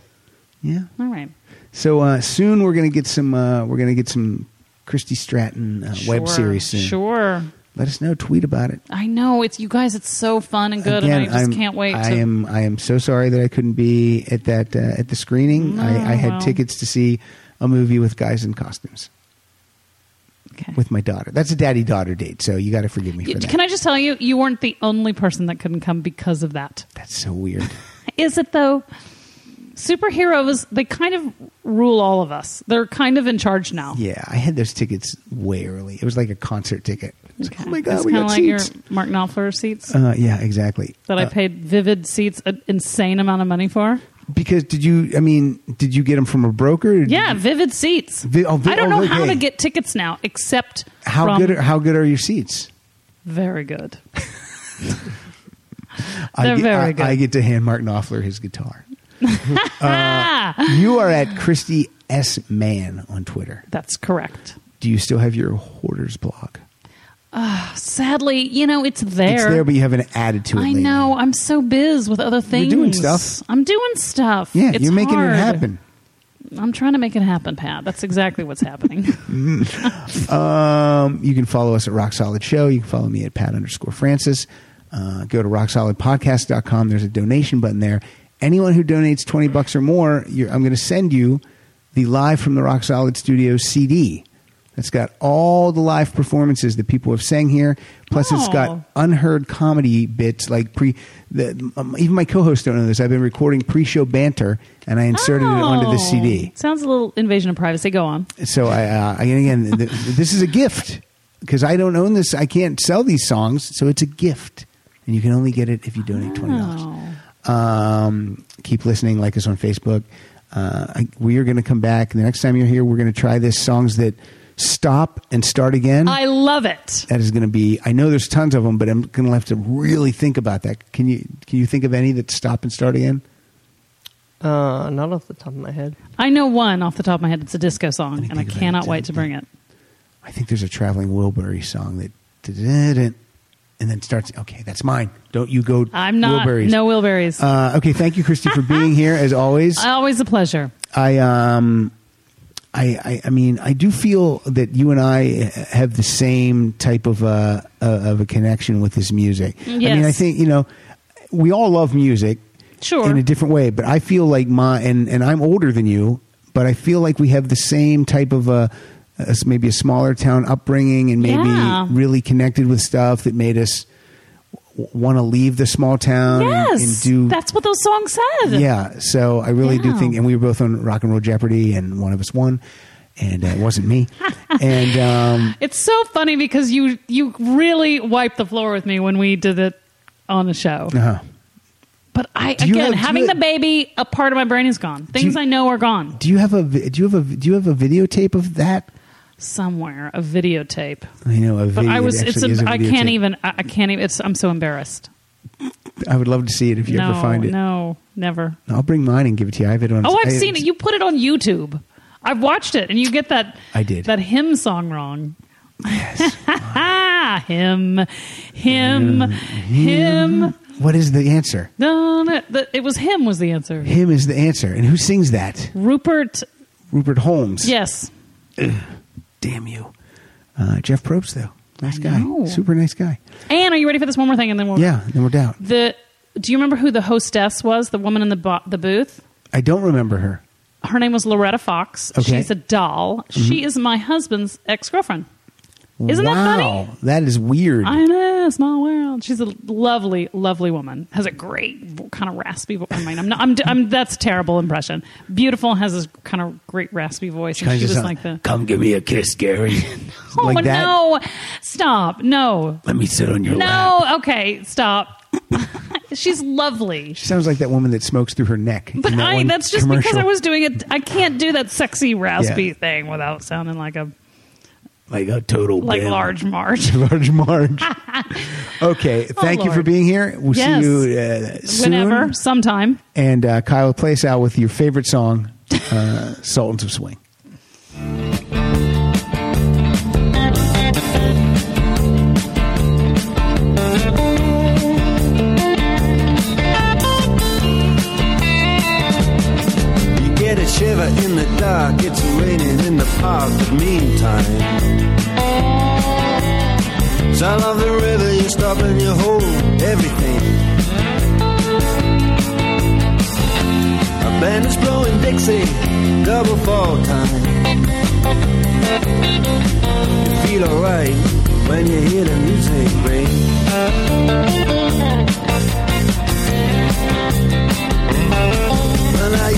Speaker 2: Yeah.
Speaker 3: All right.
Speaker 2: So uh, soon we're gonna get some. Uh, we're gonna get some Christy Stratton uh, web
Speaker 3: Sure,
Speaker 2: series soon.
Speaker 3: Sure.
Speaker 2: Let us know. Tweet about it.
Speaker 3: I know it's you guys. It's so fun and good, and I just
Speaker 2: I'm-
Speaker 3: can't wait.
Speaker 2: I
Speaker 3: to,
Speaker 2: am. I am so sorry that I couldn't be at that uh, at the screening. I, I had
Speaker 3: well.
Speaker 2: tickets to see a movie with guys in costumes
Speaker 3: Okay.
Speaker 2: with my daughter. That's a daddy daughter date. So you got to forgive me for
Speaker 3: You-
Speaker 2: that.
Speaker 3: Can I just tell you, you weren't the only person that couldn't come because of that.
Speaker 2: That's so weird.
Speaker 3: Is it though? Superheroes, they kind of rule all of us. They're kind of in charge now.
Speaker 2: yeah, I had those tickets way early. It was like a concert ticket. It's like,
Speaker 3: Okay.
Speaker 2: oh my god,
Speaker 3: it's
Speaker 2: we
Speaker 3: kind
Speaker 2: got
Speaker 3: of like
Speaker 2: seats.
Speaker 3: your Mark Knopfler seats
Speaker 2: uh, yeah, exactly. Uh,
Speaker 3: that I paid vivid seats an insane amount of money for.
Speaker 2: Because did you? I mean, did you get them from a broker? Or did
Speaker 3: Yeah,
Speaker 2: you-
Speaker 3: vivid seats.
Speaker 2: Vi- oh, vi-
Speaker 3: I don't
Speaker 2: oh,
Speaker 3: know how
Speaker 2: okay.
Speaker 3: to get tickets now, except
Speaker 2: How
Speaker 3: from-
Speaker 2: good? Are, how good are your seats?
Speaker 3: very good.
Speaker 2: I
Speaker 3: They're
Speaker 2: get,
Speaker 3: very
Speaker 2: I,
Speaker 3: good.
Speaker 2: I get to hand Martin Offler his guitar. Uh, you are at Christy S Man on Twitter.
Speaker 3: That's correct.
Speaker 2: Do you still have your hoarders blog?
Speaker 3: Sadly, you know, it's there.
Speaker 2: It's there, but you haven't added to it.
Speaker 3: I
Speaker 2: lately.
Speaker 3: know. I'm so biz with other things.
Speaker 2: doing stuff.
Speaker 3: I'm doing stuff.
Speaker 2: Yeah,
Speaker 3: It's
Speaker 2: you're making
Speaker 3: hard.
Speaker 2: it happen.
Speaker 3: I'm trying to make it happen, Pat. That's exactly what's happening.
Speaker 2: Um, you can follow us at Rock Solid Show. You can follow me at Pat underscore Francis. Uh, go to rocksolidpodcast.com. There's a donation button there. anyone who donates 20 bucks or more, you're, I'm going to send you the Live from the Rock Solid Studio CD. That's got all the live performances that people have sang here. Plus, it's got
Speaker 3: Oh.
Speaker 2: unheard comedy bits like pre. The, um, even my co-hosts don't know this. I've been recording pre-show banter, and I inserted it onto the
Speaker 3: Oh.
Speaker 2: CD
Speaker 3: Sounds a little invasion of privacy. Go on.
Speaker 2: so I, uh, I- again, th- this is a gift because I don't own this. I can't sell these songs, so it's a gift, and you can only get it if you donate twenty dollars.
Speaker 3: Oh.
Speaker 2: Um, keep listening, like us on Facebook. Uh, I, we are going to come back the next time you're here. We're going to try this songs that stop and start again.
Speaker 3: I love it.
Speaker 2: that is going to be. I know there's tons of them, but I'm going to have to really think about that. Can you can you think of any that stop and start again?
Speaker 4: Uh, not off the top of my head.
Speaker 3: I know one off the top of my head. It's a disco song, and I
Speaker 2: think about
Speaker 3: cannot
Speaker 2: it.
Speaker 3: wait to bring it.
Speaker 2: I think there's a traveling Wilbury song that didn't, and then starts. Okay, that's mine. Don't you go.
Speaker 3: I'm not.
Speaker 2: Wilburys.
Speaker 3: No Wilburys.
Speaker 2: Uh, okay, thank you, Christy, for being here as always.
Speaker 3: Always a pleasure.
Speaker 2: I um, I, I I mean, I do feel that you and I have the same type of uh, uh, of a connection with this music. I mean,
Speaker 3: Yes.
Speaker 2: I think you know, we all love music,
Speaker 3: Sure.
Speaker 2: in a different way. But I feel like my and and I'm older than you, but I feel like we have the same type of a. a s- maybe a smaller town upbringing, and maybe
Speaker 3: Yeah.
Speaker 2: really connected with stuff that made us want to leave the small town um, and-
Speaker 3: yes.
Speaker 2: and do
Speaker 3: That's what those songs said.
Speaker 2: yeah, so I really do
Speaker 3: Yeah.
Speaker 2: think, and we were both on Rock and Roll Jeopardy, and one of us won, and uh, it wasn't me. and um,
Speaker 3: It's so funny because you you really wiped the floor with me when we did it on the show.
Speaker 2: uh,
Speaker 3: But I
Speaker 2: you have-
Speaker 3: again
Speaker 2: do
Speaker 3: having
Speaker 2: you-
Speaker 3: the baby, a part of my brain is gone. Things
Speaker 2: you-
Speaker 3: I know are gone
Speaker 2: do you have a vi- do you have a do you have a videotape of that?
Speaker 3: somewhere. A videotape.
Speaker 2: I know a
Speaker 3: But
Speaker 2: video.
Speaker 3: I
Speaker 2: that
Speaker 3: was. It's.
Speaker 2: actually is
Speaker 3: A,
Speaker 2: a
Speaker 3: I can't
Speaker 2: videotape.
Speaker 3: even. I, I can't even. It's. I'm so embarrassed.
Speaker 2: I would love to see it if you
Speaker 3: no.
Speaker 2: ever find it.
Speaker 3: No. Never.
Speaker 2: I'll bring mine and give it to you. I have it on.
Speaker 3: Oh, I've
Speaker 2: I-
Speaker 3: seen it. You put it on YouTube. I've watched it, and you get that.
Speaker 2: I did.
Speaker 3: that hymn song wrong. Yes. him, him, him.
Speaker 2: What is the answer?
Speaker 3: No, no, the- it was him was the answer.
Speaker 2: Him is the answer, and who sings that?
Speaker 3: Rupert.
Speaker 2: Rupert Holmes.
Speaker 3: Yes.
Speaker 2: Damn you, uh, Jeff Probst though. Nice guy.
Speaker 3: know.
Speaker 2: Super nice guy.
Speaker 3: And are you ready for this one more thing? And then we'll.
Speaker 2: Yeah, no doubt.
Speaker 3: The. Do you remember who the hostess was? The woman in the bo- the booth.
Speaker 2: I don't remember her.
Speaker 3: Her name was Loretta Fox.
Speaker 2: Okay. Mm-hmm.
Speaker 3: She's a doll. She is my husband's ex girlfriend. Isn't
Speaker 2: wow,
Speaker 3: that funny?
Speaker 2: That is weird.
Speaker 3: I know, small world. She's a lovely, lovely woman. Has a great vo- kind of raspy voice. I mean, I'm not. I'm, I'm. That's a terrible impression. Beautiful has this kind of great raspy voice. and
Speaker 2: Kinda
Speaker 3: she
Speaker 2: just
Speaker 3: was
Speaker 2: sound-
Speaker 3: like the.
Speaker 2: Come give me a kiss, Gary.
Speaker 3: Oh
Speaker 2: like that.
Speaker 3: no! Stop! No!
Speaker 2: Let me sit on your lap.
Speaker 3: No! Okay, stop. She's lovely.
Speaker 2: She sounds like that woman that smokes through her neck.
Speaker 3: But
Speaker 2: in that
Speaker 3: I,
Speaker 2: one
Speaker 3: that's just
Speaker 2: commercial.
Speaker 3: because I was doing it. I can't do that sexy raspy
Speaker 2: Yeah.
Speaker 3: thing without sounding like a
Speaker 2: like a total
Speaker 3: like
Speaker 2: bam.
Speaker 3: large Marge.
Speaker 2: large Marge. okay, thank you for
Speaker 3: Oh, Lord.
Speaker 2: being here. We'll
Speaker 3: Yes.
Speaker 2: see you uh, soon.
Speaker 3: Whenever, sometime.
Speaker 2: And uh, Kyle, play us out with your favorite song, uh, "Sultans of Swing."
Speaker 8: You get a shiver in the dark, it's raining in the park, but meantime. Sound of the river, you stop and you hold everything. A band is blowing Dixie, double fall time. You feel alright when you hear the music ring. Well, now you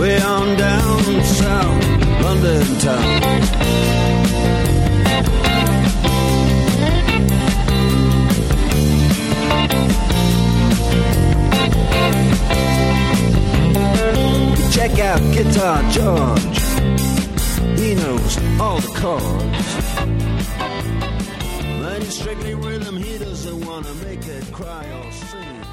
Speaker 8: Way on down south, London town. Check out Guitar George. He knows all the chords. Then strictly rhythm, he doesn't wanna make it cry or sing.